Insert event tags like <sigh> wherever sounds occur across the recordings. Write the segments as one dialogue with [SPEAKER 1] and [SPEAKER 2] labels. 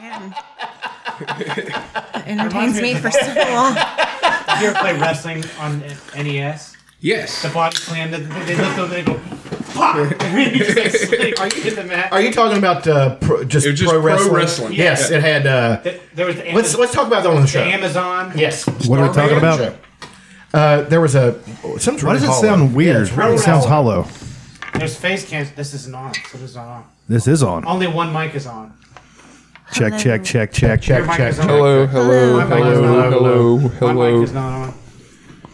[SPEAKER 1] <laughs>
[SPEAKER 2] Entertains me for so
[SPEAKER 1] <laughs>
[SPEAKER 2] long.
[SPEAKER 3] Did you ever play wrestling on NES?
[SPEAKER 1] Yes.
[SPEAKER 3] The body slam, that they lift over and they go, pop! <laughs> And you just like slid in the mat.
[SPEAKER 4] Are you talking about uh, pro, just,
[SPEAKER 1] It was just
[SPEAKER 4] pro
[SPEAKER 1] pro
[SPEAKER 4] wrestling?
[SPEAKER 1] wrestling.
[SPEAKER 4] Yes,
[SPEAKER 1] Yeah.
[SPEAKER 4] it had. Uh,
[SPEAKER 3] Th- There was the, Amaz-
[SPEAKER 4] let's let's talk about that on the
[SPEAKER 3] the
[SPEAKER 4] show.
[SPEAKER 3] Amazon.
[SPEAKER 4] yes.
[SPEAKER 5] What are we talking about?
[SPEAKER 4] Show. Uh, there was a. Something's
[SPEAKER 5] Why
[SPEAKER 4] really
[SPEAKER 5] does it
[SPEAKER 4] hollow.
[SPEAKER 5] sound
[SPEAKER 4] Yeah,
[SPEAKER 5] weird?
[SPEAKER 4] it's really
[SPEAKER 5] it sounds
[SPEAKER 4] hollow.
[SPEAKER 5] hollow.
[SPEAKER 3] There's face cams. This isn't on. So this is not on.
[SPEAKER 5] This is on.
[SPEAKER 3] Only one mic is on.
[SPEAKER 5] Check, check, check, check,
[SPEAKER 4] Check,
[SPEAKER 5] check.
[SPEAKER 3] Your mic
[SPEAKER 4] check,
[SPEAKER 3] is on.
[SPEAKER 4] check.
[SPEAKER 1] Hello,
[SPEAKER 2] <laughs>
[SPEAKER 1] hello,
[SPEAKER 3] My mic is
[SPEAKER 1] hello,
[SPEAKER 3] not
[SPEAKER 1] hello,
[SPEAKER 3] on. My mic
[SPEAKER 1] hello.
[SPEAKER 3] is not on.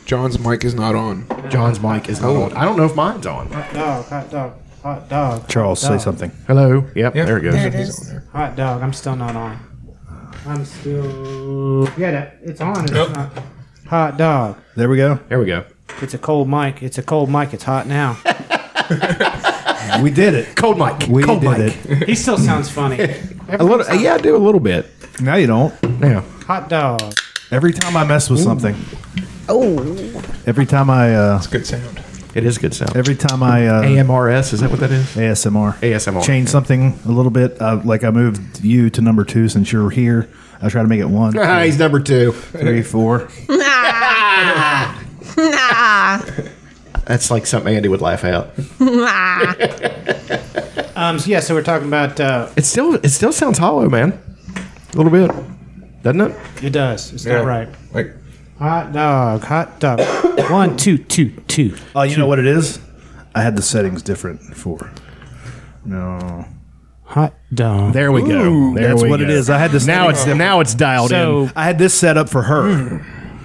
[SPEAKER 1] John's mic is not on.
[SPEAKER 4] John's mic is not on. I don't know if mine's on.
[SPEAKER 3] Hot dog, hot dog, hot dog.
[SPEAKER 5] Charles,
[SPEAKER 3] hot
[SPEAKER 5] say
[SPEAKER 3] dog,
[SPEAKER 5] something.
[SPEAKER 4] Hello. Yep. There it goes.
[SPEAKER 2] There it is.
[SPEAKER 3] Hot dog. I'm still not on. I'm still. Yeah, that, it's on. It's not. Hot dog.
[SPEAKER 5] There we go.
[SPEAKER 4] There we go.
[SPEAKER 3] It's a cold mic. It's a cold mic. It's hot
[SPEAKER 4] <laughs>
[SPEAKER 3] now.
[SPEAKER 5] We did it.
[SPEAKER 4] Cold mic.
[SPEAKER 5] We
[SPEAKER 4] Cold
[SPEAKER 5] did
[SPEAKER 4] mic.
[SPEAKER 5] it.
[SPEAKER 3] he still sounds funny.
[SPEAKER 4] A little. uh, Yeah, I do a little bit.
[SPEAKER 5] Now you don't.
[SPEAKER 4] Yeah.
[SPEAKER 3] Hot dog.
[SPEAKER 5] Every time I mess with something. Oh. Every time I. Uh,
[SPEAKER 1] Good sound.
[SPEAKER 4] It is a good sound.
[SPEAKER 5] every time I. Uh,
[SPEAKER 4] AMRS. Is that what that is?
[SPEAKER 5] ASMR.
[SPEAKER 4] ASMR.
[SPEAKER 5] Change something a little bit. Uh, like I moved you to number two since you're here. I try to make it <laughs> one,
[SPEAKER 4] Ah, <laughs> he's number two.
[SPEAKER 5] three, four.
[SPEAKER 4] That's like something Andy would laugh out.
[SPEAKER 2] Ah,
[SPEAKER 3] Um. So yeah. So we're talking about. Uh,
[SPEAKER 4] It still it still sounds hollow, man. A little bit, doesn't it?
[SPEAKER 3] it does. It's not right.
[SPEAKER 1] Like,
[SPEAKER 3] Hot dog. Hot dog. <coughs> One, two, two, two.
[SPEAKER 5] Oh, you know what it is? I had the settings different for. No.
[SPEAKER 3] Hot dog.
[SPEAKER 4] There we go. There
[SPEAKER 5] That's
[SPEAKER 4] we
[SPEAKER 5] what
[SPEAKER 4] go.
[SPEAKER 5] it is. I had this
[SPEAKER 4] Now it's now it's dialed
[SPEAKER 3] So-
[SPEAKER 4] in.
[SPEAKER 5] I had this set up for her.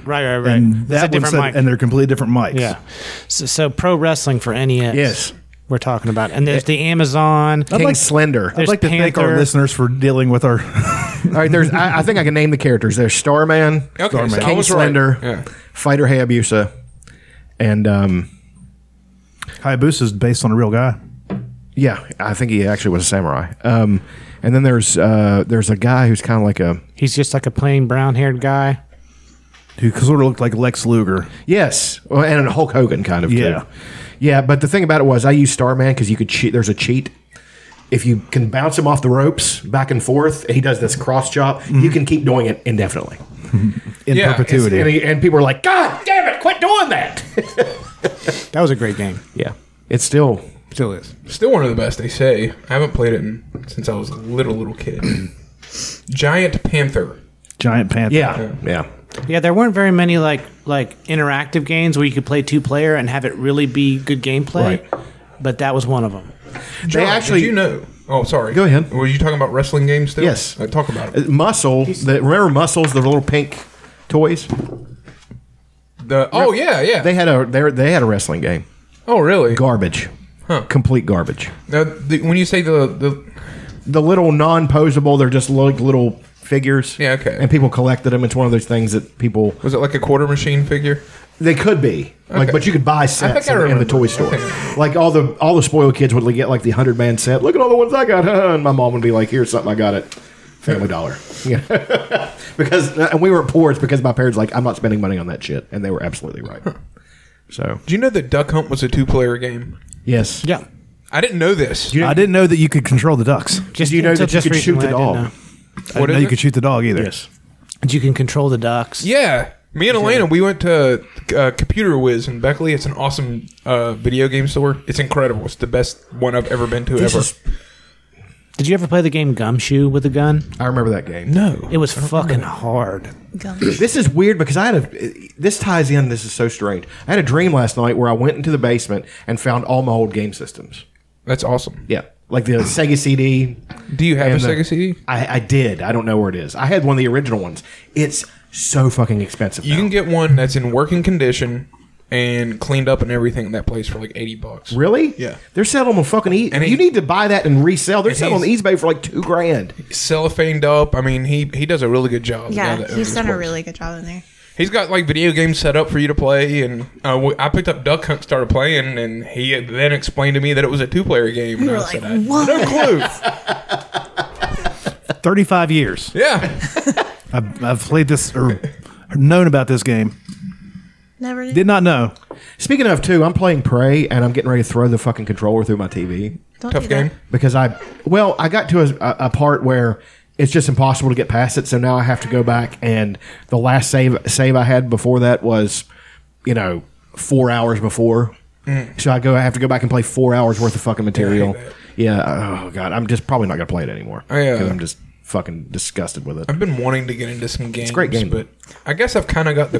[SPEAKER 3] Right. Right. Right.
[SPEAKER 5] And
[SPEAKER 3] It's a
[SPEAKER 5] that one
[SPEAKER 3] different
[SPEAKER 5] set,
[SPEAKER 3] mic.
[SPEAKER 5] and they're completely different mics.
[SPEAKER 3] yeah. So, so pro wrestling for NES.
[SPEAKER 4] Yes.
[SPEAKER 3] We're talking about, and there's the Amazon.
[SPEAKER 4] King
[SPEAKER 5] like-
[SPEAKER 4] Slender.
[SPEAKER 5] I'd
[SPEAKER 3] There's
[SPEAKER 5] like to thank our
[SPEAKER 3] Panther.
[SPEAKER 5] listeners for dealing with our <laughs>
[SPEAKER 4] All right, there's. I, I think I can name the characters. There's Starman,
[SPEAKER 1] okay, so I
[SPEAKER 4] King
[SPEAKER 1] was right.
[SPEAKER 4] Slender,
[SPEAKER 1] Yeah.
[SPEAKER 4] Fighter Hayabusa, and um,
[SPEAKER 5] Hayabusa is based on a real guy.
[SPEAKER 4] yeah, I think he actually was a samurai. Um, and then there's uh, there's a guy who's kind of like a
[SPEAKER 3] He's just like a plain brown-haired guy.
[SPEAKER 5] Who sort of looked like Lex Luger.
[SPEAKER 4] Yes, well, and a Hulk Hogan kind of
[SPEAKER 5] Yeah.
[SPEAKER 4] too. Yeah, but the thing about it was I used Starman because you could cheat. There's a cheat. If you can bounce him off the ropes back and forth, and he does this cross chop, you can keep doing it indefinitely.
[SPEAKER 5] in
[SPEAKER 1] Yeah, it's-
[SPEAKER 5] perpetuity.
[SPEAKER 4] And, he, and people are like, "God damn it, quit doing that!"
[SPEAKER 3] That was a great game.
[SPEAKER 4] yeah, <laughs> it's still
[SPEAKER 3] Still is.
[SPEAKER 1] Still one of the best, they say. I haven't played it in, since I was a little, little <clears throat> kid. Giant Panther.
[SPEAKER 5] Giant Panther.
[SPEAKER 4] yeah, yeah.
[SPEAKER 3] Yeah, there weren't very many like like interactive games where you could play two player and have it really be good gameplay. But that was one of them.
[SPEAKER 1] John,
[SPEAKER 4] actually-
[SPEAKER 1] Did you know? Oh, sorry.
[SPEAKER 4] Go ahead.
[SPEAKER 1] Were you talking about wrestling games still?
[SPEAKER 4] Yes.
[SPEAKER 1] Uh, talk about
[SPEAKER 4] Uh,
[SPEAKER 1] it.
[SPEAKER 4] Muscle. The, remember muscles? The little pink toys.
[SPEAKER 1] The, oh, yeah, yeah.
[SPEAKER 4] Uh, They had a they they had a wrestling game.
[SPEAKER 1] oh, really?
[SPEAKER 4] Garbage. Complete garbage.
[SPEAKER 1] Now, the, when you say the, the
[SPEAKER 4] the little non-posable. They're just like little figures.
[SPEAKER 1] Yeah, okay.
[SPEAKER 4] And people collected them. It's one of those things that people
[SPEAKER 1] was it like a quarter machine figure?
[SPEAKER 4] they could be like,
[SPEAKER 1] Okay.
[SPEAKER 4] but you could buy sets
[SPEAKER 1] I
[SPEAKER 4] in, in the
[SPEAKER 1] remember.
[SPEAKER 4] toy store.
[SPEAKER 1] I think I
[SPEAKER 4] Like all the all the spoiled kids would get like the hundred man set. Look at all the ones I got. <laughs> huh?" And my mom would be like, "Here's something I got at Family Dollar." Yeah. <laughs> because uh, and we were poor. It's because my parents like I'm not spending money on that shit, and they were absolutely right. So
[SPEAKER 1] Do you know that Duck Hunt was a two player game?
[SPEAKER 4] yes,
[SPEAKER 3] Yeah.
[SPEAKER 1] I didn't know this.
[SPEAKER 5] I didn't know that you could control the ducks.
[SPEAKER 3] Just
[SPEAKER 4] Did you know
[SPEAKER 3] until
[SPEAKER 4] that you could shoot
[SPEAKER 3] recently,
[SPEAKER 4] the
[SPEAKER 3] I didn't
[SPEAKER 4] dog?
[SPEAKER 3] know.
[SPEAKER 5] I didn't
[SPEAKER 1] is
[SPEAKER 5] know you
[SPEAKER 1] it?
[SPEAKER 5] could shoot the dog either.
[SPEAKER 4] yes.
[SPEAKER 3] But You can control the ducks.
[SPEAKER 1] Yeah. Me and Elena, we went to uh, Computer Whiz in Beckley. It's an awesome uh, video game store. It's incredible. It's the best one I've ever been to
[SPEAKER 4] This
[SPEAKER 1] ever.
[SPEAKER 4] is-
[SPEAKER 3] Did you ever play the game Gumshoe with a gun?
[SPEAKER 4] I remember that game.
[SPEAKER 1] no.
[SPEAKER 3] It was fucking hard.
[SPEAKER 4] This is weird because I had a. This ties in. This is so strange. I had a dream last night where I went into the basement and found all my old game systems.
[SPEAKER 1] That's awesome.
[SPEAKER 4] Yeah, like the Sega CD.
[SPEAKER 1] Do you have
[SPEAKER 4] and
[SPEAKER 1] a
[SPEAKER 4] the-
[SPEAKER 1] Sega CD?
[SPEAKER 4] I, I did. I don't know where it is. I had one of the original ones. It's so fucking expensive.
[SPEAKER 1] You
[SPEAKER 4] now.
[SPEAKER 1] can get one that's in working condition and cleaned up and everything in that place for like 80 bucks.
[SPEAKER 4] really?
[SPEAKER 1] Yeah.
[SPEAKER 4] They're selling them fucking. E-
[SPEAKER 1] And he-
[SPEAKER 4] you need to buy that and resell. They're
[SPEAKER 1] And
[SPEAKER 4] selling on
[SPEAKER 1] he's-
[SPEAKER 4] eBay for like two grand.
[SPEAKER 1] Cellophaned up. I mean, he he does a really good job. the guy that
[SPEAKER 2] Yeah,
[SPEAKER 1] owns
[SPEAKER 2] he's done a
[SPEAKER 1] this place.
[SPEAKER 2] really good job in there.
[SPEAKER 1] He's got like video games set up for you to play, and uh, we- I picked up Duck Hunt, started playing, and he then explained to me that it was a two-player game. and
[SPEAKER 2] We
[SPEAKER 1] I
[SPEAKER 2] were
[SPEAKER 1] said,
[SPEAKER 2] like,
[SPEAKER 1] I-
[SPEAKER 2] what?
[SPEAKER 5] Clue. 35 years.
[SPEAKER 1] yeah,
[SPEAKER 5] I've, I've played this or known about this game.
[SPEAKER 2] <laughs> Never did.
[SPEAKER 5] Did not know.
[SPEAKER 4] Speaking of too, I'm playing Prey and I'm getting ready to throw the fucking controller through my TV.
[SPEAKER 2] <laughs> Don't
[SPEAKER 1] tough
[SPEAKER 2] do that.
[SPEAKER 1] game.
[SPEAKER 4] because I well I got to a, a part where it's just impossible to get past it. So now I have to go back and the last save save I had before that was, you know, four hours before. So I go. I have to go back and play four hours worth of fucking material. Yeah. Oh god. I'm just probably not gonna play it anymore.
[SPEAKER 1] I, uh,
[SPEAKER 4] 'Cause I'm just fucking disgusted with it.
[SPEAKER 1] I've been wanting to get into some games.
[SPEAKER 4] great game.
[SPEAKER 1] but I guess I've kind of got the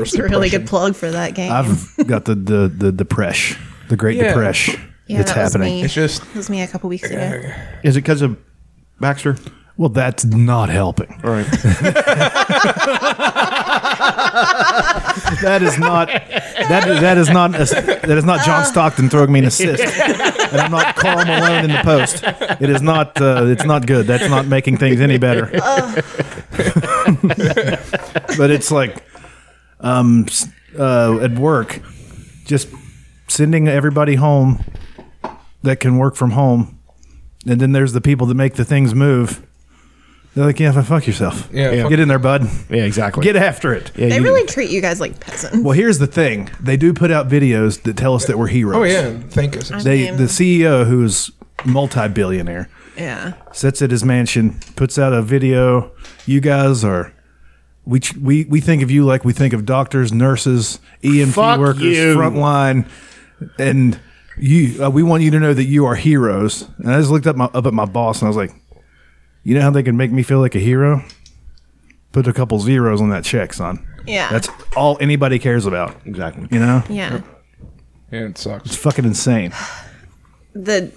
[SPEAKER 2] <laughs> It's a really
[SPEAKER 1] depression.
[SPEAKER 2] good plug for that game.
[SPEAKER 5] I've got the the the depression, the Great
[SPEAKER 1] Yeah.
[SPEAKER 5] Depression.
[SPEAKER 2] yeah,
[SPEAKER 5] it's
[SPEAKER 2] that was
[SPEAKER 5] happening.
[SPEAKER 2] me.
[SPEAKER 1] It's just-
[SPEAKER 2] That was me a couple weeks ago.
[SPEAKER 4] Is it because of Baxter?
[SPEAKER 5] Well, that's not helping.
[SPEAKER 4] All right.
[SPEAKER 5] That is not that that is not a, that is not John Stockton throwing me an assist, and I'm not Carl Malone in the post. It is not uh, it's not good. That's not making things any better. <laughs> but it's like um s- uh, at work, just sending everybody home that can work from home, and then there's the people that make the things move. They're like, yeah, fuck yourself.
[SPEAKER 1] Yeah, fuck-
[SPEAKER 5] get in there, bud.
[SPEAKER 4] <laughs> Yeah. Exactly.
[SPEAKER 5] Get after it.
[SPEAKER 4] Yeah,
[SPEAKER 2] They
[SPEAKER 4] you-
[SPEAKER 2] really treat you guys like peasants.
[SPEAKER 5] Well, here's the thing: they do put out videos that tell us that we're heroes.
[SPEAKER 1] Oh yeah, thank us.
[SPEAKER 5] They,
[SPEAKER 2] mean-
[SPEAKER 5] the E CEO, who's multi-billionaire,
[SPEAKER 2] yeah.
[SPEAKER 5] sits at his mansion, puts out a video. You guys are. We, ch- we, we think of you like we think of doctors, nurses, EMT
[SPEAKER 4] Fuck
[SPEAKER 5] workers,
[SPEAKER 4] you.
[SPEAKER 5] frontline, and you. Uh, we want you to know that you are heroes. And I just looked up my, up at my boss and I was like, you know how they can make me feel like a hero? Put a couple zeros on that check, son.
[SPEAKER 2] Yeah.
[SPEAKER 5] that's all anybody cares about.
[SPEAKER 4] <laughs> Exactly.
[SPEAKER 5] You know,
[SPEAKER 2] Yeah.
[SPEAKER 1] Yeah, it sucks.
[SPEAKER 5] It's fucking insane.
[SPEAKER 2] The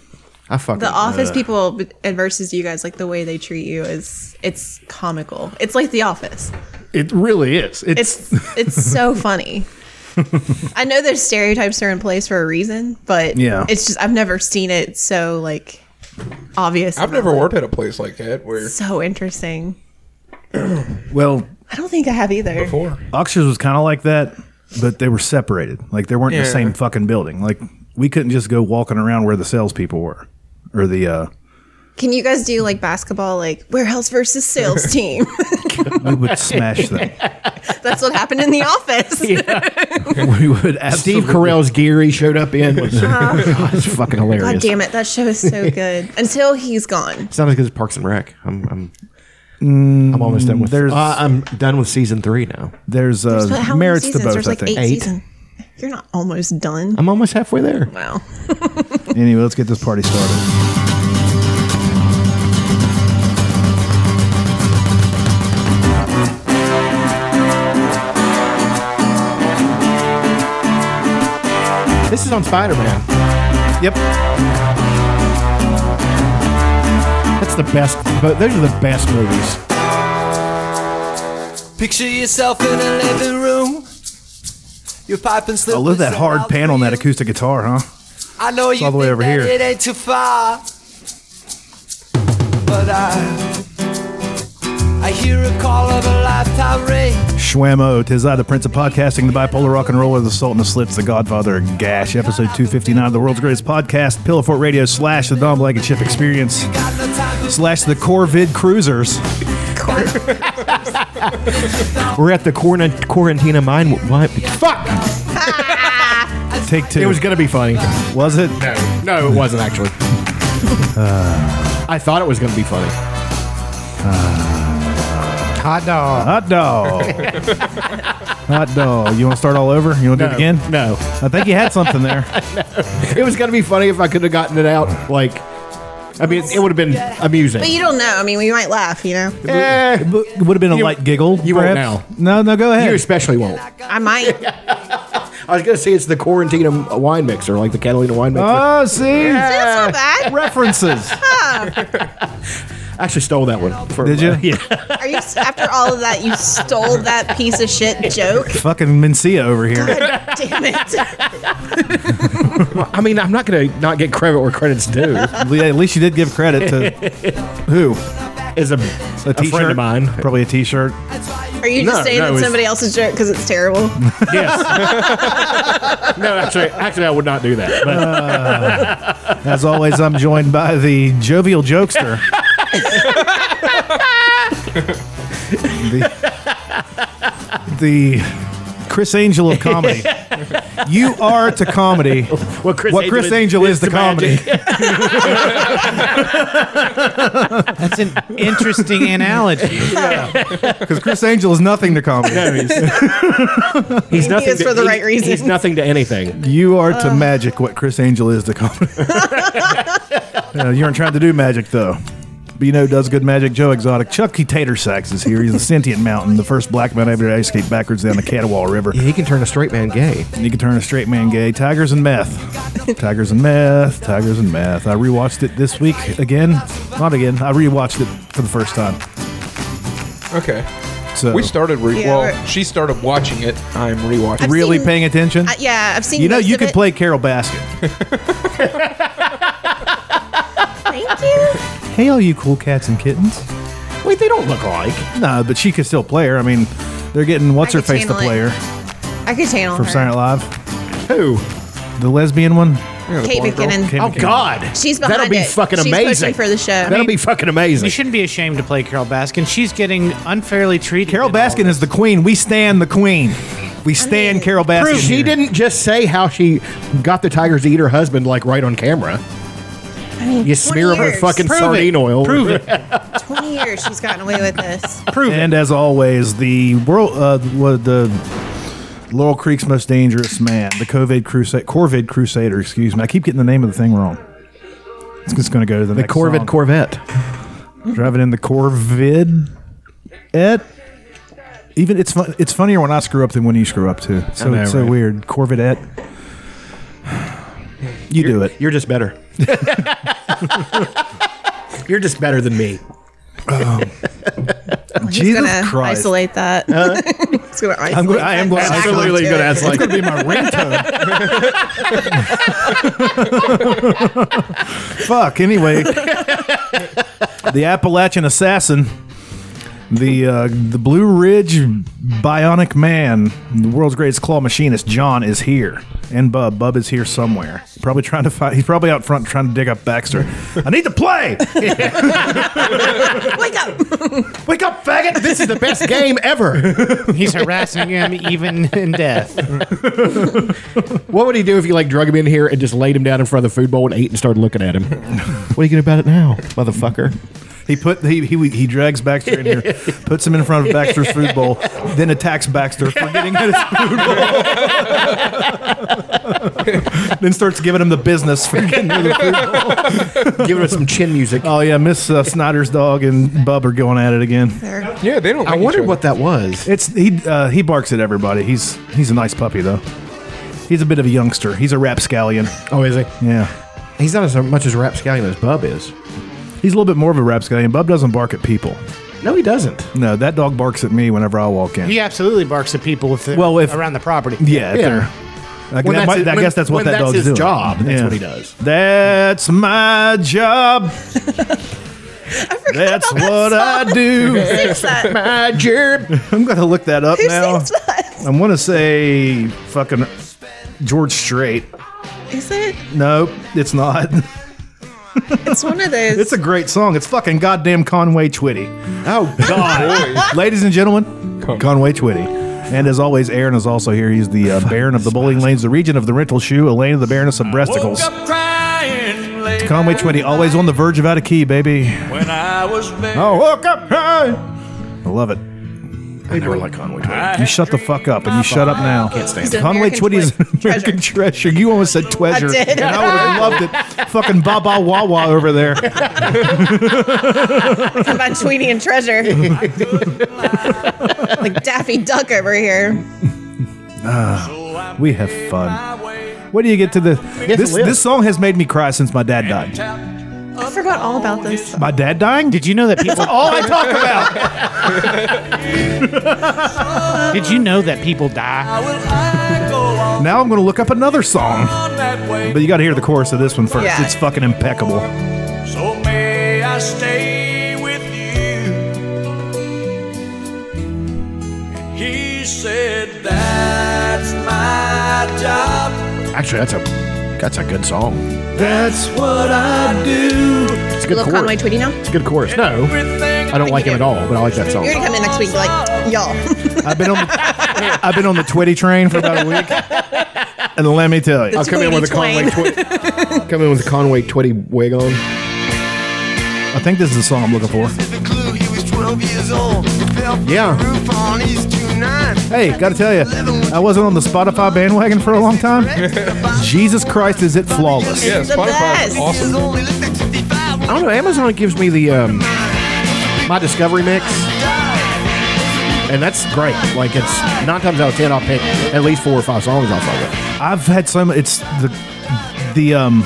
[SPEAKER 4] I fucking.
[SPEAKER 2] the
[SPEAKER 4] uh,
[SPEAKER 2] office people b- versus you guys like the way they treat you is it's comical. It's like the office.
[SPEAKER 4] It really is.
[SPEAKER 2] <laughs>
[SPEAKER 4] It's,
[SPEAKER 2] It's it's
[SPEAKER 5] <laughs>
[SPEAKER 2] so funny. I know those stereotypes are in place for a reason, but
[SPEAKER 5] Yeah.
[SPEAKER 2] it's just I've never seen it so like obvious. and
[SPEAKER 1] I've never worked at a place like that where
[SPEAKER 2] so interesting.
[SPEAKER 5] Well,
[SPEAKER 2] I don't think I have either.
[SPEAKER 1] before.
[SPEAKER 5] Oxford was kind of like that, but they were separated. Like they weren't in the
[SPEAKER 1] Yeah.
[SPEAKER 5] same fucking building. Like we couldn't just go walking around where the salespeople were or the. uh
[SPEAKER 2] Can you guys do like basketball, like warehouse versus sales
[SPEAKER 5] <laughs>
[SPEAKER 2] team? <laughs>
[SPEAKER 5] We
[SPEAKER 4] <laughs>
[SPEAKER 5] would smash them.
[SPEAKER 2] That's what happened in the
[SPEAKER 5] <laughs>
[SPEAKER 2] office.
[SPEAKER 5] We would.
[SPEAKER 4] Steve
[SPEAKER 5] Absolutely,
[SPEAKER 4] Carell's Geary showed up in.
[SPEAKER 2] <laughs>
[SPEAKER 4] Was, <laughs> it's fucking hilarious.
[SPEAKER 2] God damn it, that show is
[SPEAKER 5] <laughs>
[SPEAKER 2] so good. Until he's gone.
[SPEAKER 4] It's not as good as Parks and Rec. I'm I'm, I'm almost done with.
[SPEAKER 5] there's-
[SPEAKER 4] uh, I'm done with season three now.
[SPEAKER 5] There's uh,
[SPEAKER 2] But how many
[SPEAKER 5] merits to
[SPEAKER 2] seasons?
[SPEAKER 5] both.
[SPEAKER 2] There's like
[SPEAKER 5] I think.
[SPEAKER 2] eight,
[SPEAKER 4] Eight.
[SPEAKER 2] seasons. You're not almost done.
[SPEAKER 4] I'm almost halfway there.
[SPEAKER 2] wow.
[SPEAKER 5] Anyway, let's get this party started.
[SPEAKER 4] This is on Spider Man.
[SPEAKER 5] Yep.
[SPEAKER 4] That's the best. But those are the best movies.
[SPEAKER 6] Picture yourself in a living room. Your pipe and
[SPEAKER 5] I
[SPEAKER 6] slippers.
[SPEAKER 5] love that hard
[SPEAKER 6] are out
[SPEAKER 5] pan
[SPEAKER 6] for
[SPEAKER 5] on that
[SPEAKER 6] you.
[SPEAKER 5] acoustic guitar, huh?
[SPEAKER 6] I know you
[SPEAKER 5] all the way
[SPEAKER 6] think
[SPEAKER 5] over
[SPEAKER 6] that
[SPEAKER 5] here.
[SPEAKER 6] It ain't too far, but I I hear a call of a lifetime ring.
[SPEAKER 5] Schwammo, tis I, the Prince of Podcasting, the bipolar rock and roller, the Sultan of Slits, the Godfather of Gash, episode 259 of the world's greatest podcast, Pillowfort Radio, slash the Don Blankenship Experience,
[SPEAKER 6] Got no time to
[SPEAKER 5] slash the Corvid <laughs> Cruisers.
[SPEAKER 4] We're at the Corna, Quarantina Mine. What? Fuck!
[SPEAKER 5] Take two.
[SPEAKER 4] It was gonna be funny.
[SPEAKER 5] Was it?
[SPEAKER 4] No, no, Uh. it wasn't actually. I thought it was gonna be funny. Hot dog.
[SPEAKER 5] Hot <laughs> dog. Hot dog. You want to start all over? You want to do it again?
[SPEAKER 4] No,
[SPEAKER 5] I think you had something there.
[SPEAKER 4] it was gonna be funny if I could have gotten it out. Like, I mean, it would have been amusing.
[SPEAKER 2] But you don't know. I mean, we might laugh, you
[SPEAKER 5] <laughs>
[SPEAKER 2] know?
[SPEAKER 4] Eh,
[SPEAKER 5] <laughs> It would have been a light giggle.
[SPEAKER 4] you won't
[SPEAKER 5] perhaps. No, no, go
[SPEAKER 4] you
[SPEAKER 5] ahead.
[SPEAKER 4] especially won't.
[SPEAKER 2] I might.
[SPEAKER 4] I was gonna say it's the Quarantina wine mixer, like the Catalina wine mixer.
[SPEAKER 5] Oh, see?
[SPEAKER 2] That's not bad.
[SPEAKER 5] References.
[SPEAKER 4] I actually stole that one. From,
[SPEAKER 5] <laughs> Did you?
[SPEAKER 4] yeah.
[SPEAKER 2] Are you after all of that you stole that piece of shit joke?
[SPEAKER 5] Fucking Mencia over here.
[SPEAKER 2] God damn it.
[SPEAKER 4] I mean, I'm not gonna not get credit where credit's <laughs> due.
[SPEAKER 5] Yeah, At least you did give
[SPEAKER 4] <laughs>
[SPEAKER 5] credit to who?
[SPEAKER 4] Is a,
[SPEAKER 5] A t-shirt?
[SPEAKER 4] friend of mine.
[SPEAKER 5] Probably a t-shirt.
[SPEAKER 2] Are you just
[SPEAKER 4] No,
[SPEAKER 2] saying
[SPEAKER 4] no,
[SPEAKER 2] that
[SPEAKER 4] it's-
[SPEAKER 2] somebody else's joke because it's terrible? Uh,
[SPEAKER 4] Yes. no, actually, actually, I would not do that. But
[SPEAKER 5] As always, I'm joined by the jovial jokester. <laughs> the, the Chris Angel of comedy. You are to comedy
[SPEAKER 4] what Chris,
[SPEAKER 5] what Chris Angel, is to comedy.
[SPEAKER 3] That's an interesting analogy.
[SPEAKER 5] Because Chris Angel is nothing to comedy.
[SPEAKER 2] He
[SPEAKER 4] He's nothing
[SPEAKER 2] is for the right
[SPEAKER 4] reason. He's
[SPEAKER 2] reasons.
[SPEAKER 4] nothing to anything.
[SPEAKER 5] you are to magic what Chris Angel is to comedy. You know, you aren't trying to do magic, though. Bino does good magic. Joe Exotic. Chucky Tater Sacks is here. He's a sentient mountain, the first black man ever to ice skate backwards down the Catawba River.
[SPEAKER 4] He can turn a straight man gay.
[SPEAKER 5] And you can turn a straight man gay. Tigers and meth. Tigers and meth. Tigers and meth. I rewatched it this week again. Not again. I rewatched it for the first time.
[SPEAKER 1] Okay.
[SPEAKER 5] So
[SPEAKER 1] We started. Re-
[SPEAKER 2] Yeah,
[SPEAKER 1] well,
[SPEAKER 2] we're-
[SPEAKER 1] she started watching it. I'm rewatching.
[SPEAKER 2] I've
[SPEAKER 5] really
[SPEAKER 2] seen-
[SPEAKER 5] paying attention.
[SPEAKER 2] Uh, yeah, I've seen.
[SPEAKER 5] you know,
[SPEAKER 2] most
[SPEAKER 5] you
[SPEAKER 2] of
[SPEAKER 5] could
[SPEAKER 2] it.
[SPEAKER 5] play Carol
[SPEAKER 3] <laughs>
[SPEAKER 5] Baskin.
[SPEAKER 2] Thank you.
[SPEAKER 5] hey, all you cool cats and kittens.
[SPEAKER 4] Wait, they don't look alike.
[SPEAKER 5] No, but she could still play her. I mean, they're getting what's her
[SPEAKER 2] could
[SPEAKER 5] face to
[SPEAKER 2] channel it.
[SPEAKER 5] play her
[SPEAKER 2] I could channel
[SPEAKER 5] from
[SPEAKER 2] her.
[SPEAKER 5] Silent Live.
[SPEAKER 4] Who?
[SPEAKER 5] The lesbian one.
[SPEAKER 1] Yeah, the
[SPEAKER 2] Kate
[SPEAKER 1] blonde girl.
[SPEAKER 2] McKinnon.
[SPEAKER 5] Kate
[SPEAKER 4] Oh
[SPEAKER 5] McKinnon.
[SPEAKER 4] God,
[SPEAKER 2] She's behind
[SPEAKER 4] That'll be
[SPEAKER 2] it.
[SPEAKER 4] fucking
[SPEAKER 2] She's pushing
[SPEAKER 4] amazing
[SPEAKER 2] for the show.
[SPEAKER 4] That'll be fucking amazing.
[SPEAKER 3] You shouldn't be ashamed to play Carol Baskin. She's getting unfairly treated.
[SPEAKER 5] Carol
[SPEAKER 3] in all
[SPEAKER 5] Baskin
[SPEAKER 3] this.
[SPEAKER 5] is the queen. We stand the queen. We stand
[SPEAKER 2] mean,
[SPEAKER 5] Carol Baskin.
[SPEAKER 4] She
[SPEAKER 5] here.
[SPEAKER 4] didn't just say how she got the tigers to eat her husband like right on camera. you smear
[SPEAKER 2] 20
[SPEAKER 4] him with
[SPEAKER 2] years.
[SPEAKER 4] fucking
[SPEAKER 3] Prove it.
[SPEAKER 4] sardine oil.
[SPEAKER 3] Prove it.
[SPEAKER 2] <laughs> Twenty years she's gotten away with
[SPEAKER 5] <laughs>
[SPEAKER 2] this.
[SPEAKER 3] Prove it.
[SPEAKER 5] And as always, the world, uh, wa- the Laurel Creek's most dangerous man, the COVID Crusade, Corvid Crusader. Excuse me, I keep getting the name of the thing wrong. It's just going to go to the,
[SPEAKER 4] The
[SPEAKER 5] next
[SPEAKER 4] Corvid
[SPEAKER 5] song.
[SPEAKER 4] Corvette.
[SPEAKER 5] driving in the Corvid. Et. Even it's fun, it's funnier when I screw up than when you screw up too. So
[SPEAKER 4] know,
[SPEAKER 5] it's so
[SPEAKER 4] right?
[SPEAKER 5] weird. Corvidette. You do it.
[SPEAKER 4] You're just better. <laughs> You're just better than me.
[SPEAKER 2] He's
[SPEAKER 5] Jesus
[SPEAKER 2] gonna
[SPEAKER 5] Christ. Uh-huh.
[SPEAKER 2] isolate that. <laughs> He's gonna isolate
[SPEAKER 5] I'm going. I am going.
[SPEAKER 2] that
[SPEAKER 5] to
[SPEAKER 2] back
[SPEAKER 5] Absolutely
[SPEAKER 2] onto
[SPEAKER 5] going
[SPEAKER 2] it.
[SPEAKER 5] to ask. It's going to be my ringtone. Fuck. Anyway, the Appalachian assassin, the uh, the Blue Ridge Bionic Man, the world's greatest claw machinist, John is here, and Bub. Bub is here somewhere. Probably trying to find. He's probably out front trying to dig up Baxter. I need to <laughs> play.
[SPEAKER 2] Wake up!
[SPEAKER 4] Wake up, faggot! This is the best game ever.
[SPEAKER 3] He's harassing him
[SPEAKER 5] <laughs>
[SPEAKER 3] even in death.
[SPEAKER 4] What would he do if you like drug him in here and just laid him down in front of the food bowl and ate and started looking at him? <laughs> what are you gonna about it now, motherfucker?
[SPEAKER 5] He put he, he he drags Baxter in here, puts him in front of Baxter's food bowl, then attacks Baxter for getting at his food bowl. then starts giving him the business for getting near the food bowl.
[SPEAKER 4] Give him some chin music.
[SPEAKER 5] Oh yeah, Miss uh, Snyder's dog and Bub are going at it again.
[SPEAKER 2] There.
[SPEAKER 1] Yeah, they don't.
[SPEAKER 4] I
[SPEAKER 1] like each
[SPEAKER 4] wondered
[SPEAKER 1] other.
[SPEAKER 4] what that was.
[SPEAKER 5] It's he uh, he barks at everybody. He's he's a nice puppy though. He's a bit of a youngster. He's a rapscallion.
[SPEAKER 4] Oh, is he?
[SPEAKER 5] Yeah.
[SPEAKER 4] He's not as much as rapscallion as Bub is.
[SPEAKER 5] He's a little bit more of a rapscallion. Bub doesn't bark at people.
[SPEAKER 4] No, he doesn't.
[SPEAKER 5] No, that dog barks at me whenever I walk in.
[SPEAKER 3] He absolutely barks at people if they're
[SPEAKER 5] Well, if-
[SPEAKER 3] around the property.
[SPEAKER 5] Yeah, if
[SPEAKER 4] Yeah.
[SPEAKER 5] they're-
[SPEAKER 4] When
[SPEAKER 5] I, that
[SPEAKER 4] that's
[SPEAKER 5] might-
[SPEAKER 4] his-
[SPEAKER 5] I
[SPEAKER 4] when-
[SPEAKER 5] guess that's
[SPEAKER 4] when
[SPEAKER 5] what that
[SPEAKER 4] that's
[SPEAKER 5] dog's
[SPEAKER 4] his
[SPEAKER 5] doing.
[SPEAKER 4] job, that's what he does.
[SPEAKER 5] That's my
[SPEAKER 2] <laughs>
[SPEAKER 5] job. That's what I
[SPEAKER 2] <laughs>
[SPEAKER 5] do. <laughs>
[SPEAKER 2] Sings that.
[SPEAKER 4] My jerb.
[SPEAKER 5] I'm gonna look that up
[SPEAKER 2] Who
[SPEAKER 5] now.
[SPEAKER 2] sings that?
[SPEAKER 5] I want to say fucking George Strait.
[SPEAKER 2] Is it?
[SPEAKER 5] Nope, it's not. <laughs>
[SPEAKER 2] It's one of those. <laughs>
[SPEAKER 5] It's a great song. It's fucking goddamn Conway Twitty.
[SPEAKER 4] <laughs> Oh God!
[SPEAKER 5] Ladies and gentlemen,
[SPEAKER 1] Con-
[SPEAKER 5] Conway Twitty. And as always, Aaron is also here.
[SPEAKER 4] <laughs>
[SPEAKER 5] He's the uh, Baron of the Bowling Lanes, the Regent of the Rental Shoe, Elaine of the Baroness of Breasticles. Conway Twitty, always on the verge of out of key, baby.
[SPEAKER 7] When I was there,
[SPEAKER 5] I woke Oh, up high. I love it. I never like Conway Twitty. You shut the fuck up, and you shut up now. Can't
[SPEAKER 2] He's an
[SPEAKER 5] Conway
[SPEAKER 2] American
[SPEAKER 5] Twitty is an
[SPEAKER 2] twe-
[SPEAKER 5] American treasure. You almost said treasure,
[SPEAKER 2] I did.
[SPEAKER 5] and I would have loved it. Fucking Baba Wawa over there.
[SPEAKER 2] Talking about Tweety and
[SPEAKER 5] <laughs>
[SPEAKER 2] Treasure. like Daffy Duck over here.
[SPEAKER 5] We have fun. What do you get to the? This
[SPEAKER 4] live.
[SPEAKER 5] this song has made me cry since my dad died.
[SPEAKER 2] I forgot all about this.
[SPEAKER 5] My dad dying?
[SPEAKER 3] Did you know that people?
[SPEAKER 5] all I talk about?
[SPEAKER 3] Did you know that people die?
[SPEAKER 5] Now I'm gonna look up another song, but you gotta hear the chorus of this one first.
[SPEAKER 2] Yeah.
[SPEAKER 5] It's fucking impeccable.
[SPEAKER 7] so may I stay with you. And he said, That's my job.
[SPEAKER 4] Actually, that's a that's a good song.
[SPEAKER 5] That's what I do.
[SPEAKER 4] It's
[SPEAKER 2] You
[SPEAKER 4] a good
[SPEAKER 2] love
[SPEAKER 4] chorus.
[SPEAKER 2] Conway Tweety now?
[SPEAKER 4] It's a good chorus. No,
[SPEAKER 7] Everything
[SPEAKER 4] I don't like him at all, but I like that song.
[SPEAKER 5] <laughs>
[SPEAKER 2] You're gonna come in next week like, y'all. <laughs>
[SPEAKER 5] I've been on. The, I've been on the Twitty train for about a week, and let me tell you,
[SPEAKER 4] I'll come in with a Conway twi- come in with a Conway Twitty wig on.
[SPEAKER 5] I think this is the song I'm looking for.
[SPEAKER 8] The clue he was 12 years old. Fell from
[SPEAKER 4] Yeah.
[SPEAKER 8] the roof on his 29.
[SPEAKER 5] Hey, gotta tell you, I wasn't on the Spotify bandwagon for a long time. Jesus Christ, is it flawless?
[SPEAKER 1] Yeah,
[SPEAKER 2] The
[SPEAKER 1] Spotify is
[SPEAKER 2] best.
[SPEAKER 1] awesome.
[SPEAKER 8] Only looked like 65
[SPEAKER 4] I don't know. Amazon gives me the um, my discovery mix, and that's great. Like it's nine times out of ten, I'll pick at least four or five songs off of it.
[SPEAKER 5] I've had some. It's the the um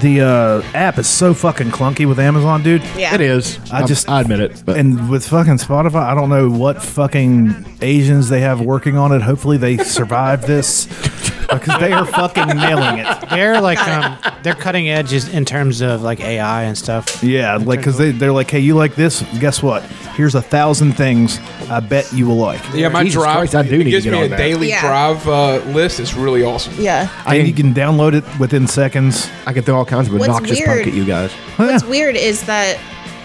[SPEAKER 5] the uh, app is so fucking clunky with Amazon, dude.
[SPEAKER 2] Yeah.
[SPEAKER 4] It is.
[SPEAKER 5] I just-
[SPEAKER 4] I admit it. But
[SPEAKER 5] And with fucking Spotify, I don't know what fucking Asians they have working on it. Hopefully, they survive this <laughs> because they are fucking nailing it.
[SPEAKER 3] They're like um, they're cutting edges in terms of like AI and stuff.
[SPEAKER 5] Yeah, like because they they're like, hey, you like this? Guess what? Here's a thousand things I bet you will like.
[SPEAKER 1] Yeah, my
[SPEAKER 4] Jesus
[SPEAKER 1] drive.
[SPEAKER 4] Christ, I do
[SPEAKER 1] it
[SPEAKER 4] need to
[SPEAKER 1] gives
[SPEAKER 4] get
[SPEAKER 1] me
[SPEAKER 4] on
[SPEAKER 1] a
[SPEAKER 4] that.
[SPEAKER 1] daily
[SPEAKER 2] Yeah.
[SPEAKER 1] drive uh, list. It's really awesome.
[SPEAKER 2] yeah.
[SPEAKER 5] and you can download it within seconds.
[SPEAKER 4] I can throw all kinds of
[SPEAKER 2] What's
[SPEAKER 4] obnoxious
[SPEAKER 2] weird-
[SPEAKER 4] punk at you guys.
[SPEAKER 2] What's weird is that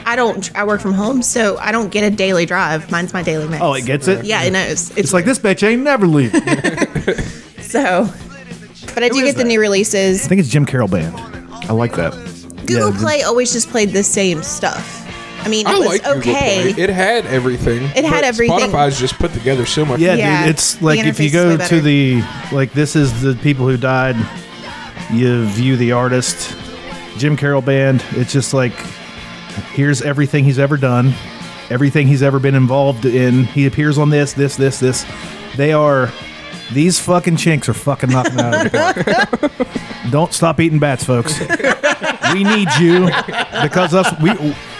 [SPEAKER 2] I don't. I work from home, so I don't get a daily drive. Mine's my daily mix.
[SPEAKER 5] <laughs> Oh, it gets it.
[SPEAKER 2] Yeah, it knows. It's,
[SPEAKER 5] It's like this bitch ain't never leave. I
[SPEAKER 2] So, but I do get the new releases.
[SPEAKER 5] think it's Jim Carroll Band.
[SPEAKER 4] I like that.
[SPEAKER 2] Google
[SPEAKER 5] the-
[SPEAKER 2] Play always just played the same stuff. I mean, it
[SPEAKER 1] I
[SPEAKER 2] was
[SPEAKER 1] like Google
[SPEAKER 2] okay.
[SPEAKER 1] Play. It had everything.
[SPEAKER 2] It had
[SPEAKER 1] but
[SPEAKER 2] everything.
[SPEAKER 1] Spotify's just put together so much.
[SPEAKER 5] Yeah,
[SPEAKER 2] Yeah,
[SPEAKER 5] dude. It's
[SPEAKER 2] the
[SPEAKER 5] like if
[SPEAKER 2] interface
[SPEAKER 5] you
[SPEAKER 2] is
[SPEAKER 5] go
[SPEAKER 2] way
[SPEAKER 5] to
[SPEAKER 2] better.
[SPEAKER 5] the like this is the people who died. You view the artist, Jim Carroll Band. It's just like here's everything he's ever done, everything he's ever been involved in. He appears on this, this, this, this. They are these fucking chinks are fucking knocking it out of the
[SPEAKER 2] <laughs>
[SPEAKER 5] park. Don't stop eating bats, folks. we need you because us we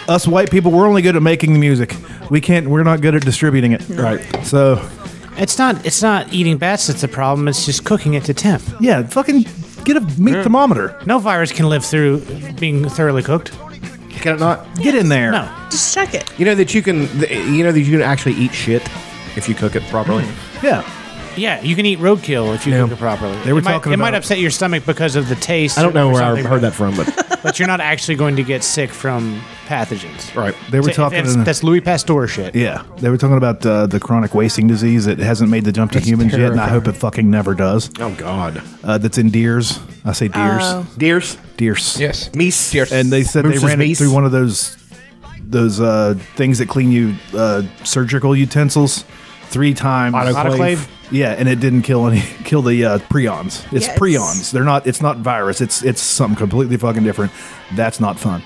[SPEAKER 5] us white people we're only good at making the music. We can't we're not good at distributing it. Right. So
[SPEAKER 3] It's not it's not eating bats that's the problem. It's just cooking it to temp.
[SPEAKER 5] Yeah, fucking get a meat thermometer.
[SPEAKER 3] No virus can live through being thoroughly cooked.
[SPEAKER 4] Can it not?
[SPEAKER 5] Get in there.
[SPEAKER 3] No.
[SPEAKER 2] just check it.
[SPEAKER 4] You know that you can. th- You know that you can actually eat shit if you cook it properly.
[SPEAKER 5] Yeah.
[SPEAKER 3] Yeah, you can eat roadkill if you
[SPEAKER 5] Yeah.
[SPEAKER 3] cook it properly.
[SPEAKER 5] They were
[SPEAKER 3] it might,
[SPEAKER 5] talking
[SPEAKER 3] it might
[SPEAKER 5] about-
[SPEAKER 3] upset your stomach because of the taste.
[SPEAKER 4] I don't know
[SPEAKER 3] or
[SPEAKER 4] where I
[SPEAKER 3] something,
[SPEAKER 4] heard that from, but
[SPEAKER 3] but- But you're not actually going to get sick from pathogens.
[SPEAKER 4] <laughs> right.
[SPEAKER 5] They were
[SPEAKER 3] So if
[SPEAKER 5] talking.
[SPEAKER 3] that's, that's Louis Pasteur shit.
[SPEAKER 5] yeah, they were talking about uh, the chronic wasting disease that hasn't made the jump to humans yet, and I hope it fucking never does.
[SPEAKER 4] Oh God,
[SPEAKER 5] Uh, that's in deers. I say deers,
[SPEAKER 4] deers,
[SPEAKER 5] deers.
[SPEAKER 1] Yes.
[SPEAKER 4] meese,
[SPEAKER 1] Yes.
[SPEAKER 5] And they said
[SPEAKER 4] Moose's
[SPEAKER 5] they ran
[SPEAKER 4] meese.
[SPEAKER 5] it through one of those those uh, things that clean you uh, surgical utensils three times.
[SPEAKER 3] Autoclave. Autoclave.
[SPEAKER 5] Yeah, and it didn't kill any <laughs> kill the uh, prions. It's
[SPEAKER 2] Yes.
[SPEAKER 5] prions. They're not. It's not virus. It's it's something completely fucking different. That's not fun.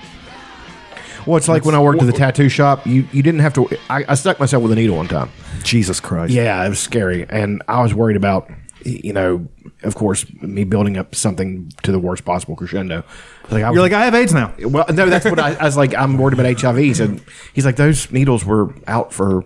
[SPEAKER 4] Well, it's like when I worked at the tattoo shop. You you didn't have to. I, I stuck myself with a needle one time.
[SPEAKER 5] Jesus Christ.
[SPEAKER 4] Yeah, it was scary, and I was worried about you know, of course, me building up something to the worst possible crescendo. Like I was,
[SPEAKER 5] You're like, I have AIDS <laughs> now.
[SPEAKER 4] well, no, that's what I, I was like. I'm worried about HIV. So he's like, those needles were out for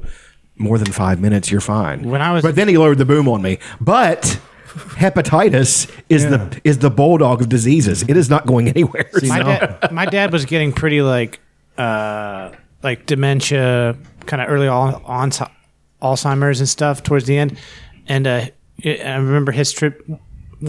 [SPEAKER 4] more than five minutes. You're fine.
[SPEAKER 3] When I was-
[SPEAKER 4] but then he lowered the boom on me. But hepatitis is the is the bulldog of diseases. It is not going anywhere.
[SPEAKER 3] My,
[SPEAKER 4] <laughs>
[SPEAKER 3] dad, my dad was getting pretty like uh, like dementia, kind of early on, on Alzheimer's and stuff towards the end. And uh, I I remember his trip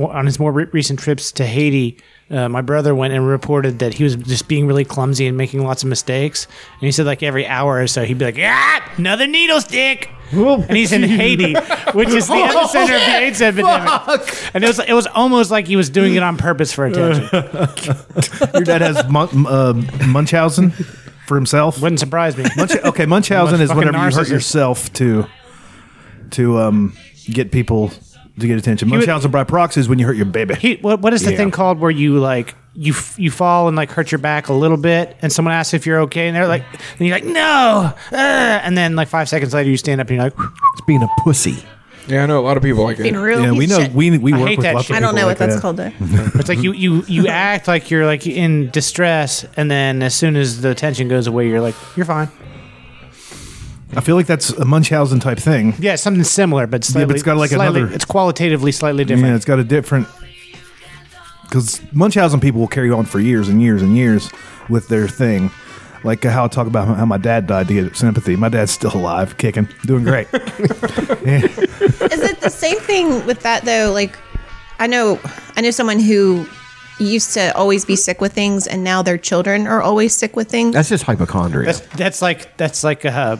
[SPEAKER 3] on his more re- recent trips to Haiti. Uh, my brother went and reported that he was just being really clumsy and making lots of mistakes. And he said like every hour or so he'd be like, "Ah, another needle stick." And he's in Haiti, which is the epicenter of the AIDS
[SPEAKER 4] <laughs>
[SPEAKER 3] epidemic. And it was it was almost like he was doing it on purpose for attention.
[SPEAKER 5] Your dad has Mun- uh, Munchausen for himself.
[SPEAKER 3] Wouldn't surprise me.
[SPEAKER 5] Munch- okay, Munchausen
[SPEAKER 3] Munch-
[SPEAKER 5] is whenever you
[SPEAKER 3] fucking
[SPEAKER 5] hurt
[SPEAKER 3] narcissist.
[SPEAKER 5] yourself to to um, get people to get attention.
[SPEAKER 3] would-
[SPEAKER 5] Munchausen by proxy is when you hurt your baby.
[SPEAKER 3] He, what, what is the
[SPEAKER 5] Yeah.
[SPEAKER 3] thing called where you like you f- you fall and like hurt your back a little bit, and someone asks if you're okay, and they're like, and you're like, no, uh," and then like five seconds later you stand up and you're like,
[SPEAKER 4] It's being a pussy.
[SPEAKER 1] Yeah, I know a lot of people like
[SPEAKER 2] Being
[SPEAKER 1] it.
[SPEAKER 2] real.
[SPEAKER 5] yeah,
[SPEAKER 2] piece
[SPEAKER 5] we
[SPEAKER 2] of
[SPEAKER 5] know
[SPEAKER 2] shit.
[SPEAKER 5] we we
[SPEAKER 3] I
[SPEAKER 5] work
[SPEAKER 3] hate
[SPEAKER 5] with
[SPEAKER 3] that
[SPEAKER 5] lots of
[SPEAKER 3] shit.
[SPEAKER 2] I don't
[SPEAKER 5] people
[SPEAKER 2] know
[SPEAKER 5] like
[SPEAKER 2] what that's
[SPEAKER 5] that.
[SPEAKER 2] called. Though.
[SPEAKER 3] it's like you you
[SPEAKER 5] <laughs>
[SPEAKER 3] you act like you're like in distress, and then as soon as the tension goes away, you're like, you're fine.
[SPEAKER 5] I feel like that's a Munchausen type thing.
[SPEAKER 3] Yeah, something similar, but slightly,
[SPEAKER 5] it's got, like,
[SPEAKER 3] slightly-
[SPEAKER 5] another-
[SPEAKER 3] it's qualitatively slightly different.
[SPEAKER 5] Yeah, it's got a different because Munchausen people will carry on for years and years and years with their thing. Like how I talk about how my dad died to get sympathy. My dad's still alive, kicking, doing great.
[SPEAKER 2] Is it the same thing with that though? Like, I know, I know someone who used to always be sick with things, and now their children are always sick with things.
[SPEAKER 4] That's just hypochondria.
[SPEAKER 3] That's that's like that's like uh,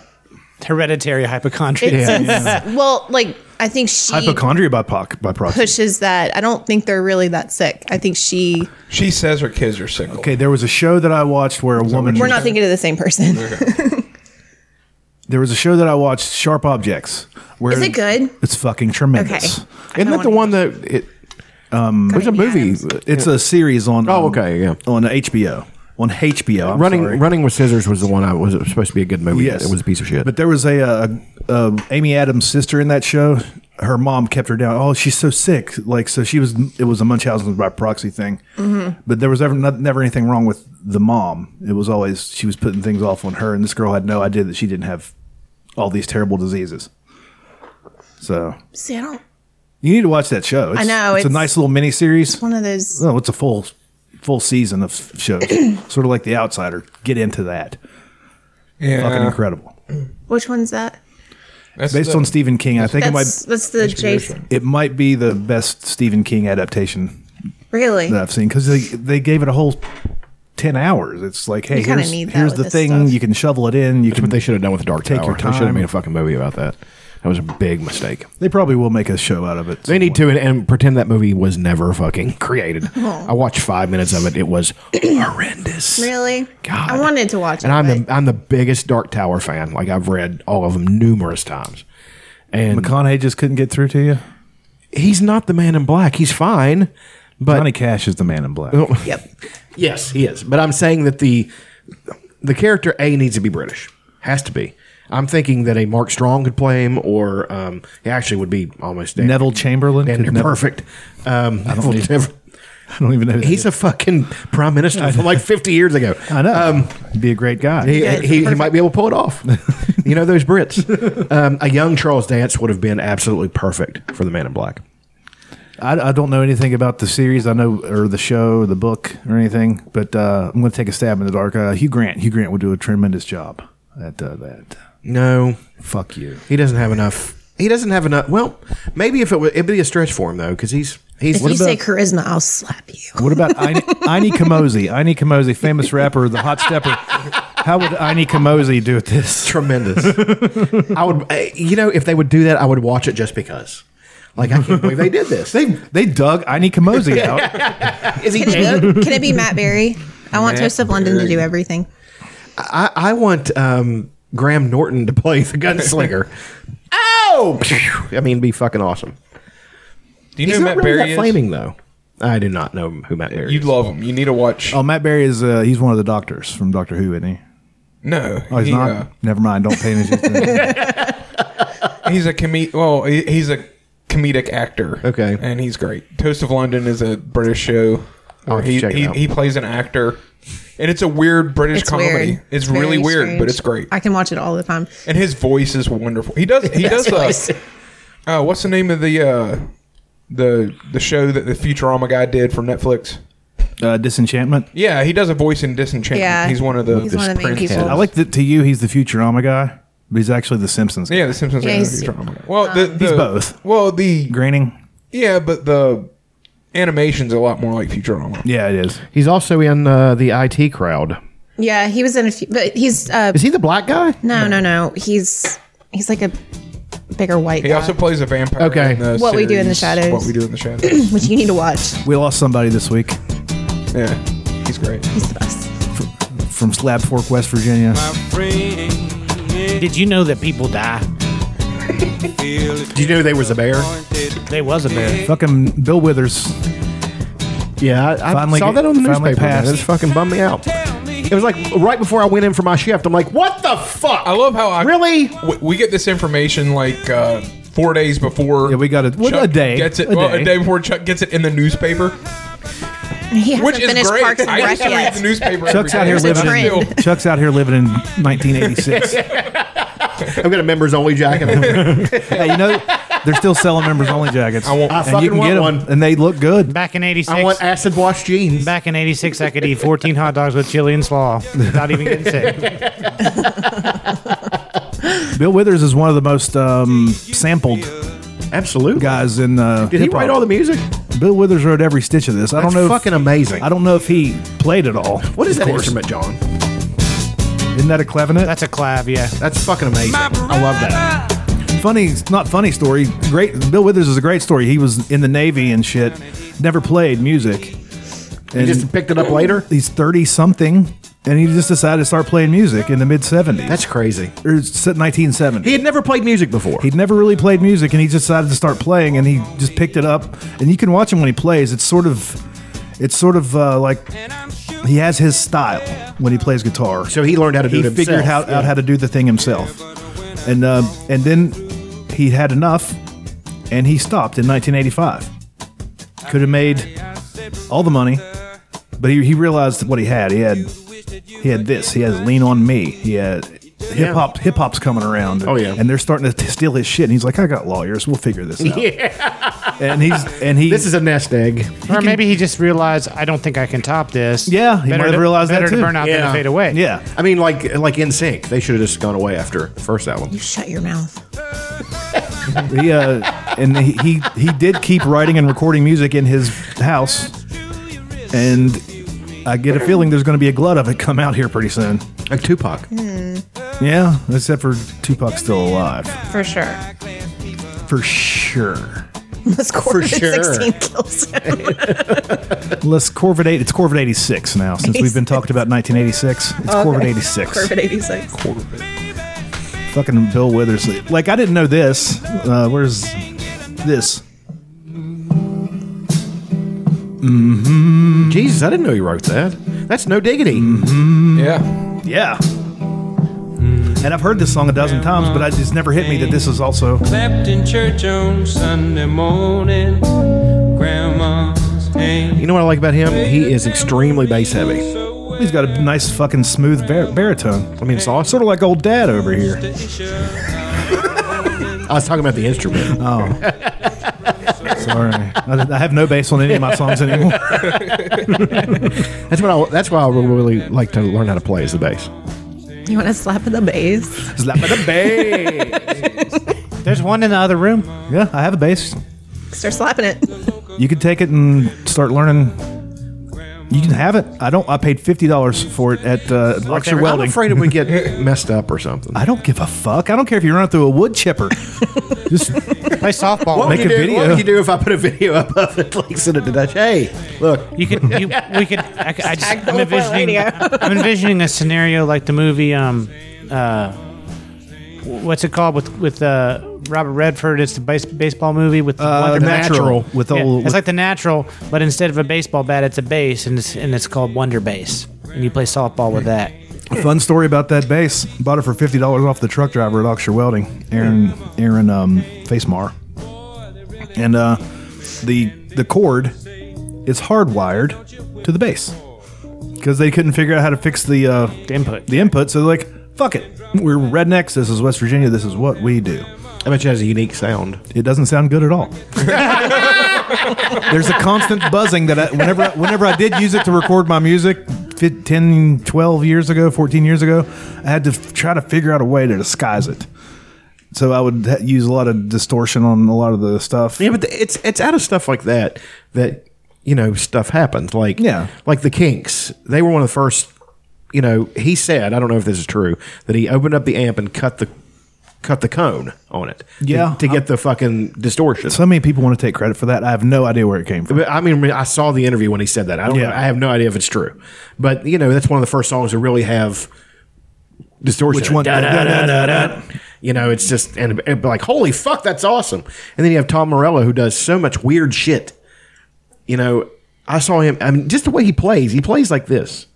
[SPEAKER 3] hereditary hypochondria.
[SPEAKER 2] It's, it's- well, like I think she
[SPEAKER 5] Hypochondria by, poc- by proxy.
[SPEAKER 2] pushes that. I don't think they're really that sick. I think she.
[SPEAKER 1] She says her kids are single.
[SPEAKER 5] Okay, there was a show that I watched where a woman.
[SPEAKER 2] We're not thinking of the same person.
[SPEAKER 5] There was a show that I watched, Sharp Objects. Where
[SPEAKER 2] Is it good?
[SPEAKER 5] It's fucking tremendous.
[SPEAKER 2] Okay.
[SPEAKER 4] Isn't that the one that it? There's a
[SPEAKER 2] Amy
[SPEAKER 4] movie.
[SPEAKER 2] Adams.
[SPEAKER 5] It's a series on.
[SPEAKER 4] Oh,
[SPEAKER 5] on-
[SPEAKER 4] okay, yeah.
[SPEAKER 5] On HBO. On HBO. I'm
[SPEAKER 4] running
[SPEAKER 5] sorry.
[SPEAKER 4] Running with Scissors was the one I was it was supposed to be a good movie.
[SPEAKER 5] Yes,
[SPEAKER 4] it was a piece of shit.
[SPEAKER 5] But there was a, uh uh Amy Adams' sister in that show. Her mom kept her down. Oh, she's so sick. Like so, she was. It was a Munchausen by proxy thing.
[SPEAKER 2] Mm-hmm.
[SPEAKER 5] But there was ever not, never anything wrong with the mom. It was always she was putting things off on her, and this girl had no idea that she didn't have all these terrible diseases. So
[SPEAKER 2] See, I don't.
[SPEAKER 5] you need to watch that show. It's,
[SPEAKER 2] know,
[SPEAKER 5] it's,
[SPEAKER 2] it's-
[SPEAKER 5] a nice little mini series.
[SPEAKER 2] One of those.
[SPEAKER 5] No, it's a full full season of shows.
[SPEAKER 2] <clears throat>
[SPEAKER 5] sort of like The Outsider. Get into that.
[SPEAKER 1] yeah,
[SPEAKER 5] Fucking incredible.
[SPEAKER 2] Which one's that?
[SPEAKER 1] That's
[SPEAKER 5] Based
[SPEAKER 1] the-
[SPEAKER 5] on Stephen King, I think it might
[SPEAKER 2] That's that's the Jason.
[SPEAKER 5] it might be the best Stephen King adaptation
[SPEAKER 2] Really?
[SPEAKER 5] that I've seen because they they gave it a whole ten hours. It's like, hey,
[SPEAKER 2] You kinda
[SPEAKER 5] here's,
[SPEAKER 2] need that
[SPEAKER 5] here's
[SPEAKER 2] with
[SPEAKER 5] the
[SPEAKER 2] this
[SPEAKER 5] thing.
[SPEAKER 2] stuff.
[SPEAKER 5] You can shovel it in. You
[SPEAKER 4] That's
[SPEAKER 5] can.
[SPEAKER 4] what
[SPEAKER 5] They,
[SPEAKER 4] they should have done with Dark
[SPEAKER 5] Take
[SPEAKER 4] Tower.
[SPEAKER 5] your
[SPEAKER 4] They should
[SPEAKER 5] time.
[SPEAKER 4] have made a fucking movie about that. That was a big mistake.
[SPEAKER 5] probably will make a show out of it.
[SPEAKER 4] They need to and, and pretend that movie was never fucking <laughs> created. I watched five minutes of it. It was horrendous.
[SPEAKER 2] Oh. Really?
[SPEAKER 4] God,
[SPEAKER 2] I wanted to watch it.
[SPEAKER 4] And I'm
[SPEAKER 2] but
[SPEAKER 4] the I'm the biggest Dark Tower fan. Like I've read all of them numerous times. And
[SPEAKER 5] McConaughey just couldn't get through to you.
[SPEAKER 4] he's not the Man in Black. He's fine, but Oh,
[SPEAKER 5] Johnny Cash is the man in black.
[SPEAKER 4] <laughs>
[SPEAKER 2] Yep.
[SPEAKER 4] Yes, he is. But I'm saying that the the character A needs to be British. Has to be. I'm thinking that a Mark Strong could play him, or um, he actually would be almost damn-
[SPEAKER 5] Neville Chamberlain
[SPEAKER 4] damn
[SPEAKER 5] could
[SPEAKER 4] near
[SPEAKER 5] never-
[SPEAKER 4] perfect. Um, <laughs> Neville
[SPEAKER 5] need-
[SPEAKER 4] Chamber-
[SPEAKER 5] I don't even know. who that
[SPEAKER 4] he's
[SPEAKER 5] is.
[SPEAKER 4] a fucking prime minister from like 50 years ago. Um,
[SPEAKER 5] I know. He'd be a great guy.
[SPEAKER 4] He,
[SPEAKER 2] Yeah,
[SPEAKER 4] he, he
[SPEAKER 2] perfect.
[SPEAKER 4] might be able to pull it off.
[SPEAKER 5] <laughs>
[SPEAKER 4] you know those Brits. Um, a young Charles Dance would have been absolutely perfect for the Man in Black.
[SPEAKER 5] I, I don't know anything about the series. I know or the show, the book, or anything. But uh, I'm going to take a stab in the dark. Uh, Hugh Grant. Hugh Grant would do a tremendous job at uh, that.
[SPEAKER 4] No,
[SPEAKER 5] Fuck you.
[SPEAKER 4] he doesn't have enough. He doesn't have enough. Well, maybe if it would, it'd be a stretch for him though, because he's he's
[SPEAKER 2] If you say charisma, I'll slap you.
[SPEAKER 5] What about Ine Ine Kamosi? Ine Kamosi, famous rapper, the hot stepper. How would Ine Kamosi do at this?
[SPEAKER 4] tremendous.
[SPEAKER 5] <laughs>
[SPEAKER 4] I would, eh, you know, if they would do that, I would watch it just because. Like I can't believe they did this. They
[SPEAKER 5] They dug Ine Kamosi out.
[SPEAKER 4] is he
[SPEAKER 2] Can it, be, can it be Matt Berry? I want
[SPEAKER 1] Matt
[SPEAKER 2] Toast of London to
[SPEAKER 1] Berry.
[SPEAKER 2] do everything.
[SPEAKER 4] I, I want um, Graham Norton to play the gunslinger. oh, I mean, it'd be fucking awesome.
[SPEAKER 1] Do you know
[SPEAKER 4] He's
[SPEAKER 1] who Matt
[SPEAKER 4] not really
[SPEAKER 1] Berry
[SPEAKER 4] that
[SPEAKER 1] is?
[SPEAKER 4] flaming though. I do not know who Matt Berry.
[SPEAKER 1] You'd
[SPEAKER 4] is.
[SPEAKER 1] love him. You need to watch.
[SPEAKER 5] Oh, Matt Berry is uh, he's one of the doctors from Doctor Who, isn't he?
[SPEAKER 1] no,
[SPEAKER 5] Oh, he's
[SPEAKER 1] he,
[SPEAKER 5] not.
[SPEAKER 1] uh,
[SPEAKER 5] Never mind. Don't pay any
[SPEAKER 1] <laughs>
[SPEAKER 5] attention.
[SPEAKER 1] uh, he's a comedic. Well, he- he's a comedic actor.
[SPEAKER 4] Okay.
[SPEAKER 1] and he's great. Toast of London is a British show.
[SPEAKER 4] I'll
[SPEAKER 1] where
[SPEAKER 4] have to
[SPEAKER 1] he
[SPEAKER 4] check it
[SPEAKER 1] he,
[SPEAKER 4] out.
[SPEAKER 1] he plays an actor, and it's a weird British
[SPEAKER 2] It's
[SPEAKER 1] comedy.
[SPEAKER 2] weird.
[SPEAKER 1] It's, really
[SPEAKER 2] very
[SPEAKER 1] weird,
[SPEAKER 2] strange.
[SPEAKER 1] but it's great.
[SPEAKER 2] I can watch it all the time.
[SPEAKER 1] and his voice is wonderful. He does.
[SPEAKER 2] <laughs>
[SPEAKER 1] He does.
[SPEAKER 2] voice.
[SPEAKER 1] Uh, uh, what's the name of the uh, the the show that the Futurama guy did for Netflix?
[SPEAKER 5] uh, Disenchantment.
[SPEAKER 1] Yeah, he does a voice in Disenchantment.
[SPEAKER 2] Yeah.
[SPEAKER 1] he's one of the.
[SPEAKER 2] He's one of the main
[SPEAKER 1] princes.
[SPEAKER 2] people.
[SPEAKER 5] I like that to you. He's the Futurama guy, but he's actually the Simpsons. Guy.
[SPEAKER 1] Yeah, the Simpsons.
[SPEAKER 2] Yeah,
[SPEAKER 1] are
[SPEAKER 2] he's- Um,
[SPEAKER 1] the Futurama guy. Well, the, the,
[SPEAKER 5] both.
[SPEAKER 1] Well, the
[SPEAKER 5] Graining.
[SPEAKER 1] yeah, but the animation's a lot more like Futurama.
[SPEAKER 5] Yeah, it is.
[SPEAKER 4] He's also in uh, the IT crowd.
[SPEAKER 2] Yeah, he was in a few, but he's uh,
[SPEAKER 4] Is he the black guy?
[SPEAKER 2] no, no, no. He's he's like a bigger white
[SPEAKER 1] He
[SPEAKER 2] guy,
[SPEAKER 1] also plays a vampire.
[SPEAKER 4] Okay.
[SPEAKER 1] in the
[SPEAKER 2] What We Do in the
[SPEAKER 1] series,
[SPEAKER 2] Shadows.
[SPEAKER 1] What we do in
[SPEAKER 2] <laughs>
[SPEAKER 1] the shadows.
[SPEAKER 2] which you need to watch.
[SPEAKER 5] We lost somebody this week
[SPEAKER 1] yeah, he's great.
[SPEAKER 2] He's the best.
[SPEAKER 5] from Slab Fork, West Virginia.
[SPEAKER 3] Did you know that people die?
[SPEAKER 4] Do you know they was a bear?
[SPEAKER 3] They was a bear.
[SPEAKER 5] Fucking Bill Withers.
[SPEAKER 4] Yeah, I, I
[SPEAKER 5] Finally
[SPEAKER 4] saw
[SPEAKER 5] get-
[SPEAKER 4] that on the
[SPEAKER 5] finally
[SPEAKER 4] newspaper. man.
[SPEAKER 5] passed.
[SPEAKER 4] It fucking bummed me out. It was like right before I went in for my shift. I'm like, what the fuck?
[SPEAKER 1] I love how I
[SPEAKER 4] Really?
[SPEAKER 1] we, we get this information like uh, four days before.
[SPEAKER 5] Yeah, we got it- what,
[SPEAKER 1] Chuck
[SPEAKER 5] a day?
[SPEAKER 1] gets it.
[SPEAKER 5] A
[SPEAKER 1] well, a
[SPEAKER 5] day.
[SPEAKER 1] day before Chuck gets it in the newspaper,
[SPEAKER 2] He hasn't
[SPEAKER 1] which is
[SPEAKER 2] finished
[SPEAKER 1] great.
[SPEAKER 2] Parks and
[SPEAKER 1] I
[SPEAKER 2] Rec
[SPEAKER 1] used to read the
[SPEAKER 2] yet.
[SPEAKER 1] newspaper.
[SPEAKER 5] Chuck's
[SPEAKER 1] every
[SPEAKER 5] out here
[SPEAKER 1] day.
[SPEAKER 2] There's a
[SPEAKER 5] living in
[SPEAKER 2] trend.
[SPEAKER 5] Chuck's out here living in
[SPEAKER 1] <laughs>
[SPEAKER 5] 1986.
[SPEAKER 4] I've got a members only jacket.
[SPEAKER 5] hey, you know they're still selling members only jackets.
[SPEAKER 1] I want- I
[SPEAKER 4] fucking want one.
[SPEAKER 5] and they look good.
[SPEAKER 3] Back in '86,
[SPEAKER 4] I want acid wash jeans.
[SPEAKER 3] back in '86, I could eat 14 hot dogs with chili and slaw without even getting
[SPEAKER 5] <laughs>
[SPEAKER 3] sick.
[SPEAKER 5] Bill Withers is one of the most um, sampled
[SPEAKER 4] Absolutely.
[SPEAKER 5] guys in. Uh,
[SPEAKER 4] Did he write all the music?
[SPEAKER 5] Bill Withers wrote every stitch of this. I
[SPEAKER 4] That's
[SPEAKER 5] don't know.
[SPEAKER 4] fucking
[SPEAKER 5] if,
[SPEAKER 4] amazing.
[SPEAKER 5] I don't know if he played it all.
[SPEAKER 4] What is that instrument, John?
[SPEAKER 5] Isn't that a clavinet?
[SPEAKER 3] That's a clav, yeah.
[SPEAKER 4] That's fucking amazing. I love that.
[SPEAKER 5] funny, not funny story. Great. Bill Withers is a great story. He was in the Navy and shit. Never played music.
[SPEAKER 4] You
[SPEAKER 5] And
[SPEAKER 4] just picked it up later.
[SPEAKER 5] he's thirty something, and he just decided to start playing music in the mid seventies.
[SPEAKER 4] That's crazy.
[SPEAKER 5] or nineteen seventy.
[SPEAKER 4] He had never played music before.
[SPEAKER 5] He'd never really played music, and he just decided to start playing, and he just picked it up. And you can watch him when he plays. It's sort of, it's sort of uh, like he has his style when he plays guitar.
[SPEAKER 4] so he learned how to do
[SPEAKER 5] he
[SPEAKER 4] it himself.
[SPEAKER 5] figured out, out how to do the thing himself, and uh, and then he had enough, and he stopped in 1985. Could have made all the money, but he, he realized what he had. He had he had this. He has Lean on Me. He had hip hop hip hop's coming around.
[SPEAKER 4] Oh, yeah.
[SPEAKER 5] and they're starting to steal his shit. And he's like, I got lawyers. We'll
[SPEAKER 4] <laughs>
[SPEAKER 5] figure this out. and he's and he
[SPEAKER 4] This is a nest egg.
[SPEAKER 3] or maybe he just realized, I don't think I can top this.
[SPEAKER 5] Yeah, he
[SPEAKER 3] better
[SPEAKER 5] might have
[SPEAKER 3] to-
[SPEAKER 5] realized that
[SPEAKER 3] better
[SPEAKER 5] too.
[SPEAKER 3] to burn out than
[SPEAKER 4] Yeah.
[SPEAKER 3] to fade away.
[SPEAKER 5] yeah.
[SPEAKER 4] I mean, like like in sync, they should have just gone away after the first album.
[SPEAKER 2] You shut your mouth.
[SPEAKER 5] he uh, and he, he he did keep writing and recording music in his house, and I get a feeling there's going to be a glut of it come out here pretty soon.
[SPEAKER 4] Like Tupac.
[SPEAKER 5] Yeah, except for Tupac's still alive
[SPEAKER 2] For sure. <laughs>
[SPEAKER 5] for sure.
[SPEAKER 2] Let's quarter to
[SPEAKER 4] sure.
[SPEAKER 2] 16 kills <laughs> him.
[SPEAKER 5] Unless Corvid eight, it's Corvid eighty six now since we've been talking about 1986. It's Corvid eighty six.
[SPEAKER 2] Corvid 86.
[SPEAKER 5] Fucking Bill Withers. Like I didn't know this. Uh, where's this?
[SPEAKER 4] Jesus, I didn't know you wrote that. That's no diggity.
[SPEAKER 1] Yeah.
[SPEAKER 5] Yeah. And I've heard this song a dozen times, but I just never hit me that this is also.
[SPEAKER 9] Slept in church on Sunday morning. Grandma's hand.
[SPEAKER 4] You know what I like about him? He is extremely bass heavy.
[SPEAKER 5] He's got a nice fucking smooth bar- baritone.
[SPEAKER 4] I mean, it's awesome.
[SPEAKER 5] Sort of like old dad over here.
[SPEAKER 4] I was talking about the <laughs> instrument.
[SPEAKER 5] Sorry. I, I have no bass on any of my songs anymore.
[SPEAKER 3] <laughs>
[SPEAKER 4] That's what I. That's why I would really like to learn how to play is the bass.
[SPEAKER 2] You want to slap in the bass?
[SPEAKER 5] Slap it up.
[SPEAKER 3] There's one in the other room.
[SPEAKER 5] Yeah, I have a bass.
[SPEAKER 2] Start slapping it.
[SPEAKER 1] <laughs>
[SPEAKER 5] You can take it and start learning. You can have it. I don't. I paid fifty dollars for it at uh, Lecture
[SPEAKER 4] I'm
[SPEAKER 5] Welding.
[SPEAKER 4] afraid it would get <laughs> messed up or something.
[SPEAKER 5] I don't give a fuck. I don't care if you run it through a wood chipper. Just
[SPEAKER 3] Play softball.
[SPEAKER 4] What would
[SPEAKER 5] Make
[SPEAKER 4] you
[SPEAKER 5] a
[SPEAKER 4] do- What
[SPEAKER 5] video.
[SPEAKER 4] would you do if I put a video up of it, like send it to Dutch? Hey, look,
[SPEAKER 3] You could, you,
[SPEAKER 2] <laughs>
[SPEAKER 3] we could. I, I just,
[SPEAKER 2] Tag
[SPEAKER 3] I'm
[SPEAKER 2] Bullet Point
[SPEAKER 3] envisioning.
[SPEAKER 2] Radio.
[SPEAKER 3] <laughs> I'm envisioning a scenario like the movie. Um, uh, what's it called with with uh, Robert Redford? It's the base, baseball movie with the
[SPEAKER 5] uh,
[SPEAKER 3] Wonder Bat.
[SPEAKER 5] natural with
[SPEAKER 3] Yeah,
[SPEAKER 5] all.
[SPEAKER 3] it's like the natural, but instead of a baseball bat, it's a base, and it's and it's called Wonder Base, and you play softball with that.
[SPEAKER 5] Fun story about that bass. Bought it for fifty dollars off the truck driver at Oxshire Welding, Aaron Aaron um, Facemar, and uh, the the cord is hardwired to the bass because they couldn't figure out how to fix the uh,
[SPEAKER 3] The input.
[SPEAKER 5] the input. So they're like, "Fuck it, we're rednecks. This is West Virginia. This is what we do."
[SPEAKER 4] I bet you has a unique sound.
[SPEAKER 5] It doesn't sound good at all. There's a constant buzzing that I, whenever whenever I did use it to record my music fif- 10, 12 years ago, 14 years ago, I had to f- try to figure out a way to disguise it. So I would ha- use a lot of distortion on a lot of the stuff.
[SPEAKER 4] Yeah, but the, it's it's out of stuff like that that you know stuff happens. Like
[SPEAKER 5] Yeah.
[SPEAKER 4] like the Kinks. They were one of the first. You know, he said I don't know if this is true that he opened up the amp and cut the cut the cone on it. to-
[SPEAKER 5] Yeah.
[SPEAKER 4] to, get the fucking distortion.
[SPEAKER 5] So many people want to take credit for that. I have no idea where it came from.
[SPEAKER 4] But, I mean, I saw the interview when he said that. I don't.
[SPEAKER 5] Yeah.
[SPEAKER 4] I have no idea if it's true, but you know, that's one of the first songs to really have distortion.
[SPEAKER 5] Which one-
[SPEAKER 4] Da, da, da, da, da. You know, it's just and, and like, holy fuck, that's awesome. And then you have Tom Morello who does so much weird shit. You know, I saw him. I mean, just the way he plays, he plays like this.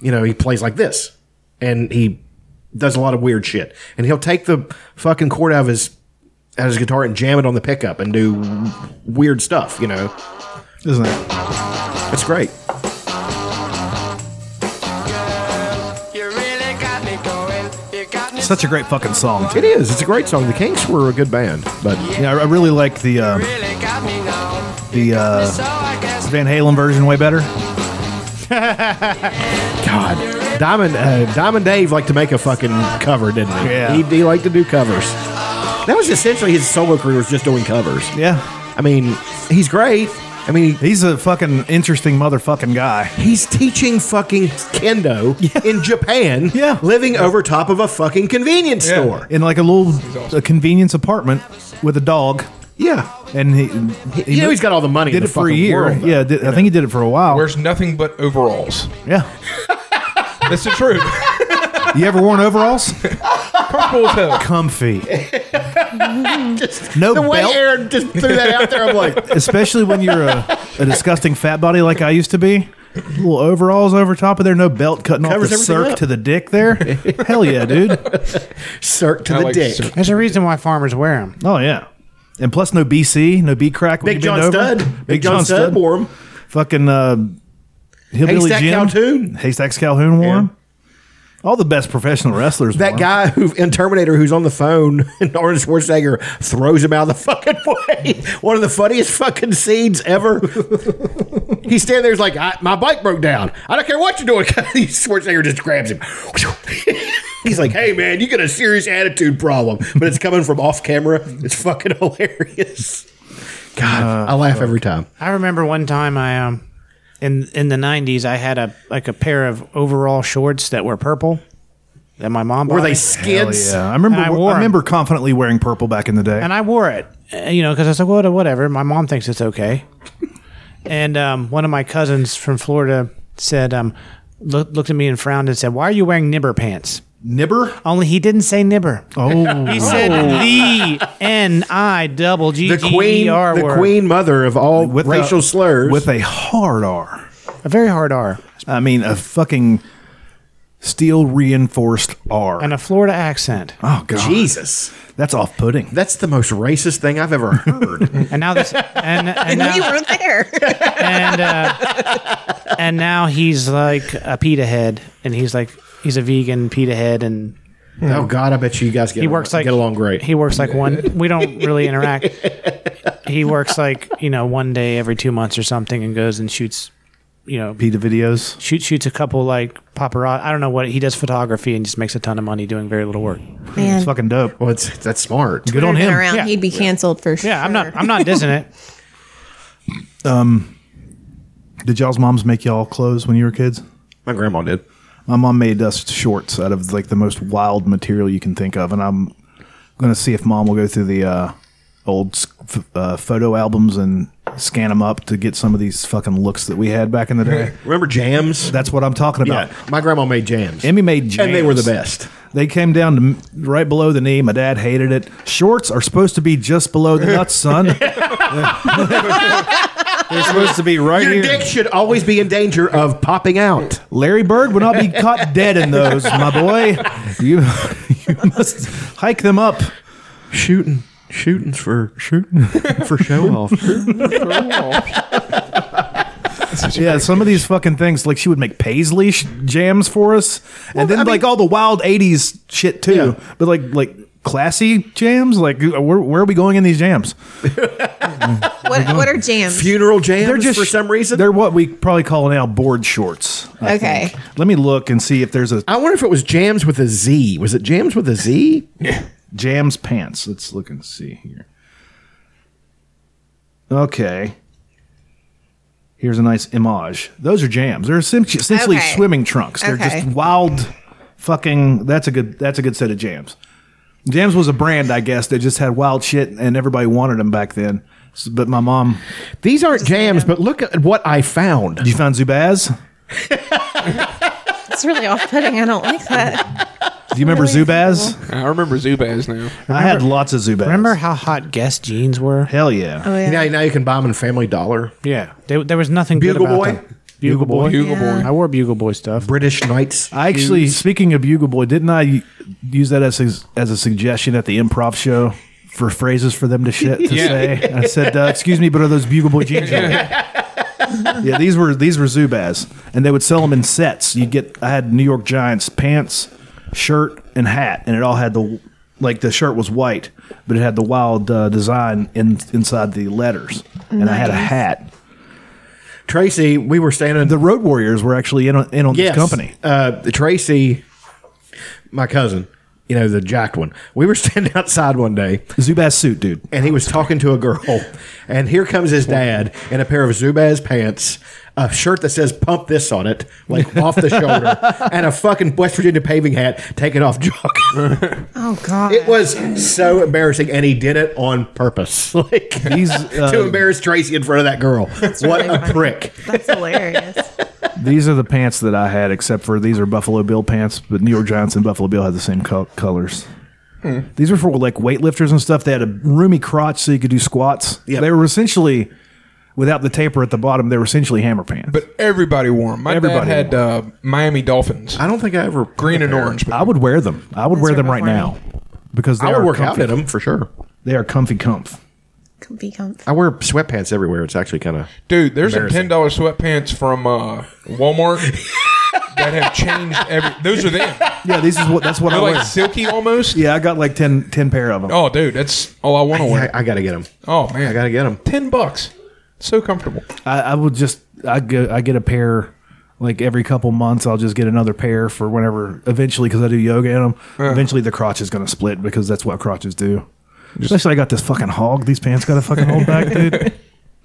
[SPEAKER 4] You know, he plays like this, and he does a lot of weird shit. And he'll take the fucking chord out of his out of his guitar and jam it on the pickup and do weird stuff. You know.
[SPEAKER 5] Isn't it?
[SPEAKER 4] That's great.
[SPEAKER 8] You really got me going. You got me.
[SPEAKER 5] Such a great fucking song.
[SPEAKER 4] It is. It's a great song. The Kinks were a good band, but
[SPEAKER 5] Yeah, I I really like the uh,
[SPEAKER 8] Really got me now.
[SPEAKER 5] the
[SPEAKER 8] So
[SPEAKER 5] uh,
[SPEAKER 8] I guess
[SPEAKER 5] Van Halen version way better.
[SPEAKER 4] God, Diamond uh, Diamond Dave liked to make a fucking cover, didn't he?
[SPEAKER 5] Yeah.
[SPEAKER 4] He, he liked to do covers. That was essentially his solo career was just doing covers.
[SPEAKER 5] Yeah,
[SPEAKER 4] I mean, he's great. I mean,
[SPEAKER 5] He's a fucking interesting motherfucking guy.
[SPEAKER 4] he's teaching fucking kendo in Japan.
[SPEAKER 5] Yeah.
[SPEAKER 4] living over top of a fucking convenience
[SPEAKER 1] Yeah.
[SPEAKER 4] store.
[SPEAKER 5] In like a little
[SPEAKER 1] awesome.
[SPEAKER 5] a convenience apartment with a dog,
[SPEAKER 4] Yeah,
[SPEAKER 5] and he, he
[SPEAKER 4] you know he's got all the money.
[SPEAKER 5] did
[SPEAKER 4] in
[SPEAKER 5] it
[SPEAKER 4] the
[SPEAKER 5] for a
[SPEAKER 4] fucking
[SPEAKER 5] year.
[SPEAKER 4] world, though.
[SPEAKER 5] yeah, did, I think he did it for a while.
[SPEAKER 1] Wears nothing but overalls.
[SPEAKER 5] yeah,
[SPEAKER 1] That's the
[SPEAKER 2] <laughs>
[SPEAKER 1] truth.
[SPEAKER 5] you ever
[SPEAKER 4] <laughs>
[SPEAKER 5] worn overalls?
[SPEAKER 1] Carpool toe.
[SPEAKER 5] Comfy. no
[SPEAKER 4] the way
[SPEAKER 5] belt,
[SPEAKER 4] Aaron just threw that out there, I'm like, <laughs>
[SPEAKER 5] especially when you're a, a disgusting fat body like I used to be. Little overalls over top of there, no belt cutting
[SPEAKER 4] Covers
[SPEAKER 5] off the
[SPEAKER 4] everything
[SPEAKER 5] circ
[SPEAKER 4] up.
[SPEAKER 5] to the dick there. Hell yeah, dude.
[SPEAKER 4] circ to
[SPEAKER 1] I
[SPEAKER 4] the
[SPEAKER 1] like
[SPEAKER 4] dick.
[SPEAKER 1] circ.
[SPEAKER 3] There's a reason why farmers wear them.
[SPEAKER 5] Oh yeah. And plus no BC, no B crack. when
[SPEAKER 4] Big
[SPEAKER 5] you
[SPEAKER 4] John
[SPEAKER 5] bend over.
[SPEAKER 4] Stud. Big, John, Stud wore him.
[SPEAKER 5] Fucking uh, hillbilly
[SPEAKER 4] Haystack
[SPEAKER 5] Jim.
[SPEAKER 4] Calhoun.
[SPEAKER 5] Haystacks Calhoun wore him. All the best professional wrestlers.
[SPEAKER 4] That
[SPEAKER 5] wore 'em.
[SPEAKER 4] guy who in Terminator who's on the phone <laughs> and Arnold Schwarzenegger throws him out of the fucking <laughs> way. One of the funniest fucking scenes ever. <laughs> he's standing there, he's like, I, my bike broke down. I don't care what you're doing. <laughs> Schwarzenegger just grabs him. <laughs> he's like, hey man, you got a serious attitude problem, but it's coming from off camera. It's fucking <laughs> hilarious. God, I laugh every time.
[SPEAKER 3] I remember one time I um in in the '90s I had a like a pair of overall shorts that were purple that my mom
[SPEAKER 4] Were
[SPEAKER 3] bought me.
[SPEAKER 4] they
[SPEAKER 5] Hell
[SPEAKER 4] skids?
[SPEAKER 5] yeah. I remember
[SPEAKER 3] And I
[SPEAKER 5] I,
[SPEAKER 3] wore 'em.
[SPEAKER 5] remember confidently wearing purple back in the day.
[SPEAKER 3] and I wore it, uh, you know, because I was like, what, whatever. My mom thinks it's okay. and um, one of my cousins from Florida said, um, look, looked at me and frowned and said, "Why are you wearing nibber pants?"
[SPEAKER 5] Nibber?
[SPEAKER 3] Only he didn't say nibber.
[SPEAKER 5] Oh
[SPEAKER 3] He said the N I double G
[SPEAKER 4] The
[SPEAKER 3] G
[SPEAKER 4] queen,
[SPEAKER 3] E R
[SPEAKER 4] the
[SPEAKER 3] word.
[SPEAKER 4] queen mother of all racial
[SPEAKER 5] a,
[SPEAKER 4] slurs.
[SPEAKER 5] With a hard R.
[SPEAKER 3] A very hard R
[SPEAKER 5] I mean a fucking steel reinforced R.
[SPEAKER 3] and a Florida accent.
[SPEAKER 5] oh god.
[SPEAKER 4] Jesus,
[SPEAKER 5] That's off putting.
[SPEAKER 4] that's the most racist thing I've ever heard.
[SPEAKER 5] <laughs>
[SPEAKER 3] And now this and and
[SPEAKER 2] We
[SPEAKER 3] now,
[SPEAKER 2] were there.
[SPEAKER 3] <laughs> and uh, and now he's like a pita head, and he's like he's a vegan pita head, and
[SPEAKER 4] oh God, I bet you guys get
[SPEAKER 3] he works like
[SPEAKER 4] get along great.
[SPEAKER 3] He works like one. We don't really interact. he works like you know one day every two months or something, and goes and shoots. You know,
[SPEAKER 5] Peta videos.
[SPEAKER 3] shoot shoots a couple like paparazzi. I don't know what he does photography and just makes a ton of money doing very little work.
[SPEAKER 5] It's
[SPEAKER 2] Man,
[SPEAKER 5] fucking dope.
[SPEAKER 4] well, it's, that's smart.
[SPEAKER 5] Good on
[SPEAKER 2] turn
[SPEAKER 5] him.
[SPEAKER 2] around,
[SPEAKER 3] Yeah.
[SPEAKER 2] he'd be canceled for sure.
[SPEAKER 3] Yeah, I'm not. I'm not dissing it.
[SPEAKER 5] Did y'all's moms make y'all clothes when you were kids?
[SPEAKER 4] My grandma did.
[SPEAKER 5] My mom made us shorts out of like the most wild material you can think of, and I'm gonna see if mom will go through the uh, old s- f- uh, photo albums and scan them up to get some of these fucking looks that we had back in the day.
[SPEAKER 4] Remember jams?
[SPEAKER 5] That's what I'm talking about.
[SPEAKER 4] my grandma made jams,
[SPEAKER 5] Emmy made jams.
[SPEAKER 4] and they were the best.
[SPEAKER 5] They came down to m- right below the knee. My dad hated it. Shorts are supposed to be just below the nuts, son. They're supposed to be right
[SPEAKER 4] Your
[SPEAKER 5] here.
[SPEAKER 4] dick should always be in danger of popping out.
[SPEAKER 5] Larry Bird would not be caught dead in those, my boy. You, you must hike them up.
[SPEAKER 4] Shooting, shooting's for shooting for show off.
[SPEAKER 5] Yeah, some of these fucking things, like she would make paisley sh- jams for us, and then like all the wild '80s shit too. But like like classy jams, like where, where are we going in these jams?
[SPEAKER 2] What, what are jams?
[SPEAKER 4] Funeral jams
[SPEAKER 5] They're just
[SPEAKER 4] for some reason.
[SPEAKER 5] They're what we probably call now board shorts. I
[SPEAKER 2] Okay.
[SPEAKER 5] think. let me look and see if there's a
[SPEAKER 4] I wonder if it was jams with a Z. Was it jams with a Z?
[SPEAKER 5] jams pants. Let's look and see here. Okay. Here's a nice image. Those are jams. They're essentially, essentially
[SPEAKER 2] Okay.
[SPEAKER 5] swimming trunks. They're
[SPEAKER 2] Okay.
[SPEAKER 5] just wild fucking that's a good that's a good set of jams. Jams was a brand, I guess, that just had wild shit and everybody wanted them back then. S- But my mom,
[SPEAKER 4] These aren't jams, but look at what I found.
[SPEAKER 5] you found Zubaz?
[SPEAKER 2] It's really off-putting. I don't like that.
[SPEAKER 5] Do you remember Zubaz?
[SPEAKER 1] I remember Zubaz now.
[SPEAKER 5] I had lots of
[SPEAKER 3] <laughs>
[SPEAKER 5] Zubaz.
[SPEAKER 3] Remember how hot Guess jeans were?
[SPEAKER 5] Hell yeah.
[SPEAKER 2] Oh, yeah.
[SPEAKER 4] Now, now you can buy them in Family Dollar.
[SPEAKER 3] Yeah, they, there was nothing
[SPEAKER 4] Bugle
[SPEAKER 3] good about
[SPEAKER 4] Boy?
[SPEAKER 3] them. Bugle boy.
[SPEAKER 1] Bugle
[SPEAKER 2] Yeah.
[SPEAKER 3] I wore bugle boy stuff.
[SPEAKER 4] British Knights.
[SPEAKER 5] I actually, speaking of Bugle Boy, didn't I u- use that as a, as a suggestion at the improv show for phrases for them to shit to
[SPEAKER 1] Yeah.
[SPEAKER 5] say? I said, uh, "Excuse me, but are those Bugle Boy jeans?" on?" yeah, these were these were Zubaz, and they would sell them in sets. You'd get I had New York Giants pants, shirt, and hat, and it all had the like the shirt was white, but it had the wild uh, design in, inside the letters, and I had a hat.
[SPEAKER 4] Tracy, we were standing
[SPEAKER 5] The Road Warriors were actually in on, in on this company.
[SPEAKER 4] Uh, Tracy, Uh, my cousin, you know, the jacked one. We were <laughs> standing outside one day
[SPEAKER 5] Zubaz suit, dude.
[SPEAKER 4] and he was talking to a girl, and here comes his dad in a pair of Zubaz pants, a shirt that says "Pump This" on it, like off the <laughs> shoulder, and a fucking West Virginia paving hat taken off <laughs> jock.
[SPEAKER 2] Oh God.
[SPEAKER 4] it was so embarrassing, and he did it on purpose, <laughs> like
[SPEAKER 5] He's
[SPEAKER 4] to
[SPEAKER 5] uh,
[SPEAKER 4] embarrass Tracy in front of that girl. what
[SPEAKER 2] really
[SPEAKER 4] a
[SPEAKER 2] funny.
[SPEAKER 4] prick!
[SPEAKER 2] That's hilarious.
[SPEAKER 5] these are the pants that I had, except for these are Buffalo Bill pants. But New York Giants and Buffalo Bill had the same co- colors. These were for like weightlifters and stuff. They had a roomy crotch so you could do squats.
[SPEAKER 4] Yep.
[SPEAKER 5] They were essentially, without the taper at the bottom, they were essentially hammer pants.
[SPEAKER 1] But everybody wore 'em. My
[SPEAKER 5] Everybody
[SPEAKER 1] dad had
[SPEAKER 5] wore
[SPEAKER 1] uh, Miami Dolphins,
[SPEAKER 4] I don't think I ever
[SPEAKER 1] green and orange. But
[SPEAKER 5] I would wear them. I would wear
[SPEAKER 2] were
[SPEAKER 5] them right
[SPEAKER 2] before
[SPEAKER 5] now because they
[SPEAKER 4] I
[SPEAKER 5] are
[SPEAKER 4] would work out
[SPEAKER 5] comfy.
[SPEAKER 4] in them for sure.
[SPEAKER 5] They are comfy comf.
[SPEAKER 2] Comfy, comfy.
[SPEAKER 4] I wear sweatpants everywhere. It's actually kind of
[SPEAKER 1] Dude, there's some ten
[SPEAKER 4] Embarrassing.
[SPEAKER 1] dollars sweatpants from uh, Walmart that have changed every. Those are them.
[SPEAKER 5] Yeah, these is what that's what
[SPEAKER 1] <laughs>
[SPEAKER 5] I
[SPEAKER 1] They're
[SPEAKER 5] wear.
[SPEAKER 1] like silky almost.
[SPEAKER 5] Yeah, I got like 10, 10 pair of them.
[SPEAKER 1] Oh, dude, that's all I want to
[SPEAKER 4] I,
[SPEAKER 1] wear.
[SPEAKER 4] I got to get them.
[SPEAKER 1] Oh man,
[SPEAKER 4] I gotta get 'em.
[SPEAKER 1] Ten bucks, so comfortable.
[SPEAKER 5] I, I will just I get I get a pair like every couple months. I'll just get another pair for whenever eventually because I do yoga in them. Eventually the crotch is gonna split because that's what crotches do. Especially I got this fucking hog. These pants got to fucking hold back,
[SPEAKER 3] <laughs>
[SPEAKER 5] dude.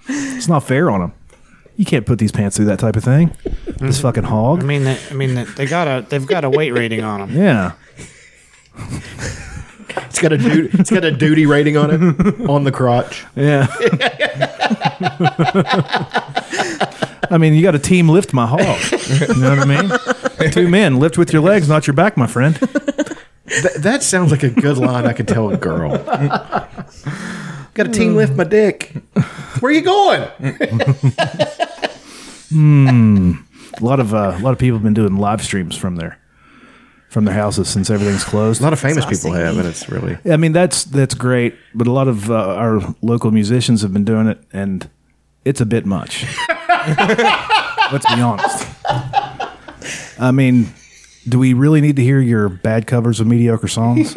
[SPEAKER 5] It's not fair on them. You can't put these pants through that type of thing. This fucking hog.
[SPEAKER 3] Mm-hmm. I mean, they, I mean, they got a they've got a weight rating on them.
[SPEAKER 5] yeah.
[SPEAKER 4] It's got a duty, it's got a duty rating on <laughs> it on the crotch.
[SPEAKER 3] <laughs>
[SPEAKER 5] Yeah. I mean, you got a team lift my hog. You know what
[SPEAKER 3] <laughs>
[SPEAKER 5] I mean? Two men lift with your legs, not your back, my friend.
[SPEAKER 4] Th- that sounds like a good line I could tell a girl. Got a team lift my dick. Where you going?
[SPEAKER 5] A lot of uh, a lot of people have been doing live streams from their from their houses since everything's closed.
[SPEAKER 4] A lot of famous people have, and it's really
[SPEAKER 5] I mean, that's that's great, but a lot of uh, our local musicians have been doing it, and it's a
[SPEAKER 4] <laughs>
[SPEAKER 5] bit much. Let's be honest. I mean, do we really need to hear your bad covers of mediocre songs?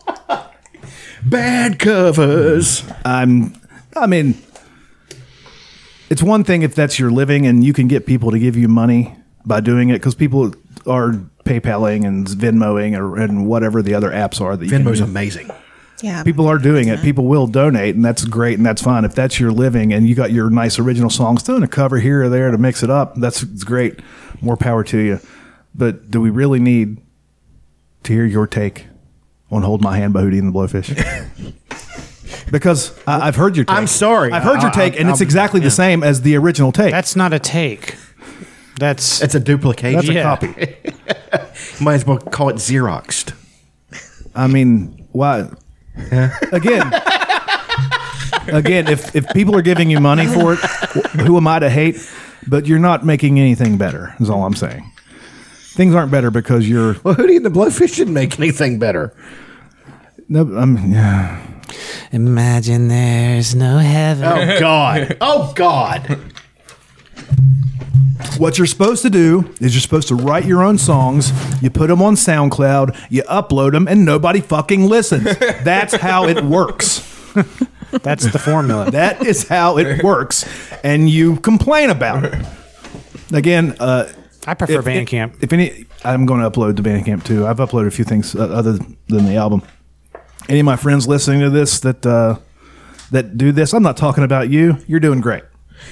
[SPEAKER 4] <laughs> bad covers.
[SPEAKER 5] I'm. I mean, it's one thing if that's your living and you can get people to give you money by doing it because people are PayPaling and Venmoing or and whatever the other apps are that you can
[SPEAKER 4] Venmo's
[SPEAKER 5] do.
[SPEAKER 4] amazing.
[SPEAKER 2] Yeah.
[SPEAKER 5] People are doing it. People will donate, and that's great and that's fine. If that's your living and you got your nice original songs, throwing a cover here or there to mix it up, that's it's great. More power to you. But do we really need to hear your take on "Hold My Hand" by Hootie and the
[SPEAKER 4] <laughs>
[SPEAKER 5] Blowfish? because I, I've heard your. take.
[SPEAKER 4] I'm sorry.
[SPEAKER 5] I've heard your
[SPEAKER 4] I-
[SPEAKER 5] take,
[SPEAKER 4] I-
[SPEAKER 5] and it's
[SPEAKER 4] I'm-
[SPEAKER 5] exactly the same as the original take.
[SPEAKER 3] That's not a take. That's <laughs>
[SPEAKER 4] It's a duplication.
[SPEAKER 5] That's a
[SPEAKER 3] yeah.
[SPEAKER 4] <laughs>
[SPEAKER 5] copy.
[SPEAKER 4] Might as well call it Xeroxed.
[SPEAKER 5] I mean, <laughs> why? Again, again, if if people are giving you money for it, wh- who am I to hate? But you're not making anything better. Is all I'm saying. Things aren't better because you're.
[SPEAKER 4] Well, Hootie and the Blowfish didn't make anything better.
[SPEAKER 5] No, I'm. Yeah.
[SPEAKER 3] Imagine there's no heaven.
[SPEAKER 4] Oh God! <laughs> Oh God!
[SPEAKER 5] What you're supposed to do is you're supposed to write your own songs. You put them on SoundCloud. You upload them, and nobody fucking listens. That's how it works.
[SPEAKER 3] That's the formula.
[SPEAKER 5] That is how it works, and you complain about it. Again, uh,
[SPEAKER 3] <laughs> I prefer
[SPEAKER 5] if- if-
[SPEAKER 3] Bandcamp.
[SPEAKER 5] If, any, I'm going to upload to Bandcamp too. I've uploaded a few things uh, other than the album. Any of my friends listening to this that uh, that do this, I'm not talking about you. You're doing great.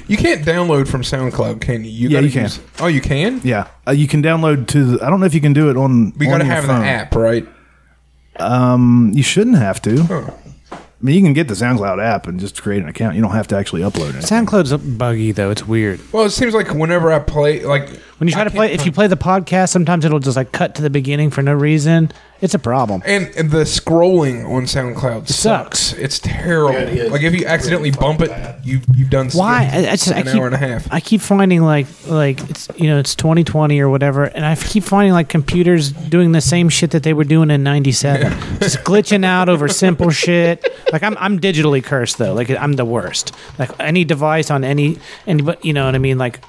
[SPEAKER 1] You can't download from SoundCloud, can you? you
[SPEAKER 5] Yeah,
[SPEAKER 1] gotta
[SPEAKER 5] you can.
[SPEAKER 1] use- Oh, you can.
[SPEAKER 5] Yeah, uh, you can download to. The, I don't know if you can do it on.
[SPEAKER 1] We
[SPEAKER 5] on
[SPEAKER 1] gotta
[SPEAKER 5] your
[SPEAKER 1] have
[SPEAKER 5] phone. Um,
[SPEAKER 1] an app, right?
[SPEAKER 5] You shouldn't have to. I mean, you can get the SoundCloud app and just create an account. You don't have to actually upload it.
[SPEAKER 3] SoundCloud's buggy though. It's weird.
[SPEAKER 1] Well, it seems like whenever I play, like
[SPEAKER 3] When you try to play, if you play the podcast, sometimes it'll just like cut to the beginning for no reason. It's a problem.
[SPEAKER 1] and, and the scrolling on SoundCloud sucks.
[SPEAKER 3] sucks.
[SPEAKER 1] It's terrible. like if you accidentally bump it, you you've done
[SPEAKER 3] Why? I, I
[SPEAKER 1] spent
[SPEAKER 3] just,
[SPEAKER 1] an
[SPEAKER 3] I keep,
[SPEAKER 1] hour and a half.
[SPEAKER 3] I keep finding like like it's you know it's 2020 or whatever, and I keep finding like computers doing the same shit that they were doing in '97, <laughs> just glitching out over simple shit. Like I'm I'm digitally cursed though. Like I'm the worst. Like any device on any any but you know what I mean. Like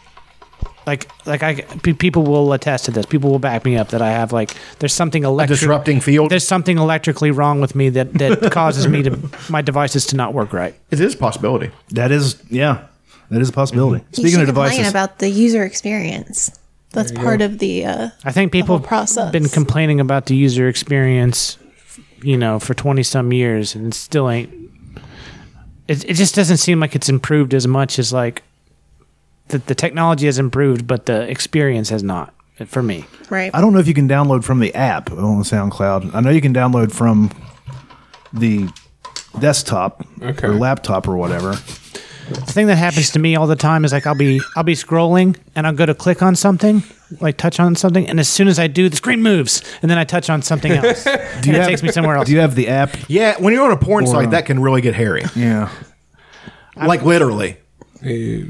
[SPEAKER 3] like like I pe- people will attest to this. People will back me up that I have like there's something electric
[SPEAKER 4] Disrupting field.
[SPEAKER 3] There's something electrically wrong with me that that
[SPEAKER 1] <laughs>
[SPEAKER 3] causes me to my devices to not work right.
[SPEAKER 4] It is a possibility.
[SPEAKER 5] That is, yeah, that is a possibility.
[SPEAKER 2] You
[SPEAKER 5] Speaking of
[SPEAKER 2] should complain
[SPEAKER 5] devices,
[SPEAKER 2] about the user experience.
[SPEAKER 10] That's part of the. Uh,
[SPEAKER 3] I think people
[SPEAKER 10] whole process.
[SPEAKER 3] have been complaining about the user experience, you know, for 20 some years and it still ain't. It, it just doesn't seem like it's improved as much as like the, the technology has improved, but the experience has not for me.
[SPEAKER 2] Right.
[SPEAKER 5] I don't know if you can download from the app on SoundCloud. I know you can download from the desktop
[SPEAKER 1] Okay.
[SPEAKER 5] or laptop or whatever.
[SPEAKER 3] The thing that happens to me all the time is like I'll be I'll be scrolling and I'll go to click on something, like touch on something, and as soon as I do, the screen moves, and then I touch on something
[SPEAKER 5] <laughs>
[SPEAKER 3] else, and it
[SPEAKER 5] have-
[SPEAKER 3] takes me somewhere else.
[SPEAKER 5] Do you have the app?
[SPEAKER 4] Yeah, when you're on a porn
[SPEAKER 5] Or,
[SPEAKER 4] site,
[SPEAKER 5] uh,
[SPEAKER 4] that can really get <laughs> hairy.
[SPEAKER 5] Yeah.
[SPEAKER 4] Like literally.
[SPEAKER 5] Do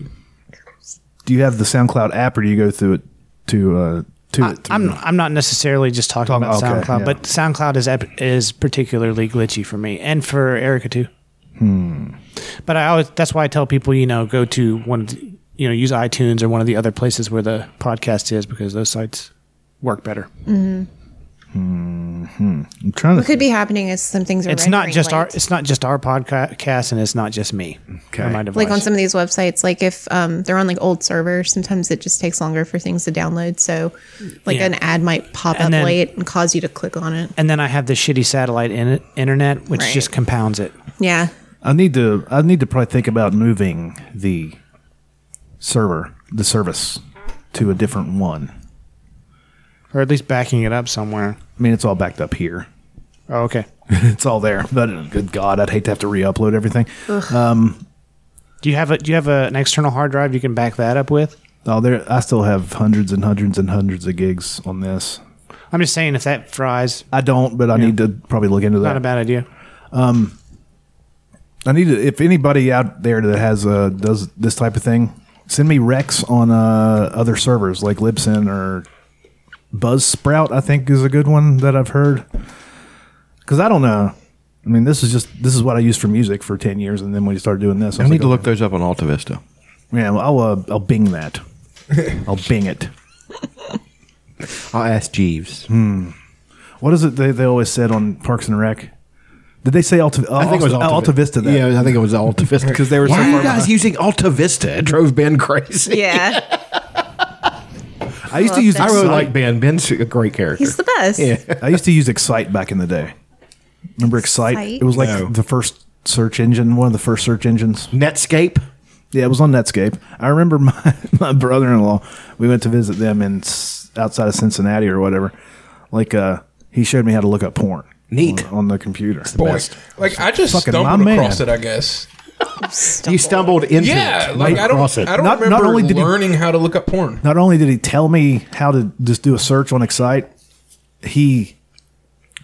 [SPEAKER 5] you have the SoundCloud app or do you go through it to uh, to it?
[SPEAKER 3] I'm I'm not necessarily just talking
[SPEAKER 5] Talking-
[SPEAKER 3] about
[SPEAKER 5] Mm-hmm. okay,
[SPEAKER 3] SoundCloud,
[SPEAKER 5] yeah.
[SPEAKER 3] but SoundCloud is ep- is particularly glitchy for me and for Erica too.
[SPEAKER 5] Hmm.
[SPEAKER 3] But I always that's why I tell people you know go to one of the, you know use iTunes or one of the other places where the podcast is because those sites work better.
[SPEAKER 5] I'm trying
[SPEAKER 2] What
[SPEAKER 5] to.
[SPEAKER 2] could be happening is some things are
[SPEAKER 3] It's not
[SPEAKER 2] rendering
[SPEAKER 3] just our
[SPEAKER 2] late.
[SPEAKER 3] it's not just our podcast and it's not just me. Okay, my device.
[SPEAKER 2] like on some of these websites, like if um, they're on like old servers, sometimes it just takes longer for things to download. So, like
[SPEAKER 3] Yeah.
[SPEAKER 2] an ad might pop
[SPEAKER 3] And
[SPEAKER 2] up
[SPEAKER 3] then-
[SPEAKER 2] late and cause you to click on it.
[SPEAKER 3] and then I have the shitty satellite in- internet, which
[SPEAKER 2] Right.
[SPEAKER 3] just compounds it.
[SPEAKER 2] Yeah,
[SPEAKER 5] I need to. I need to probably think about moving the server, the service, to a different one.
[SPEAKER 3] Or at least backing it up somewhere.
[SPEAKER 5] I mean, it's all backed up here. <laughs>
[SPEAKER 3] Oh, okay.
[SPEAKER 5] It's all there. But uh, good God, I'd hate to have to re-upload everything.
[SPEAKER 3] Do you have a do you have a, an external hard drive you can back that up with?
[SPEAKER 5] Oh, there. I still have hundreds and hundreds and hundreds of gigs on this.
[SPEAKER 3] I'm just saying if that fries,
[SPEAKER 5] I don't, but I need to probably look into
[SPEAKER 3] not a
[SPEAKER 5] that.
[SPEAKER 3] bad
[SPEAKER 5] <laughs>
[SPEAKER 3] idea.
[SPEAKER 5] I need to. If anybody out there that has uh does this type of thing, send me Rex on uh other servers like Libsyn or Buzzsprout. I think is a good one that I've heard. Because I don't know. I mean, this is just this is what I used for music for ten years, and then when you started doing this, I,
[SPEAKER 11] I
[SPEAKER 5] was
[SPEAKER 11] need to
[SPEAKER 5] like,
[SPEAKER 11] look those up on Alta Vista.
[SPEAKER 5] Yeah, well, I'll uh, I'll Bing that. I'll Bing it.
[SPEAKER 11] I'll ask Jeeves.
[SPEAKER 4] Hmm.
[SPEAKER 5] What is it they, they always said on Parks and Rec? Did they say Alta?
[SPEAKER 4] I think it was
[SPEAKER 5] Alta, Alta Vista. Then.
[SPEAKER 4] Yeah, I think it was Alta Vista
[SPEAKER 5] because they were so
[SPEAKER 4] Why are
[SPEAKER 5] far
[SPEAKER 4] you guys
[SPEAKER 5] behind.
[SPEAKER 4] using Alta Vista? It drove Ben crazy.
[SPEAKER 2] yeah,
[SPEAKER 5] I used to
[SPEAKER 4] <laughs>
[SPEAKER 5] use.
[SPEAKER 4] I really
[SPEAKER 5] Excite.
[SPEAKER 4] like Ben. Ben's a great character.
[SPEAKER 2] he's the best.
[SPEAKER 5] I used to use Excite back in the day. Remember Excite?
[SPEAKER 2] Excite?
[SPEAKER 5] It was like
[SPEAKER 4] No.
[SPEAKER 5] the first search engine, one of the first search engines.
[SPEAKER 4] Netscape.
[SPEAKER 5] Yeah, it was on Netscape. I remember <laughs> my, my brother in law. We went to visit them in s- outside of Cincinnati or whatever. Like, uh, he showed me how to look up porn.
[SPEAKER 4] Neat.
[SPEAKER 5] on, on Oh, the computer.
[SPEAKER 1] Boy, like I just
[SPEAKER 5] Fucking
[SPEAKER 1] stumbled
[SPEAKER 5] my man.
[SPEAKER 1] across it. I guess.
[SPEAKER 4] You stumbled into
[SPEAKER 1] Yeah,
[SPEAKER 4] it.
[SPEAKER 1] like I don't.
[SPEAKER 4] Across it.
[SPEAKER 1] I don't
[SPEAKER 5] Not- not
[SPEAKER 1] remember
[SPEAKER 5] only did he-
[SPEAKER 1] learning how to look up porn.
[SPEAKER 5] Not only did he tell me how to just do a search on Excite, he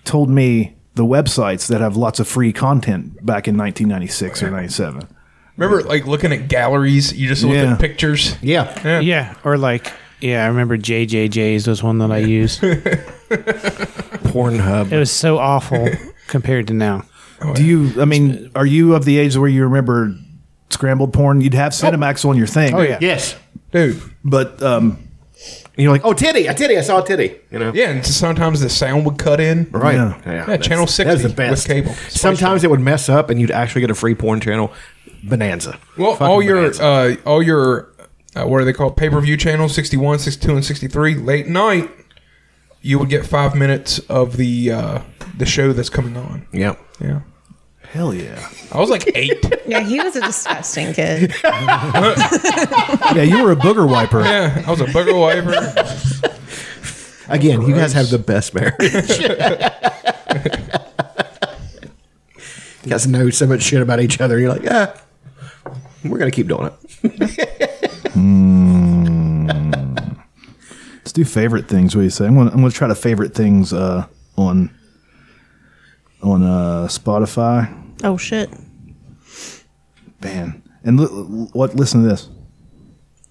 [SPEAKER 5] told me the websites that have lots of free content back in 1996 or 97.
[SPEAKER 1] Remember, like looking at galleries. You just look
[SPEAKER 5] Yeah.
[SPEAKER 1] at pictures.
[SPEAKER 4] Yeah.
[SPEAKER 3] Yeah, or like yeah, I remember JJJ's was one that I
[SPEAKER 5] <laughs>
[SPEAKER 3] used. it
[SPEAKER 11] Pornhub.
[SPEAKER 3] was so awful
[SPEAKER 5] <laughs>
[SPEAKER 3] compared to now.
[SPEAKER 5] Do you? I mean, are you of the age where you remember scrambled porn? You'd have Cinemax on your thing.
[SPEAKER 3] Oh yeah.
[SPEAKER 4] Yes.
[SPEAKER 1] Dude,
[SPEAKER 5] but um,
[SPEAKER 4] And you're like, oh, titty, a titty. I saw a titty. You know?
[SPEAKER 1] yeah, and sometimes the sound would cut in.
[SPEAKER 4] Right.
[SPEAKER 5] Yeah.
[SPEAKER 1] Yeah, Channel
[SPEAKER 4] that's- That was
[SPEAKER 1] 60
[SPEAKER 4] the best.
[SPEAKER 1] with cable. Splice
[SPEAKER 4] Sometimes it would mess up and you'd actually get a free porn channel. Bonanza.
[SPEAKER 1] Well,
[SPEAKER 4] Fucking
[SPEAKER 1] all your
[SPEAKER 4] bonanza.
[SPEAKER 1] uh, all your uh, what are they called? Pay per view channels 61, 62, and sixty three. Late night, you would get five minutes of the uh, the show that's coming on.
[SPEAKER 4] Yeah.
[SPEAKER 1] Yeah,
[SPEAKER 5] hell yeah,
[SPEAKER 1] I was like eight. <laughs>
[SPEAKER 2] Yeah, he was a disgusting kid.
[SPEAKER 5] yeah, you were a booger wiper.
[SPEAKER 1] yeah, I was a booger wiper.
[SPEAKER 4] Again, you guys have the best marriage.
[SPEAKER 1] <laughs>
[SPEAKER 4] you guys know so much shit about each other. You're like, yeah, we're going to keep doing it.
[SPEAKER 5] Let's do favorite things. What do you say? I'm gonna, I'm gonna try to favorite things uh, on on uh, Spotify.
[SPEAKER 10] oh shit!
[SPEAKER 5] Man, and li- what? Listen to this.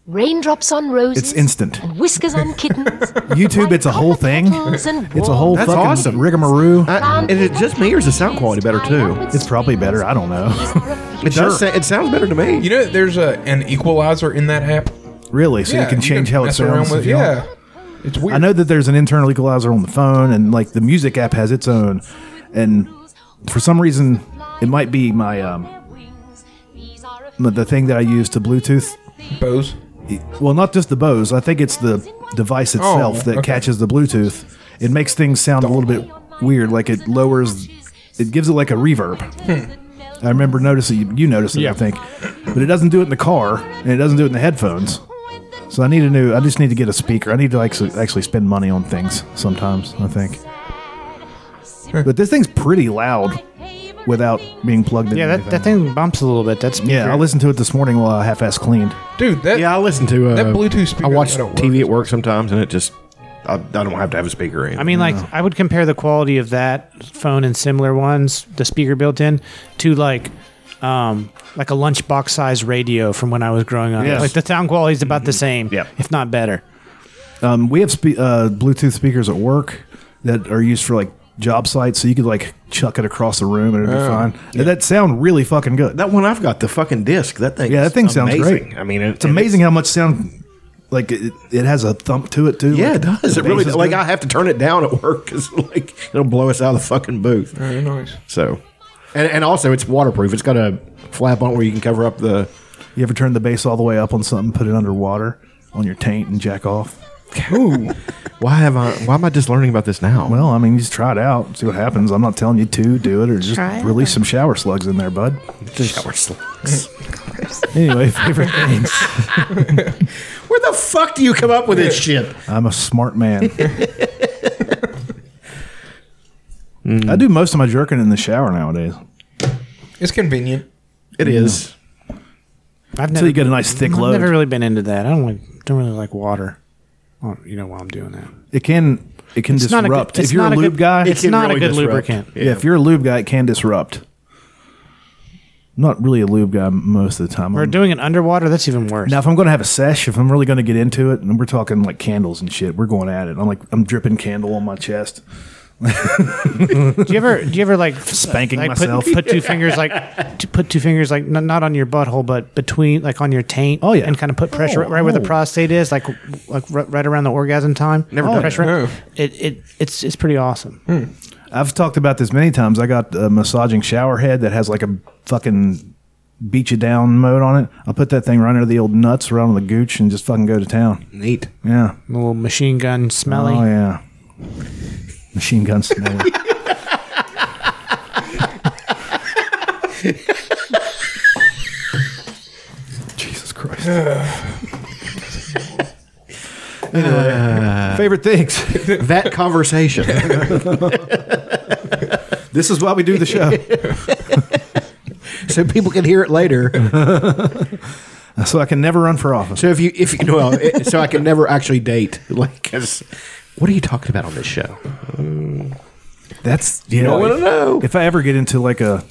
[SPEAKER 12] Raindrops on roses.
[SPEAKER 5] It's instant.
[SPEAKER 12] And whiskers on
[SPEAKER 5] <laughs>
[SPEAKER 12] kittens.
[SPEAKER 5] YouTube. It's a whole thing.
[SPEAKER 12] It's
[SPEAKER 5] It's a whole
[SPEAKER 4] That's
[SPEAKER 5] fucking
[SPEAKER 4] awesome.
[SPEAKER 5] rigmarole.
[SPEAKER 4] I, is it just me or is the sound quality better too?
[SPEAKER 5] It's probably better. I don't know. <laughs>
[SPEAKER 4] It does. Sa- it sounds better to me.
[SPEAKER 1] You know, that there's a an equalizer in that app.
[SPEAKER 5] Really, so you can change how it
[SPEAKER 1] mess around
[SPEAKER 5] sounds.
[SPEAKER 1] with-
[SPEAKER 5] if you want.
[SPEAKER 1] yeah, it's weird.
[SPEAKER 5] I know that there's an internal equalizer on the phone, and like the music app has its own. And for some reason, it might be my um, the thing that I use to Bluetooth.
[SPEAKER 1] Bose.
[SPEAKER 5] Well, not just the Bose. I think it's the device itself
[SPEAKER 11] Oh,
[SPEAKER 5] that
[SPEAKER 11] okay.
[SPEAKER 5] catches the Bluetooth. It makes things sound a little bit weird, like it lowers, it uh, gives it like a reverb. I remember noticing you, you noticed it, I think, but it doesn't do it in the car and it doesn't do it in the headphones. So I need a new. I just need to get a speaker. I need to actually actually spend money on things sometimes. I think. But this thing's pretty loud without being plugged in.
[SPEAKER 3] Yeah, that- that
[SPEAKER 5] thing bumps a little bit. That's yeah. I listened to it this morning while I half-ass cleaned.
[SPEAKER 1] dude. That,
[SPEAKER 4] yeah, I listen to uh,
[SPEAKER 5] that Bluetooth
[SPEAKER 4] I
[SPEAKER 5] speaker
[SPEAKER 4] watch
[SPEAKER 5] that don't
[SPEAKER 4] TV at work sometimes, and it just I, I don't have to have a speaker. Or anything.
[SPEAKER 3] I mean, like I would compare the quality of that phone and similar ones, the speaker built in, to like, um, like a lunchbox size radio from when I was growing up.
[SPEAKER 5] Yes. Mm-hmm.
[SPEAKER 3] Like the sound quality is about the same, if not better.
[SPEAKER 5] Um, we have spe- uh, Bluetooth speakers at work that are used for like job sites, so you could like chuck it across the room and it'd be
[SPEAKER 3] Oh.
[SPEAKER 4] Yeah.
[SPEAKER 5] fine. And that sound really fucking good.
[SPEAKER 4] That one I've got the fucking disc. That thing.
[SPEAKER 5] Yeah, that thing sounds
[SPEAKER 4] amazing.
[SPEAKER 5] great.
[SPEAKER 4] I mean, it-
[SPEAKER 5] it's amazing how much sound like it, it has a thump to it too.
[SPEAKER 4] Yeah, it
[SPEAKER 5] Like,
[SPEAKER 4] does.
[SPEAKER 5] the
[SPEAKER 4] It really
[SPEAKER 5] bass is
[SPEAKER 4] like
[SPEAKER 5] good.
[SPEAKER 4] I have to turn it down at work <laughs> because like it'll blow us out of the fucking booth.
[SPEAKER 1] Very nice.
[SPEAKER 4] So, and, and also it's waterproof. It's got a flap on it where you can cover up the.
[SPEAKER 5] You ever turn the bass all the way up on something, put it underwater on your taint, and jack off?
[SPEAKER 4] <laughs> Ooh. why have I? Why am I just learning about this now?
[SPEAKER 5] Well, I mean, you just try it out, see what happens. I'm not telling you to do it, or just
[SPEAKER 4] Try it
[SPEAKER 5] release some shower slugs in there, bud.
[SPEAKER 4] shower
[SPEAKER 3] <laughs>
[SPEAKER 4] slugs.
[SPEAKER 5] anyway, favorite things.
[SPEAKER 4] Where the fuck do you come up with this shit?
[SPEAKER 5] I'm a smart
[SPEAKER 4] <laughs>
[SPEAKER 5] man. I do most of my jerking in the shower nowadays.
[SPEAKER 1] It's convenient.
[SPEAKER 4] It is.
[SPEAKER 3] I've
[SPEAKER 5] Until you get a nice thick
[SPEAKER 3] I've
[SPEAKER 5] load.
[SPEAKER 3] never really been into that. I don't like, don't really like water. Well, you know, while I'm doing that,
[SPEAKER 5] It can it can
[SPEAKER 3] It's not a good-
[SPEAKER 5] disrupt.
[SPEAKER 3] it's
[SPEAKER 5] if you're a
[SPEAKER 3] not a
[SPEAKER 5] lube
[SPEAKER 3] good-
[SPEAKER 5] guy,
[SPEAKER 3] it's It can not a really good disrupt. lubricant.
[SPEAKER 5] Yeah. if you're a lube guy, it can disrupt. I'm not really a lube guy most of the time.
[SPEAKER 3] we're
[SPEAKER 5] I'm-
[SPEAKER 3] doing it underwater. That's even worse.
[SPEAKER 5] now, if I'm going to have a sesh, if I'm really going to get into it, and we're talking like candles and shit, we're going at it. I'm like, I'm dripping candle on my chest.
[SPEAKER 3] do you ever do you ever
[SPEAKER 5] <laughs>
[SPEAKER 3] like
[SPEAKER 5] Spanking
[SPEAKER 3] like, put-
[SPEAKER 5] myself.
[SPEAKER 3] Put,
[SPEAKER 5] <laughs>
[SPEAKER 3] two fingers like to put two fingers like n- not on your butthole, but between like on your taint. Oh yeah, and kind of put pressure
[SPEAKER 5] Oh,
[SPEAKER 3] right where the
[SPEAKER 5] oh.
[SPEAKER 3] prostate is, like like r- right around the orgasm time.
[SPEAKER 5] Never
[SPEAKER 3] Oh,
[SPEAKER 5] done
[SPEAKER 3] pressure.
[SPEAKER 5] it. Hmm. No.
[SPEAKER 3] It it it's it's pretty awesome.
[SPEAKER 5] I've talked about this many times. I got a massaging shower head that has like a fucking beat you down mode on it. I'll put that thing right under the old nuts, right on the gooch, and just fucking go to town.
[SPEAKER 4] Neat.
[SPEAKER 5] Yeah.
[SPEAKER 3] A little machine gun smelly.
[SPEAKER 5] Oh yeah. Machine gun smelly. Jesus Christ.
[SPEAKER 4] Uh,
[SPEAKER 5] Favorite things.
[SPEAKER 4] <laughs> that conversation.
[SPEAKER 5] <laughs> this is why we do the show.
[SPEAKER 4] so people can hear it later.
[SPEAKER 5] <laughs> so I can never run for office.
[SPEAKER 4] So if you if you well, it, so I can never actually date. <laughs> Like, 'cause what are you talking about on this show?
[SPEAKER 5] That's
[SPEAKER 4] Uh, You don't wanna know.
[SPEAKER 5] If I ever get into like a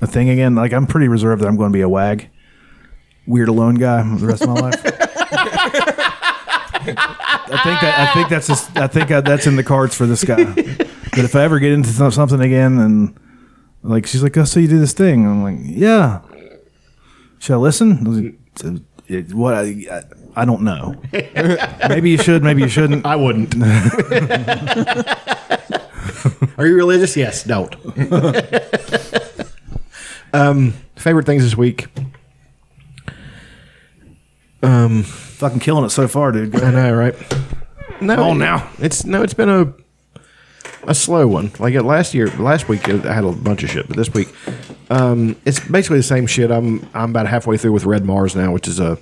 [SPEAKER 5] a thing again, like I'm pretty reserved that I'm going to be a wag, weird alone guy the rest of my life. <laughs> I think that I think that's just, I think I, that's in the cards for this guy. But if I ever get into some- something again, and like she's like, "Oh, so you do this thing?" I'm like, "Yeah." Should I listen? I was like, "So, it- What I, I I don't know. <laughs> maybe you should. Maybe you shouldn't.
[SPEAKER 4] I wouldn't. <laughs> Are you religious? Yes. Don't. <laughs> um, favorite things this week. Um,
[SPEAKER 5] fucking killing it so far, dude.
[SPEAKER 4] I know, right? Oh, No,
[SPEAKER 5] Come on
[SPEAKER 4] it-
[SPEAKER 5] now.
[SPEAKER 4] It's no, it's been a a slow one. Like uh, last year, last week uh, I had a bunch of shit, but this week, um, it's basically the same shit. I'm I'm about halfway through with Red Mars now, which is a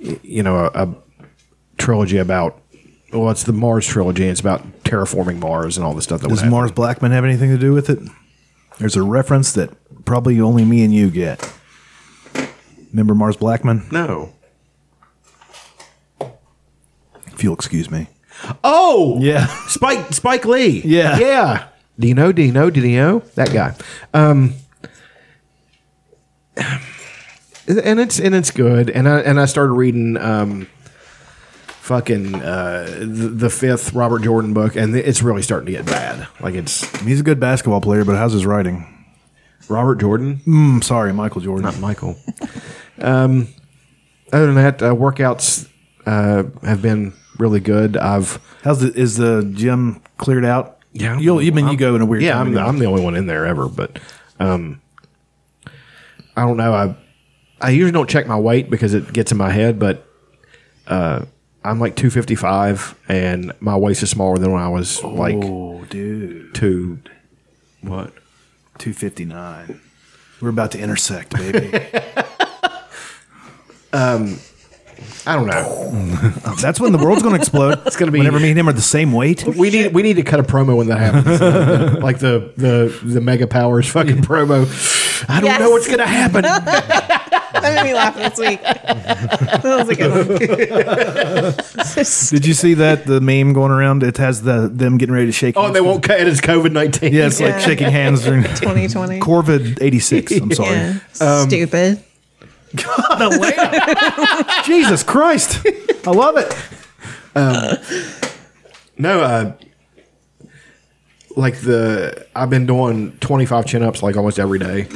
[SPEAKER 4] y- you know a, a trilogy about well, it's the Mars trilogy. and It's about terraforming Mars and all the stuff that was
[SPEAKER 5] Does Mars Blackman have anything to do with it? There's a reference that probably only me and you get. Remember Mars Blackman?
[SPEAKER 4] No.
[SPEAKER 5] If you'll excuse me.
[SPEAKER 4] Oh
[SPEAKER 5] yeah,
[SPEAKER 4] Spike Spike Lee.
[SPEAKER 5] Yeah.
[SPEAKER 4] yeah. Dino Dino Dino that guy. Um, and it's and it's good. And I and I started reading um, fucking uh, the, the fifth Robert Jordan book, and it's really starting to get bad. Like it's
[SPEAKER 5] He's a good basketball player, but how's his writing?
[SPEAKER 4] Robert Jordan.
[SPEAKER 5] Mm, sorry, Michael Jordan. Not
[SPEAKER 4] Michael. Um, other than that, uh, workouts uh, have been really good. I've
[SPEAKER 5] how's the, is the gym cleared out? Yeah, you'll you mean you go in a weird.
[SPEAKER 4] yeah,
[SPEAKER 5] time
[SPEAKER 4] I'm the,
[SPEAKER 5] anyway.
[SPEAKER 4] I'm the only one in there ever, but um, I don't know. I I usually don't check my weight because it gets in my head, but uh, I'm like 255, and my waist is smaller than when I was like
[SPEAKER 5] Oh, dude.
[SPEAKER 4] two. What?
[SPEAKER 5] 259. We're about to intersect, baby. <laughs>
[SPEAKER 4] um, I don't know.
[SPEAKER 5] That's when the world's going to <laughs> explode.
[SPEAKER 4] It's going to be
[SPEAKER 5] Oh, Whenever me and him are the same weight.
[SPEAKER 4] We need we need to cut a promo when that
[SPEAKER 5] <laughs>
[SPEAKER 4] happens, like the the the Mega Powers fucking promo. I don't know what's going to happen.
[SPEAKER 2] that made me laugh this week. That was a good one.
[SPEAKER 5] <laughs> Did you see that the meme going around? It has the them getting ready to shake.
[SPEAKER 4] Oh, and they won't cut it. It's COVID nineteen.
[SPEAKER 5] Yeah, it's
[SPEAKER 2] Yeah.
[SPEAKER 5] like shaking
[SPEAKER 2] <laughs>
[SPEAKER 5] hands during
[SPEAKER 2] 2020.
[SPEAKER 5] Corvid eighty six. I'm sorry.
[SPEAKER 2] <laughs> Yeah. Stupid.
[SPEAKER 5] Jesus Christ, I love it.
[SPEAKER 4] Um, no, uh, like the I've been doing twenty five chin ups like almost every day,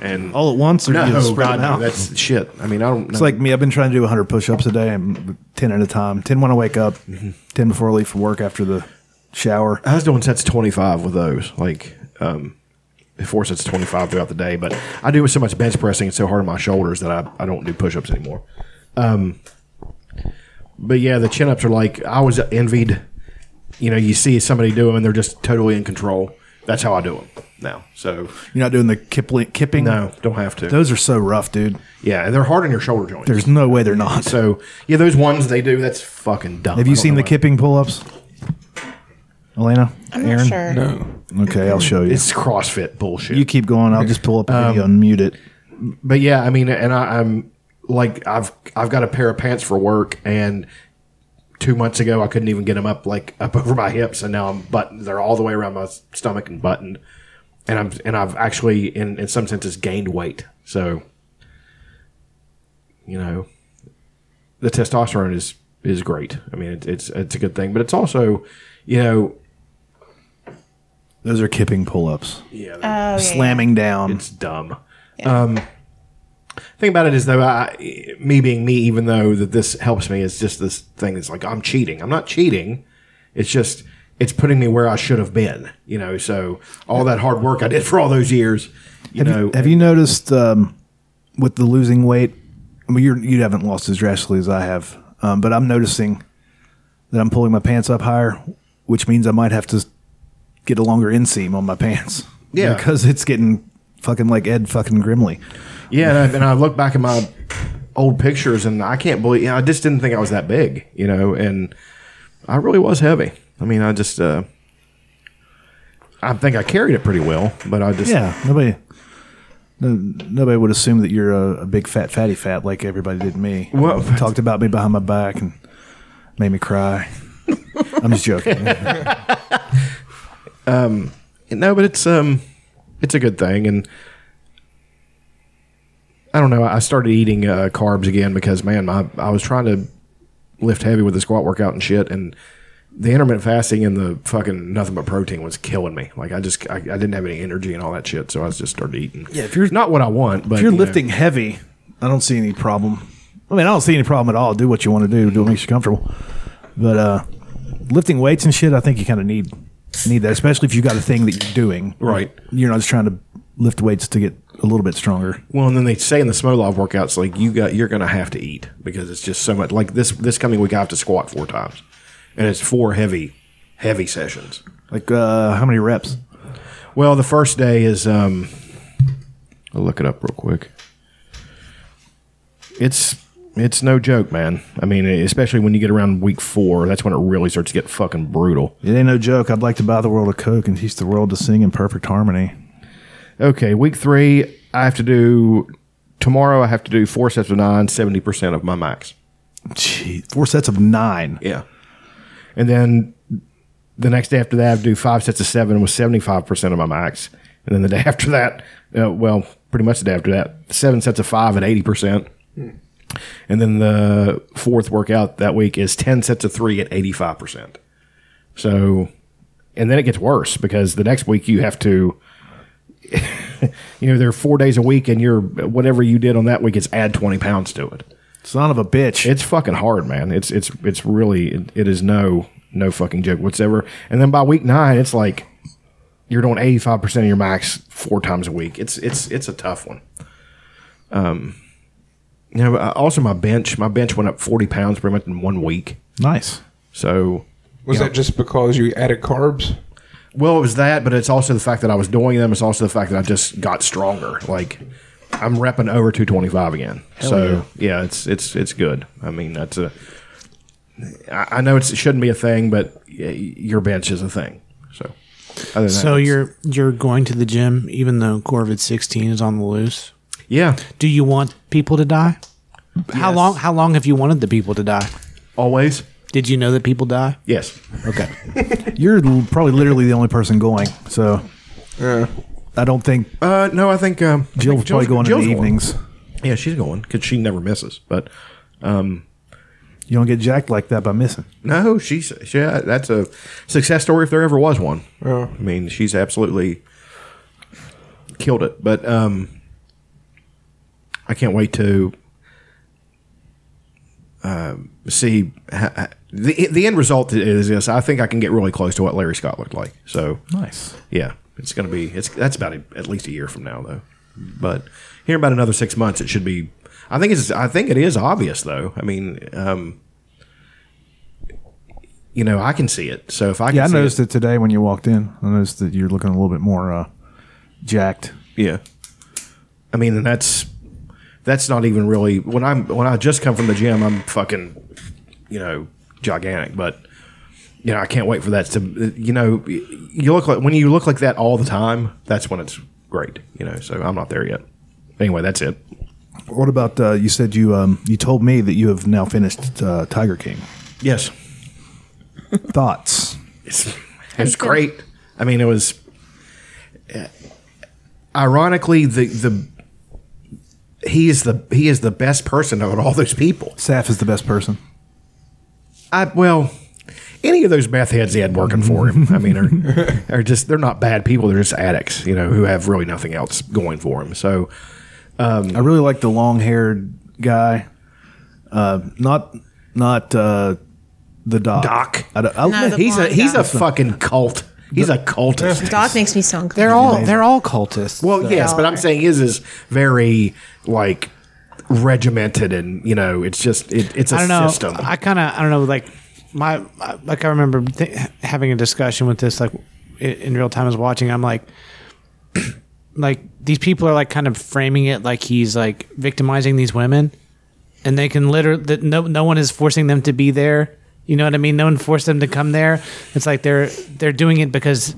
[SPEAKER 4] and
[SPEAKER 5] all at once. Or
[SPEAKER 4] no,
[SPEAKER 5] you just spread
[SPEAKER 4] God,
[SPEAKER 5] them
[SPEAKER 4] no,
[SPEAKER 5] out?
[SPEAKER 4] that's shit. I mean, I don't.
[SPEAKER 5] It's like me. I've been trying to do 100 push-ups a day, and 10 at a time. 10 when I wake up,
[SPEAKER 4] Mm-hmm.
[SPEAKER 5] 10 before I leave for work after the shower.
[SPEAKER 4] I was doing sets 25 with those, like um, four sets of 25 throughout the day. But I do so much bench pressing and so hard on my shoulders that I, I don't do push ups anymore. Um, but yeah, the chin ups are like, I was envied. You know, you see somebody do them and they're just totally in control. That's how I do them now. So
[SPEAKER 5] You're not doing the kipling, kipping.
[SPEAKER 4] No, don't have to.
[SPEAKER 5] Those are so rough, dude.
[SPEAKER 4] Yeah, and they're hard on your shoulder joints.
[SPEAKER 5] There's no way they're not.
[SPEAKER 4] So yeah, those ones they do, that's fucking dumb.
[SPEAKER 5] Have
[SPEAKER 4] I
[SPEAKER 5] you
[SPEAKER 4] don't
[SPEAKER 5] seen
[SPEAKER 4] know
[SPEAKER 5] the
[SPEAKER 4] why.
[SPEAKER 5] kipping pull-ups, Elena?
[SPEAKER 2] I'm not
[SPEAKER 5] Aaron?
[SPEAKER 2] sure. No.
[SPEAKER 5] Okay, I'll show you.
[SPEAKER 4] It's Um, CrossFit bullshit.
[SPEAKER 5] You keep going. I'll just pull up a video and mute it.
[SPEAKER 4] but yeah, I mean, and I, I'm like, I've I've got a pair of pants for work, and two months ago I couldn't even get them up like up <laughs> over my hips, and now I'm buttoned. They're all the way around my s- stomach and buttoned, and I'm and I've actually in in some senses gained weight. So, you know, the testosterone is is great. I mean, it, it's it's a good thing, but it's also, you know,
[SPEAKER 5] Those are kipping pull-ups.
[SPEAKER 4] Yeah.
[SPEAKER 2] Oh, yeah.
[SPEAKER 5] Slamming down. It's
[SPEAKER 4] dumb. Um, thing about it is though, I, me being me, even though that this helps me, it's just this thing that's like I'm cheating. I'm not cheating. It's just it's putting me where I should have been. You know, so all that hard work I did <laughs> for all those years. You
[SPEAKER 5] have,
[SPEAKER 4] know,
[SPEAKER 5] you, have you noticed um, with the losing weight? I mean, you're, you haven't lost as drastically as I have, um, but I'm noticing that I'm pulling my pants up higher, which means I might have to get a longer inseam on my pants.
[SPEAKER 4] Yeah.
[SPEAKER 5] because it's getting fucking like Ed fucking Grimley.
[SPEAKER 4] yeah, and I, and I look back at my old pictures, and I can't believe. You know, I just didn't think I was that big. You know, and I really was heavy. I mean, I just. Uh, I think I carried it pretty well, but I just
[SPEAKER 5] yeah, nobody. No, nobody would assume that you're a, a big fat fatty fat like everybody did me.
[SPEAKER 4] Well-
[SPEAKER 5] talked about me behind my back and made me cry. I'm just joking.
[SPEAKER 4] um no but it's um it's a good thing and i don't know i started eating uh, carbs again because man my, i was trying to lift heavy with the squat workout and shit and the intermittent fasting and the fucking nothing but protein was killing me like i just i, I didn't have any energy and all that shit so i just started eating
[SPEAKER 5] Yeah, if you're
[SPEAKER 4] not what i want but
[SPEAKER 5] if you're
[SPEAKER 4] you know.
[SPEAKER 5] lifting heavy, I don't see any problem. I mean, I don't see any problem at all. Do what you want to do. Do what makes you comfortable. But uh, lifting weights and shit, I think you kind of need need that, especially if you got a thing that you're doing.
[SPEAKER 4] Right.
[SPEAKER 5] You're not just trying to lift weights to get a little bit stronger.
[SPEAKER 4] Well, and then they say in the Smolov workouts, like you got you're gonna have to eat because it's just so much. Like this this coming week, I have to squat four times, and it's four heavy heavy sessions.
[SPEAKER 5] Like uh, how many reps?
[SPEAKER 4] Well, the first day is um, I'll look it up real quick. It's it's no joke, man. I mean, especially when you get around week four, that's when it really starts to get fucking brutal.
[SPEAKER 5] It ain't no joke. I'd like to buy the world a Coke and teach the world to sing in perfect harmony.
[SPEAKER 4] Okay, week three, I have to do tomorrow. I have to do four sets of nine, 70 percent of my max.
[SPEAKER 5] Gee, four sets of nine.
[SPEAKER 4] Yeah, and then the next day after that, I have to do five sets of seven with seventy five percent of my max. And then the day <laughs> after that, uh, well, pretty much the day after that, seven sets of five at eighty percent. And then the fourth workout that week is ten sets of three at eighty five percent. So, and then it gets worse because the next week you have to. <laughs> you know, they're four days a week, and you're whatever you did on that week is add twenty pounds to it.
[SPEAKER 5] Son of a bitch!
[SPEAKER 4] It's fucking hard, man. It's it's it's really it, it is no no fucking joke whatsoever. And then by week nine, it's like you're doing eighty five percent of your max four times a week. It's it's it's a tough one. Um, You know, but also my bench. My bench went up forty pounds pretty much in one week.
[SPEAKER 5] Nice.
[SPEAKER 4] So
[SPEAKER 1] Was that just because you added carbs?
[SPEAKER 4] Well, it was that, but it's also the fact that I was doing them. It's also the fact that I just got stronger. Like I'm repping over two twenty five again.
[SPEAKER 5] Hell
[SPEAKER 4] so yeah. it's it's it's good. I mean, that's a. I I know it's, it shouldn't be a thing, but y- your bench is a thing. So, other than
[SPEAKER 3] So
[SPEAKER 4] that,
[SPEAKER 3] you're you're going to the gym even though Corvid 16 is on the loose.
[SPEAKER 4] Yeah.
[SPEAKER 3] Do you want people to die? How long how long have you wanted the people to die?
[SPEAKER 4] Always.
[SPEAKER 3] Did you know that people die?
[SPEAKER 4] Yes. Okay.
[SPEAKER 5] You're l- probably literally the only person going, so I don't think.
[SPEAKER 4] <laughs> Uh, no, I think um, I
[SPEAKER 5] Jill's
[SPEAKER 4] think
[SPEAKER 5] probably going in the evenings.
[SPEAKER 4] Yeah, she's going because she never misses. But um,
[SPEAKER 5] you don't get jacked like that by missing.
[SPEAKER 4] No, she's yeah. That's a success story if there ever was one. I mean, she's absolutely killed it. But um, I can't wait to uh, see ha- ha- the the end result is this. I think I can get really close to what Larry Scott looked like. So
[SPEAKER 5] Nice.
[SPEAKER 4] yeah, it's going to be it's that's about a, at least a year from now though. But here in about another six months, it should be. I think it's I think it is obvious though. I mean, um, you know, I can see it. So if I can
[SPEAKER 5] yeah, I
[SPEAKER 4] see
[SPEAKER 5] noticed it. today when you walked in. I noticed that you're looking a little bit more uh, jacked.
[SPEAKER 4] Yeah. I mean, and that's that's not even really when I'm when I just come from the gym, I'm fucking, you know, gigantic. But you know, I can't wait for that to you know, you look like when you look like that all the time. That's when it's great. You know, so I'm not there yet. Anyway, that's it.
[SPEAKER 5] What about uh, you said you um, you told me that you have now finished uh, Tiger King.
[SPEAKER 4] Yes.
[SPEAKER 5] Thoughts?
[SPEAKER 4] It's, it was great. I mean, it was uh, ironically the the he is the he is the best person out of all those people.
[SPEAKER 5] Saf is the best person.
[SPEAKER 4] I well, any of those meth heads he had working for him. I mean, are, <laughs> are just they're not bad people. They're just addicts, you know, who have really nothing else going for them. So, um,
[SPEAKER 5] I really like the long-haired guy. Uh, not not uh, the doc. Doc. I, don't- I,
[SPEAKER 2] No, the
[SPEAKER 4] he's a
[SPEAKER 2] blonde
[SPEAKER 4] he's
[SPEAKER 2] guy.
[SPEAKER 4] a fucking cult. He's a cultist.
[SPEAKER 2] Doc makes me so uncomfortable.
[SPEAKER 3] They're all they're all cultists.
[SPEAKER 4] Well,
[SPEAKER 3] So-
[SPEAKER 4] yes, but I'm saying his is very like regimented, and you know, it's just it, it's a
[SPEAKER 3] I don't know.
[SPEAKER 4] system.
[SPEAKER 3] I kind of I don't know. Like my I- like I remember th- having a discussion with this like i- in real time. I was watching. I'm like, <clears throat> like these people are like kind of framing it like he's like victimizing these women, and they can literally that no no one is forcing them to be there. You know what I mean? No one forced them to come there. It's like they're they're doing it because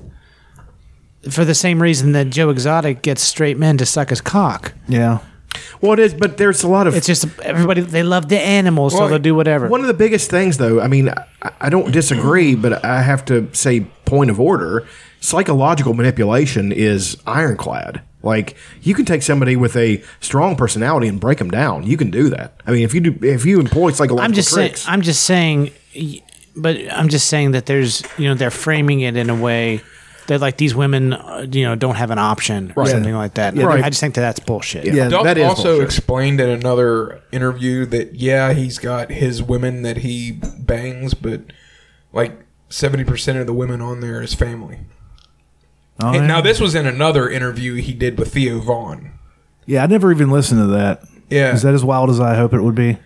[SPEAKER 3] for the same reason that Joe Exotic gets straight men to suck his cock.
[SPEAKER 5] Yeah.
[SPEAKER 4] Well, it is, but there's a lot of
[SPEAKER 3] It's just everybody they love the animals, so
[SPEAKER 4] Well,
[SPEAKER 3] they'll do whatever.
[SPEAKER 4] One of the biggest things, though, I mean, I, I don't disagree, but I have to say, point of order, psychological manipulation is ironclad. Like you can take somebody with a strong personality and break them down. You can do that. I mean, if you do, if you employ psychological
[SPEAKER 3] I'm just saying.
[SPEAKER 4] tricks,
[SPEAKER 3] I'm just saying. y- But I'm just saying that there's you know they're framing it in a way that like these women uh, you know don't have an option or
[SPEAKER 1] Right.
[SPEAKER 3] something like that. And
[SPEAKER 1] Right.
[SPEAKER 3] I just think that that's bullshit.
[SPEAKER 1] Doc also explained in another interview that yeah, he's got his women that he bangs, but like seventy percent of the women on there is family.
[SPEAKER 5] Oh,
[SPEAKER 1] And
[SPEAKER 5] yeah.
[SPEAKER 1] Now this was in another interview he did with Theo Vaughn.
[SPEAKER 5] Yeah, I never even listened to that.
[SPEAKER 1] Yeah.
[SPEAKER 5] Is that as wild as I hope it would be?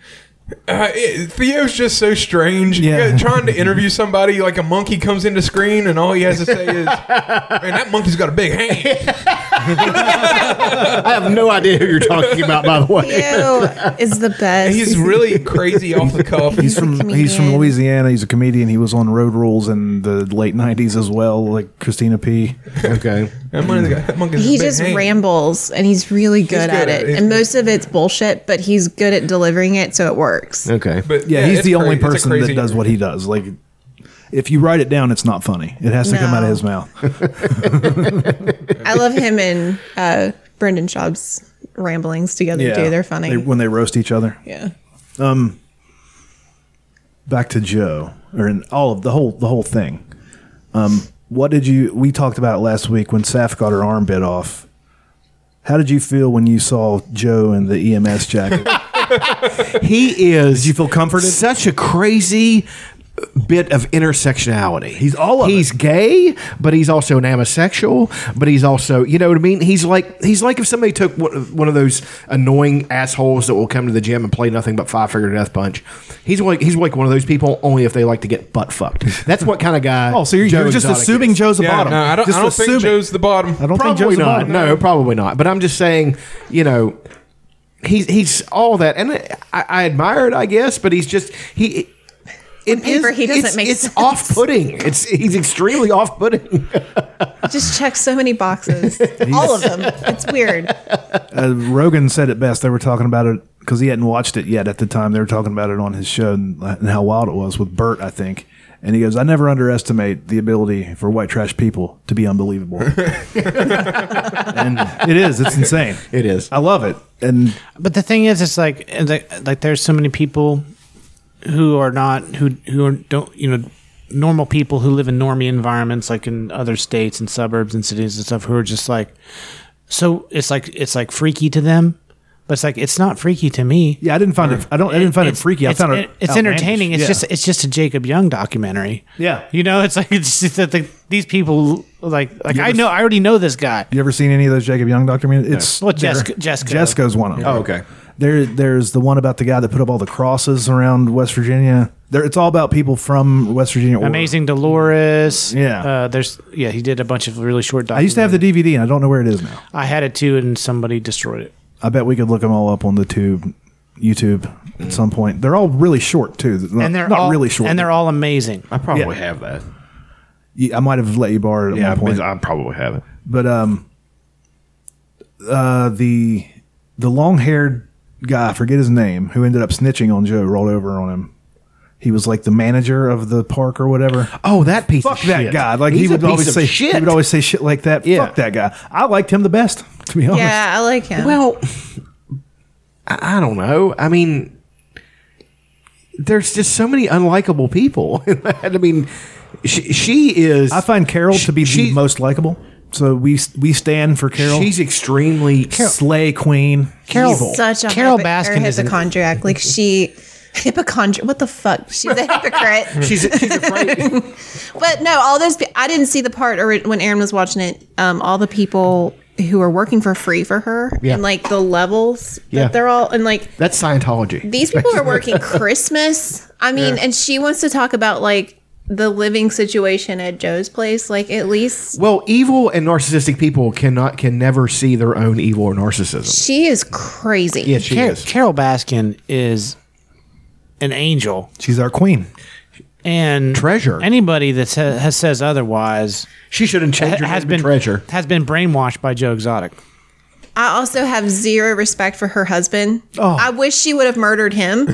[SPEAKER 1] Uh, it, Theo's just so strange.
[SPEAKER 5] Yeah.
[SPEAKER 1] Yeah, trying to interview somebody like a monkey comes into screen and all he has to say
[SPEAKER 5] <laughs>
[SPEAKER 1] is, "Man, that monkey's got a big hand."
[SPEAKER 4] I have no idea who you're talking about, by
[SPEAKER 1] <laughs>
[SPEAKER 4] the way.
[SPEAKER 2] Ew is the best.
[SPEAKER 1] He's really crazy off the cuff.
[SPEAKER 5] He's from he's from Louisiana. He's a comedian. He was on Road Rules in the late '90s as well, like Christina P.
[SPEAKER 4] Okay.
[SPEAKER 1] That monkey's got, that monkey's got a
[SPEAKER 2] He
[SPEAKER 1] big
[SPEAKER 2] just
[SPEAKER 1] hand.
[SPEAKER 2] rambles and he's really good,
[SPEAKER 1] good
[SPEAKER 2] at
[SPEAKER 1] at
[SPEAKER 2] it.
[SPEAKER 1] it.
[SPEAKER 2] And most of it's bullshit, but he's good at delivering it, so it works.
[SPEAKER 4] Okay.
[SPEAKER 1] But
[SPEAKER 5] yeah,
[SPEAKER 1] yeah,
[SPEAKER 5] he's
[SPEAKER 1] it's
[SPEAKER 5] the only
[SPEAKER 1] cra- it's a
[SPEAKER 5] person that
[SPEAKER 1] crazy
[SPEAKER 5] does what he does. Like, if you write it down, it's not funny. It has to come out of his mouth.
[SPEAKER 2] I love him and uh, Brendan Schaub's ramblings together too. They're funny.
[SPEAKER 5] <laughs> They- when they roast each other.
[SPEAKER 2] yeah.
[SPEAKER 5] Um, back to Joe or in all of the whole the whole thing. Um, what did you? We talked about it last week when Saf got her arm bit off. How did you feel when you saw Joe in the EMS jacket?
[SPEAKER 4] he is.
[SPEAKER 5] you feel comforted?
[SPEAKER 4] Such a crazy bit of intersectionality. He's all of He's gay, but he's also an homosexual, but he's also, you know what I mean? He's like he's like if somebody took one of- one of those annoying assholes that will come to the gym and play nothing but five finger death punch. He's like he's like one of those people only if they like to get butt fucked. That's what kind of guy.
[SPEAKER 5] <laughs> Oh, so you're- you're just assuming Joe's the
[SPEAKER 1] Yeah, bottom. no, I don't- Just I don't think assuming. Joe's the bottom. I don't think
[SPEAKER 4] probably
[SPEAKER 1] Joe's the
[SPEAKER 4] not.
[SPEAKER 1] bottom.
[SPEAKER 4] No, probably not. But I'm just saying, you know, he's he's all that, and I, I admire it, I guess. But he's just he. It
[SPEAKER 2] paper, he doesn't
[SPEAKER 4] it's,
[SPEAKER 2] make
[SPEAKER 4] it's
[SPEAKER 2] sense.
[SPEAKER 4] off-putting. It's he's extremely off-putting.
[SPEAKER 2] Just check so many boxes, all of them. It's weird.
[SPEAKER 5] Uh, Rogan said it best. They were talking about it because he hadn't watched it yet at the time. They were talking about it on his show and, and how wild it was with Bert, I think. And he goes, I never underestimate the ability for white trash people to
[SPEAKER 3] <laughs>
[SPEAKER 5] be unbelievable. and it is. It's insane.
[SPEAKER 4] It is.
[SPEAKER 5] I love <laughs> it. And
[SPEAKER 3] But the thing is, it's like and the- like there's so many people who are not who who are, don't you know normal people who live in normie environments like in other states and suburbs and cities and stuff who are just like so it's like it's like freaky to them but it's like it's not freaky to me
[SPEAKER 5] yeah i didn't find it i don't i didn't find it freaky. I
[SPEAKER 3] it's,
[SPEAKER 5] found it
[SPEAKER 3] it's
[SPEAKER 5] outlandish.
[SPEAKER 3] entertaining it's
[SPEAKER 5] Yeah.
[SPEAKER 3] just it's just a jacob young documentary
[SPEAKER 5] Yeah.
[SPEAKER 3] you know it's like it's just that the, these people like like
[SPEAKER 5] You
[SPEAKER 3] i
[SPEAKER 5] ever-
[SPEAKER 3] know i already know this guy
[SPEAKER 5] You ever seen any of those Jacob Young documentaries? It's
[SPEAKER 3] Well,
[SPEAKER 5] they're-
[SPEAKER 3] Jesco- Jesco.
[SPEAKER 5] Jesco's one of them.
[SPEAKER 3] Oh,
[SPEAKER 4] okay.
[SPEAKER 5] There, there's the one about the guy that put up all the crosses around West Virginia. There, it's all about people from West Virginia. or-
[SPEAKER 3] Amazing Dolores.
[SPEAKER 5] Yeah.
[SPEAKER 3] Uh, there's yeah, he did a bunch of really short
[SPEAKER 5] I used to have the DVD, and I don't know where it is now.
[SPEAKER 3] I had it too and somebody destroyed it.
[SPEAKER 5] I bet we could look them all up on the tube, YouTube at some point. They're all really short too. Not,
[SPEAKER 3] and they're
[SPEAKER 5] not
[SPEAKER 3] all,
[SPEAKER 5] really short.
[SPEAKER 3] And they're all amazing. I
[SPEAKER 5] probably
[SPEAKER 4] have that.
[SPEAKER 5] Yeah, I might have let you borrow it at
[SPEAKER 3] Yeah,
[SPEAKER 5] one point.
[SPEAKER 4] I probably have it.
[SPEAKER 5] But um, uh, the the long haired guy, I forget his name, who ended up snitching on Joe, rolled over on him. He was like the manager of the park or whatever.
[SPEAKER 4] Oh, that piece.
[SPEAKER 5] Fuck
[SPEAKER 4] of
[SPEAKER 5] that
[SPEAKER 4] shit.
[SPEAKER 5] guy! Like
[SPEAKER 4] He's
[SPEAKER 5] he
[SPEAKER 4] a
[SPEAKER 5] would
[SPEAKER 4] piece
[SPEAKER 5] always
[SPEAKER 4] of
[SPEAKER 5] say
[SPEAKER 4] shit.
[SPEAKER 5] He would always say shit like that. Fuck that guy! I liked him the best, to be honest.
[SPEAKER 2] Yeah, I like him.
[SPEAKER 4] Well, I, I don't know. I mean, there's just so many unlikable people. <laughs> I mean, she, she is.
[SPEAKER 5] I find Carol to be
[SPEAKER 4] she-
[SPEAKER 5] the most likable. So we we stand for Carol.
[SPEAKER 4] She's extremely
[SPEAKER 5] slay queen.
[SPEAKER 2] Carol,
[SPEAKER 5] Carol,
[SPEAKER 2] such a
[SPEAKER 3] Carol
[SPEAKER 2] hypo-
[SPEAKER 3] Baskin
[SPEAKER 2] or
[SPEAKER 3] is an-
[SPEAKER 2] hypochondriac. Like she, hypochondriac. What the fuck? She's a hypocrite.
[SPEAKER 4] <laughs> she's she's afraid.
[SPEAKER 2] <laughs> but no, all those. Pe- I didn't see the part or when Aaron was watching it. Um, all the people who are working for free for her
[SPEAKER 4] Yeah.
[SPEAKER 2] and like the levels
[SPEAKER 4] Yeah.
[SPEAKER 2] that they're all and like
[SPEAKER 4] That's Scientology.
[SPEAKER 2] these people are working Christmas. I mean,
[SPEAKER 4] Yeah.
[SPEAKER 2] and she wants to talk about like the living situation at Joe's place. Like at least
[SPEAKER 4] Well, evil and narcissistic people cannot can never see their own evil or narcissism.
[SPEAKER 2] she is crazy.
[SPEAKER 4] Yeah, she
[SPEAKER 3] Car-
[SPEAKER 4] is.
[SPEAKER 3] Carol Baskin is an angel.
[SPEAKER 5] She's our queen.
[SPEAKER 3] And treasure. Anybody that sa- has, says otherwise,
[SPEAKER 4] she shouldn't
[SPEAKER 3] change. has been treasure. Has been brainwashed by Joe Exotic.
[SPEAKER 2] I also have zero respect for her husband.
[SPEAKER 3] Oh.
[SPEAKER 2] I wish she would have murdered him.
[SPEAKER 5] <laughs>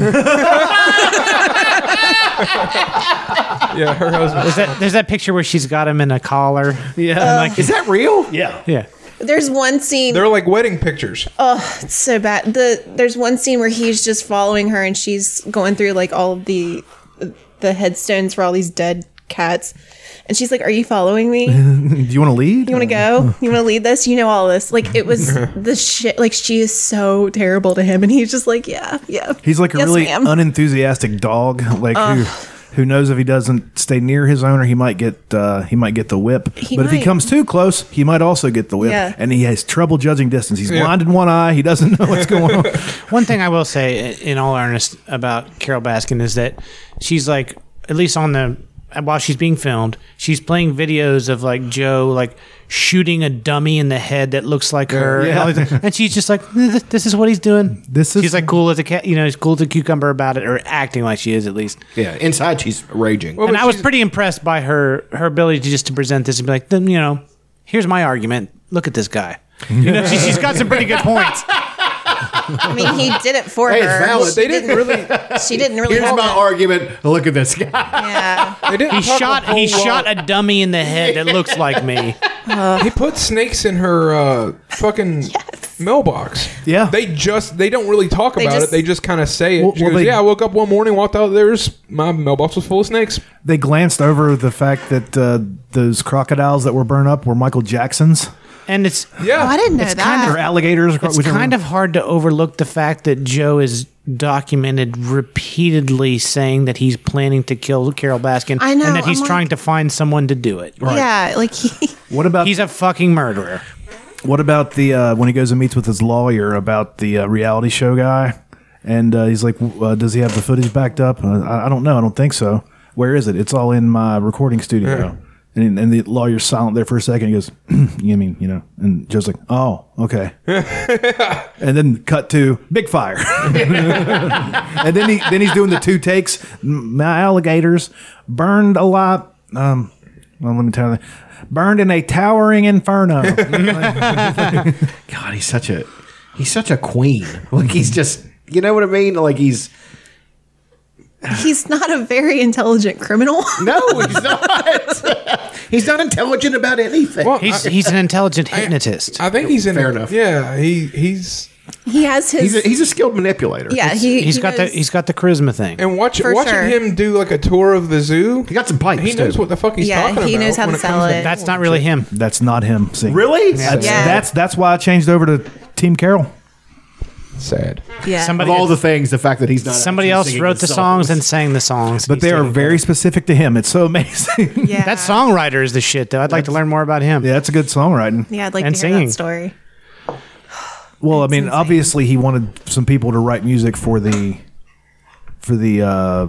[SPEAKER 1] Yeah, her husband.
[SPEAKER 3] There's that, there's that picture where she's got him in a collar. Yeah. like,
[SPEAKER 4] is that real?
[SPEAKER 5] Yeah.
[SPEAKER 3] Yeah.
[SPEAKER 2] There's one scene.
[SPEAKER 1] They're like wedding pictures.
[SPEAKER 2] Oh, it's so bad. The there's one scene where he's just following her and she's going through like all of the the headstones for all these dead cats. And she's like, "Are you following me? You
[SPEAKER 5] Do you want to lead?
[SPEAKER 2] want to go? You want to lead this? You know all this." Like it was the shit. Like she is so terrible to him and he's just like, "Yeah, yeah."
[SPEAKER 5] He's like a
[SPEAKER 2] Yes,
[SPEAKER 5] really
[SPEAKER 2] ma'am.
[SPEAKER 5] unenthusiastic dog, like
[SPEAKER 2] Ugh.
[SPEAKER 5] who who knows if he doesn't stay near his owner, he might get uh, he might get the whip.
[SPEAKER 2] He
[SPEAKER 5] but if he
[SPEAKER 2] might.
[SPEAKER 5] comes too close, he might also get the whip.
[SPEAKER 3] Yeah.
[SPEAKER 5] And he has trouble judging distance. He's
[SPEAKER 3] Yeah.
[SPEAKER 5] blind in one eye. He doesn't know what's going
[SPEAKER 3] <laughs>
[SPEAKER 5] on.
[SPEAKER 3] One thing I will say, i- in all earnest, about Carol Baskin is that she's like, at least on the while she's being filmed, she's playing videos of like Joe like shooting a dummy in the head that looks like her, and
[SPEAKER 5] Yeah.
[SPEAKER 3] all these- and she's just like, "This this is what he's doing."
[SPEAKER 5] This is
[SPEAKER 3] she's like cool as a cat, you know, she's cool as a cucumber about it, or acting like she is at least.
[SPEAKER 4] Yeah, inside she's raging.
[SPEAKER 3] and I was pretty impressed by her her ability to just to present this and be like, "Then, you know, here's my argument. Look at this guy. You know, she, she's got some pretty good points.
[SPEAKER 2] I mean, he did it for
[SPEAKER 4] Hey, it's
[SPEAKER 2] her.
[SPEAKER 4] valid.
[SPEAKER 2] She
[SPEAKER 4] They didn't
[SPEAKER 2] really <laughs> She didn't really
[SPEAKER 4] Here's
[SPEAKER 2] help
[SPEAKER 4] my
[SPEAKER 2] him.
[SPEAKER 4] argument. Look at this guy.
[SPEAKER 2] Yeah.
[SPEAKER 3] He shot he shot a dummy in the head that looks like me.
[SPEAKER 1] he put snakes in her uh,
[SPEAKER 2] <laughs>
[SPEAKER 1] fucking mailbox.
[SPEAKER 5] Yeah,
[SPEAKER 1] they just they don't really talk
[SPEAKER 5] They
[SPEAKER 1] about
[SPEAKER 5] just-
[SPEAKER 1] it. They just kind of say it.
[SPEAKER 5] Well-
[SPEAKER 1] she
[SPEAKER 5] well,
[SPEAKER 1] goes,
[SPEAKER 5] they-
[SPEAKER 1] "Yeah, I woke up one morning, walked out. There's my mailbox was full of snakes."
[SPEAKER 5] They glanced over the fact that uh, those crocodiles that were burned up were Michael Jackson's.
[SPEAKER 3] <laughs> And it's
[SPEAKER 1] yeah,
[SPEAKER 2] I didn't know
[SPEAKER 3] it's
[SPEAKER 2] that.
[SPEAKER 3] Kind
[SPEAKER 5] Or
[SPEAKER 3] of,
[SPEAKER 5] alligators.
[SPEAKER 3] it's kind of hard to overlook the fact that Joe is documented repeatedly saying that he's planning to kill Carol Baskin
[SPEAKER 2] I know,
[SPEAKER 3] and that he's
[SPEAKER 2] I'm like-
[SPEAKER 3] trying to find someone to do it.
[SPEAKER 2] Yeah, like he. <laughs>
[SPEAKER 5] What about
[SPEAKER 3] he's a fucking murderer?
[SPEAKER 5] What about the uh, when he goes and meets with his lawyer about the uh, reality show guy, and uh, he's like, w- uh, "Does he have the footage backed up?" Uh, I, I don't know. I don't think so. Where is it? It's all in my recording studio. And, and the lawyer's silent there for a second. He goes, <clears throat> "You mean you know?" And Joe's like, "Oh, okay." and then cut to big fire. <laughs> and then he then he's doing the two takes. M- My alligators burned alive. Um, well, let me tell you, burned in a towering inferno.
[SPEAKER 4] God, he's such a he's such a queen. <laughs> Like he's just you know what I mean? Like he's
[SPEAKER 2] He's not a very intelligent criminal.
[SPEAKER 4] No, he's <laughs> not. he's not intelligent about anything.
[SPEAKER 3] he's he's an intelligent hypnotist.
[SPEAKER 1] I think he's in
[SPEAKER 3] Fair
[SPEAKER 1] it.
[SPEAKER 3] enough.
[SPEAKER 1] Yeah, he he's
[SPEAKER 2] <laughs> He has his.
[SPEAKER 4] skilled manipulator.
[SPEAKER 2] Yeah, he-
[SPEAKER 3] he's
[SPEAKER 2] he
[SPEAKER 3] got
[SPEAKER 2] knows-
[SPEAKER 3] the he's got the charisma thing.
[SPEAKER 1] And watch,
[SPEAKER 2] For
[SPEAKER 1] watching
[SPEAKER 2] sure.
[SPEAKER 1] him do like a tour of the zoo. He
[SPEAKER 4] got some pipes.
[SPEAKER 1] He knows
[SPEAKER 5] too.
[SPEAKER 1] what the fuck he's
[SPEAKER 2] Yeah,
[SPEAKER 1] talking about.
[SPEAKER 2] he knows how
[SPEAKER 1] when
[SPEAKER 2] to
[SPEAKER 1] it comes
[SPEAKER 2] sell it.
[SPEAKER 3] That's not really him.
[SPEAKER 5] That's not him. See.
[SPEAKER 4] Really?
[SPEAKER 5] That's,
[SPEAKER 2] Yeah.
[SPEAKER 5] that's that's why I changed over to Team Carroll.
[SPEAKER 1] Sad.
[SPEAKER 2] Yeah.
[SPEAKER 3] Somebody-
[SPEAKER 4] of all the things, the fact that he's not
[SPEAKER 3] Somebody
[SPEAKER 4] actually
[SPEAKER 3] else
[SPEAKER 4] singing
[SPEAKER 3] wrote the songs and sang the songs,
[SPEAKER 5] But they are very specific to him. It's so <laughs> amazing.
[SPEAKER 2] Yeah.
[SPEAKER 3] that songwriter is the shit though. I'd like to learn more about him.
[SPEAKER 5] Yeah, that's a good songwriting.
[SPEAKER 2] Yeah, I'd like
[SPEAKER 3] And
[SPEAKER 2] to hear
[SPEAKER 3] singing.
[SPEAKER 2] that
[SPEAKER 3] <laughs>
[SPEAKER 2] story.
[SPEAKER 5] Well, I mean, obviously he wanted some people to write music for the for the uh,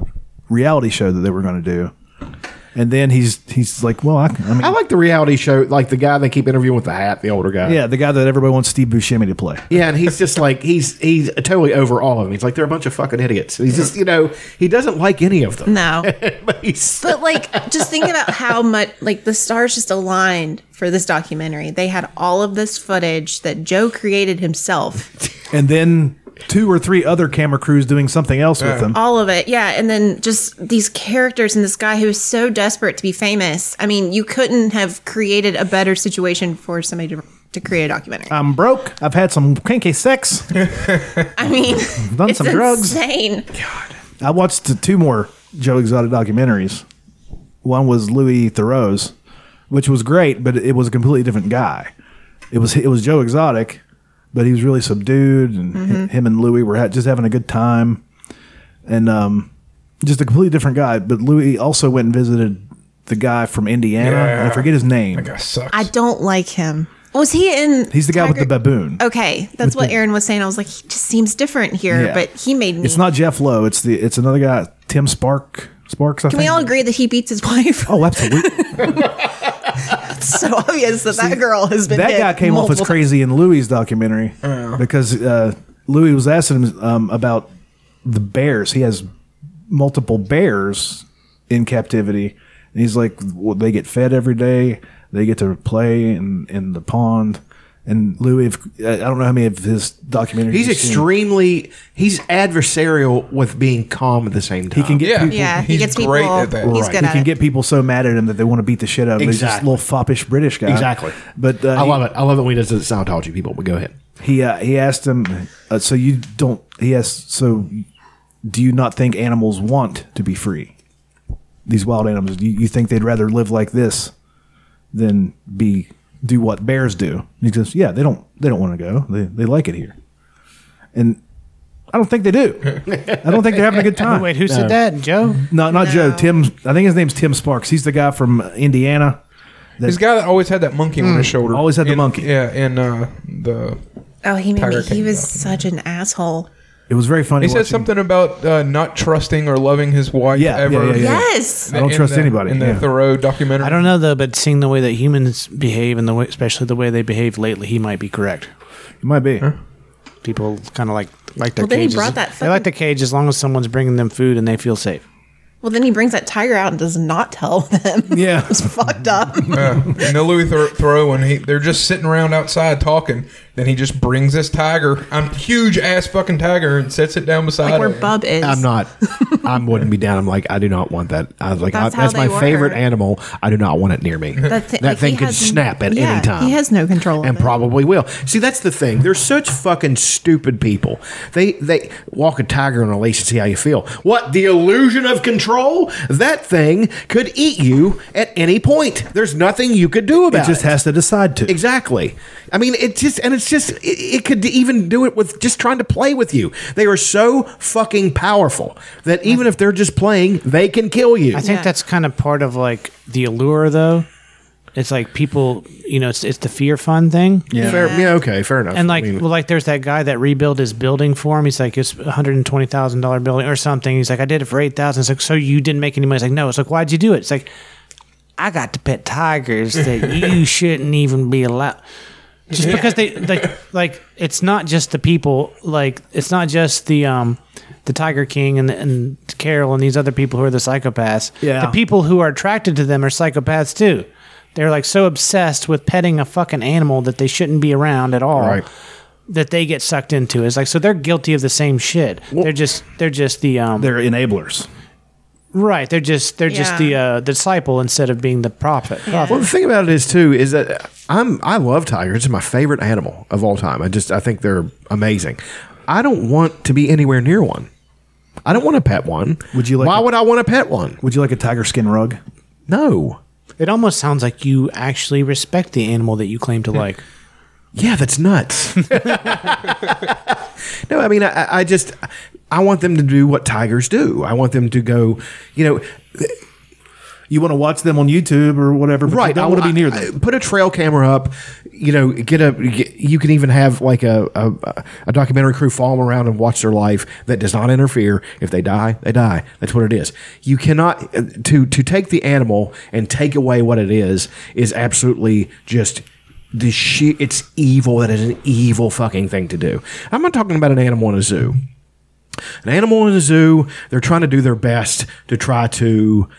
[SPEAKER 5] reality show that they were going to do, and then he's he's like, well, I, can- I mean,
[SPEAKER 4] I like the reality show, like the guy they keep interviewing with the hat, the older guy.
[SPEAKER 5] yeah, the guy that everybody wants Steve Buscemi to play.
[SPEAKER 4] Yeah, and he's just like he's he's totally over all of them. He's like they're a bunch of fucking idiots. He's just you know he doesn't like any of
[SPEAKER 5] Mm.
[SPEAKER 4] them.
[SPEAKER 3] <laughs>
[SPEAKER 2] No.
[SPEAKER 4] but he's
[SPEAKER 2] But like, just think about how much like the stars just aligned for this documentary. They had all of this footage that Joe created himself,
[SPEAKER 5] And then two or three other camera crews doing something else with them.
[SPEAKER 2] all of it. Yeah, and then just these characters and this guy who is so desperate to be famous. I mean, you couldn't have created a better situation for somebody to to create a documentary.
[SPEAKER 5] I'm broke. I've had some kinky sex.
[SPEAKER 2] I mean,
[SPEAKER 5] Done
[SPEAKER 2] it's
[SPEAKER 5] some drugs.
[SPEAKER 2] Insane.
[SPEAKER 5] I watched two more Joe Exotic documentaries. One was Louis Theroux's, which was great, but it was a completely different guy. It was it was Joe Exotic, but he was really subdued, and hi-
[SPEAKER 2] Mm-hmm.
[SPEAKER 5] him and Louis were ha- just having a good time, and um, just a completely different guy. But Louis also went and visited the guy from Indiana.
[SPEAKER 1] Yeah.
[SPEAKER 5] I forget his name.
[SPEAKER 1] That guy sucks.
[SPEAKER 2] I don't like him. Was he in?
[SPEAKER 5] He's the guy with the baboon.
[SPEAKER 2] Okay, that's what Aaron was saying. I was like, he just seems different here,
[SPEAKER 5] Yeah.
[SPEAKER 2] but he made me.
[SPEAKER 5] It's not Jeff Lowe. It's the it's another guy, Tim Spark Sparks. I
[SPEAKER 2] Can
[SPEAKER 5] think.
[SPEAKER 2] we all agree that he beats his wife?
[SPEAKER 5] Oh, absolutely.
[SPEAKER 2] It's <laughs> so obvious that that girl has been.
[SPEAKER 5] that
[SPEAKER 2] hit
[SPEAKER 5] guy came off
[SPEAKER 2] multiple Oh.
[SPEAKER 5] as crazy in Louis' documentary because uh, Louis was asking him um, about the bears. He has multiple bears in captivity, and he's like, well, they get fed every day. They get to play in in the pond. And Louis, if, I don't know how many of his documentaries
[SPEAKER 4] he's
[SPEAKER 5] you've seen.
[SPEAKER 4] extremely he's adversarial with being calm at the same time.
[SPEAKER 5] He can get people.
[SPEAKER 2] Yeah, he He's gets great people- at that. he's good
[SPEAKER 5] he
[SPEAKER 2] at
[SPEAKER 5] can
[SPEAKER 2] it.
[SPEAKER 5] get people so mad at him that they want to beat the shit out of him. He's just a
[SPEAKER 4] Exactly.
[SPEAKER 5] little foppish British guy.
[SPEAKER 4] Exactly.
[SPEAKER 5] But uh,
[SPEAKER 4] I
[SPEAKER 5] he-
[SPEAKER 4] love it. I love it when he does the Scientology people. But go ahead.
[SPEAKER 5] He uh, he asked him. Uh, so you don't. He asked. So do you not think animals want to be free? These wild animals. You, you think they'd rather live like this than be do what bears do? And he goes, yeah, they don't. They don't want to go. They they like it here. And I don't think they do. I don't think
[SPEAKER 1] <laughs>
[SPEAKER 5] they're having a good time.
[SPEAKER 3] Wait, who said that, Joe?
[SPEAKER 5] No, not Joe. Tim. I think his name's Tim Sparks. He's the guy from uh, Indiana. that-
[SPEAKER 1] This guy that always had that monkey on his shoulder.
[SPEAKER 5] Hmm. Always had the
[SPEAKER 1] In-
[SPEAKER 5] monkey.
[SPEAKER 1] Yeah, and uh, the
[SPEAKER 2] Oh, he made
[SPEAKER 1] Tiger
[SPEAKER 2] me.
[SPEAKER 1] King
[SPEAKER 2] He was such an asshole.
[SPEAKER 5] It was very funny.
[SPEAKER 1] he said
[SPEAKER 5] watching-
[SPEAKER 1] something about uh, not trusting or loving his wife
[SPEAKER 5] Yeah, yeah,
[SPEAKER 1] ever.
[SPEAKER 5] yeah, yeah.
[SPEAKER 2] Yes.
[SPEAKER 5] I don't
[SPEAKER 1] In
[SPEAKER 5] trust
[SPEAKER 1] the-
[SPEAKER 5] anybody,
[SPEAKER 1] In the
[SPEAKER 5] yeah.
[SPEAKER 1] Thoreau documentary,
[SPEAKER 3] I don't know though, but seeing the way that humans behave and the way, especially the way they behave lately, he might be correct.
[SPEAKER 5] It might be.
[SPEAKER 3] People kind of like like their
[SPEAKER 2] Well, then he
[SPEAKER 3] cages.
[SPEAKER 2] brought that
[SPEAKER 3] they like the cage as long as someone's bringing them food and they feel safe.
[SPEAKER 2] Well, then he brings that tiger out and does not tell them. <laughs>
[SPEAKER 5] Yeah.
[SPEAKER 2] it's fucked up.
[SPEAKER 1] Yeah. <laughs> and the Louis Thor- Thoreau, and he, they're just sitting around outside talking. Then he just brings this tiger, I'm huge ass fucking tiger, and sets it down beside
[SPEAKER 2] Like where
[SPEAKER 1] her.
[SPEAKER 2] Bub is.
[SPEAKER 4] I'm
[SPEAKER 5] <laughs>
[SPEAKER 4] not. I wouldn't be down. I'm like I do not want that. I was like
[SPEAKER 2] That's
[SPEAKER 4] I,
[SPEAKER 2] how
[SPEAKER 4] that's my
[SPEAKER 2] they
[SPEAKER 4] favorite
[SPEAKER 2] were.
[SPEAKER 4] animal. I do not want it near me. That,
[SPEAKER 2] thi- like, he
[SPEAKER 4] thing could
[SPEAKER 2] has-
[SPEAKER 4] snap at
[SPEAKER 2] yeah,
[SPEAKER 4] any time.
[SPEAKER 2] He has no control. of
[SPEAKER 4] and
[SPEAKER 2] it.
[SPEAKER 4] probably will. See, that's the thing. They're such fucking stupid people. They they walk a tiger on a leash and see how you feel. What the illusion of control. That thing could eat you at any point. There's nothing you could do about it.
[SPEAKER 5] just has
[SPEAKER 4] to decide to. Exactly. I mean, it just, and it's just, it, it could even do it with just trying to play with you. They are so fucking powerful that even if they're just playing, they can kill you.
[SPEAKER 3] I think that's kind of part of like the allure, though. It's like people, you know, it's, it's the fear fun thing.
[SPEAKER 4] Yeah. Fair- yeah, okay, fair enough.
[SPEAKER 3] And like,
[SPEAKER 4] I mean-
[SPEAKER 3] well, like there's that guy that rebuilt his building for him. He's like, it's a hundred and twenty thousand dollar building or something. He's like, I did it for eight thousand. It's like, so you didn't make any money? It's like, no. It's like, why'd you do it? It's like, I got to pet tigers that you shouldn't even be allowed. Just because they like, like it's not just the people. Like it's not just the um the Tiger King and and Carol and these other people who are the psychopaths.
[SPEAKER 5] Yeah.
[SPEAKER 3] the people who are attracted to them are psychopaths too. They're like so obsessed with petting a fucking animal that they shouldn't be around at all.
[SPEAKER 4] Right.
[SPEAKER 3] That they get sucked into It's like so they're guilty of the same shit. they're just they're just the um
[SPEAKER 5] they're enablers.
[SPEAKER 3] Right, they're just they're just the uh, disciple instead of being the prophet.
[SPEAKER 4] Well, the thing about it is too is that I'm I love tigers. It's my favorite animal of all time. I just I think they're amazing. I don't want to be anywhere near one. I don't want to pet one. Would you like? Why would I want to pet one?
[SPEAKER 5] Would you like a tiger skin rug?
[SPEAKER 4] No.
[SPEAKER 3] It almost sounds like you actually respect the animal that you claim to like.
[SPEAKER 4] Yeah, that's <laughs> nuts. No, I mean, I, I just, I want them to do what tigers do. I want them to go, you know.
[SPEAKER 5] You want to watch them on YouTube or whatever, but right?
[SPEAKER 4] right.
[SPEAKER 5] You don't want to be near them.
[SPEAKER 4] I- put a trail camera up. You know, get a. Get, you can even have like a, a a documentary crew follow them around and watch their life that does not interfere. If they die, they die. That's what it is. You cannot uh, to to take the animal and take away what it is is absolutely just. The shit, it's evil. That is an evil fucking thing to do. I'm not talking about an animal in a zoo an animal in a zoo. They're trying to do their best to try to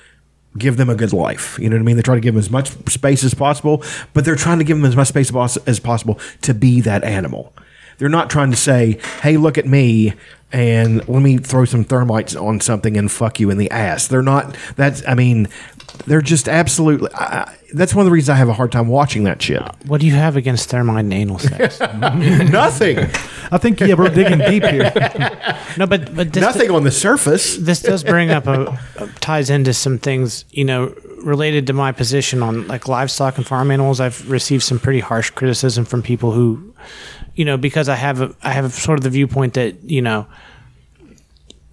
[SPEAKER 4] give them a good life. You know what I mean? They try to give them as much space as possible, but they're trying to give them as much space pos- as possible to be that animal. They're not trying to say, "Hey, look at me." And let me throw some thermites on something and fuck you in the ass. They're not. That's. I mean, they're just absolutely. I, I- that's one of the reasons I have a hard time watching that shit.
[SPEAKER 3] What do you have against thermite and anal
[SPEAKER 4] <laughs>
[SPEAKER 3] sex?
[SPEAKER 4] Nothing.
[SPEAKER 5] I think yeah, we're digging deep
[SPEAKER 4] <laughs>
[SPEAKER 5] here.
[SPEAKER 3] No, but but this
[SPEAKER 4] Nothing on the surface.
[SPEAKER 3] This does bring up a, a- ties into some things you know related to my position on like livestock and farm animals. I've received some pretty harsh criticism from people who, you know, because I have a, I have sort of the viewpoint that you know,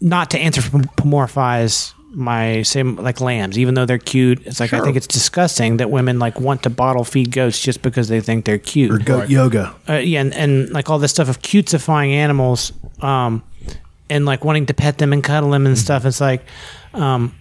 [SPEAKER 3] not to anthropomorphize my same like lambs, even though they're cute. It's like I think it's disgusting that women like want to bottle feed goats just because they think they're cute
[SPEAKER 5] Or goat yoga.
[SPEAKER 3] uh, yeah, and, and like all this stuff of cutesifying animals, um, and like wanting to pet them and cuddle them and stuff. It's like, um,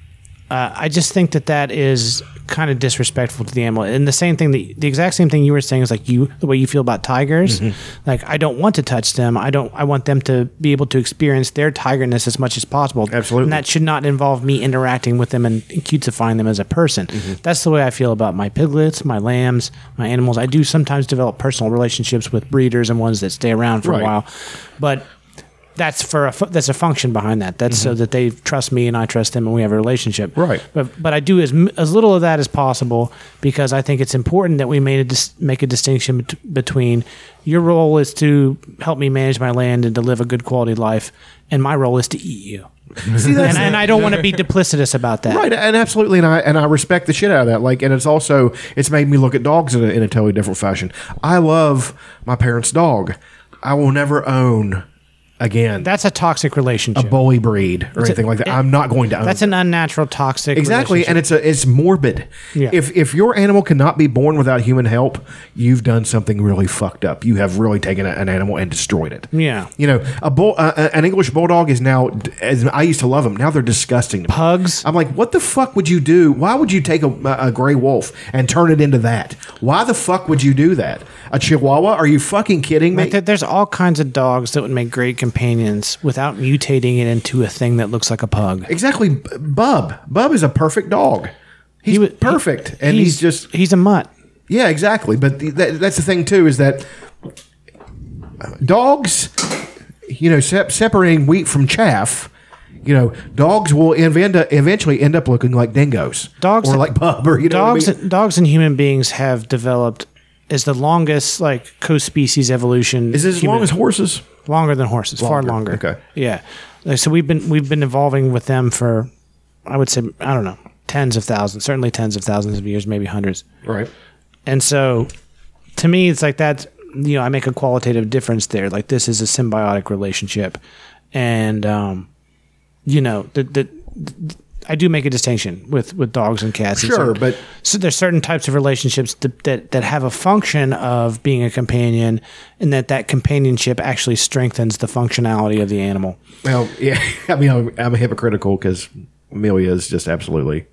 [SPEAKER 3] uh, I just think that that is kind of disrespectful to the animal. And the same thing that the exact same thing you were saying is like you the way you feel about tigers. Like I don't want to touch them. I don't. I want them to be able to experience their tigerness as much as possible. Absolutely. And that should not involve me interacting with them and cutesifying them as a person. That's the way I feel about my piglets, my lambs, my animals. I do sometimes develop personal relationships with breeders and ones that stay around for
[SPEAKER 4] Right.
[SPEAKER 3] a while, but that's for a fu- that's a function behind that. That's so that they trust me and I trust them and we have a relationship. Right. But but I do as m- as little of that as possible because I think it's important that we made a dis- make a distinction bet- between your role is to help me manage my land and to live a good quality life, and my role is to eat you.
[SPEAKER 4] See, that's-
[SPEAKER 3] and, and I don't want to be duplicitous about that.
[SPEAKER 4] Right, and absolutely, and I and I respect the shit out of that. Like, and it's also it's made me look at dogs in a, in a totally different fashion. I love my parents' dog. I will never own again
[SPEAKER 3] That's a toxic relationship.
[SPEAKER 4] a bully breed or
[SPEAKER 3] It's a-
[SPEAKER 4] anything like that. I'm not going to own.
[SPEAKER 3] that's an unnatural, toxic.
[SPEAKER 4] exactly,
[SPEAKER 3] relationship.
[SPEAKER 4] and it's a it's morbid.
[SPEAKER 3] Yeah.
[SPEAKER 4] If if your animal cannot be born without human help, you've done something really fucked up. You have really taken a- an animal and destroyed it.
[SPEAKER 3] yeah.
[SPEAKER 4] You know, a bull, uh, uh, an English bulldog is now. As I used to love them, now they're disgusting. To me.
[SPEAKER 3] Pugs.
[SPEAKER 4] I'm like, what the fuck would you do? Why would you take a, a gray wolf and turn it into that? Why the fuck would you do that? A Chihuahua? Are you fucking kidding me?
[SPEAKER 3] Like there- there's all kinds of dogs that would make great companions without mutating it into a thing that looks like a pug.
[SPEAKER 4] exactly, B- Bub. Bub is a perfect dog. He's perfect, and he's, just
[SPEAKER 3] he's a mutt.
[SPEAKER 4] Yeah, exactly. But th- that, that's the thing too is that dogs, you know, sep- separating wheat from chaff. You know, dogs will invent, eventually end up looking like dingoes,
[SPEAKER 3] Dogs
[SPEAKER 4] or like Bub, or you know, what I
[SPEAKER 3] dogs.
[SPEAKER 4] mean?
[SPEAKER 3] Dogs and human beings have developed is the longest like co-species evolution.
[SPEAKER 4] Is it as
[SPEAKER 3] human-
[SPEAKER 4] long as horses?
[SPEAKER 3] Longer than horses, far
[SPEAKER 4] Longer,
[SPEAKER 3] longer.
[SPEAKER 4] okay.
[SPEAKER 3] Yeah. Like, so we've been we've been evolving with them for I would say, I don't know, tens of thousands, certainly tens of thousands of years, maybe hundreds.
[SPEAKER 4] Right.
[SPEAKER 3] And so to me, it's like that, you know, I make a qualitative difference there. Like this is a symbiotic relationship. And, um, you know, the, the, the- I do make a distinction with, with dogs and cats. and
[SPEAKER 4] Sure,
[SPEAKER 3] certain-
[SPEAKER 4] but-
[SPEAKER 3] so there's certain types of relationships that, that that have a function of being a companion, and that that companionship actually strengthens the functionality of the animal.
[SPEAKER 4] Well, yeah. <laughs> I mean, I'm, I'm hypocritical because Amelia is just absolutely.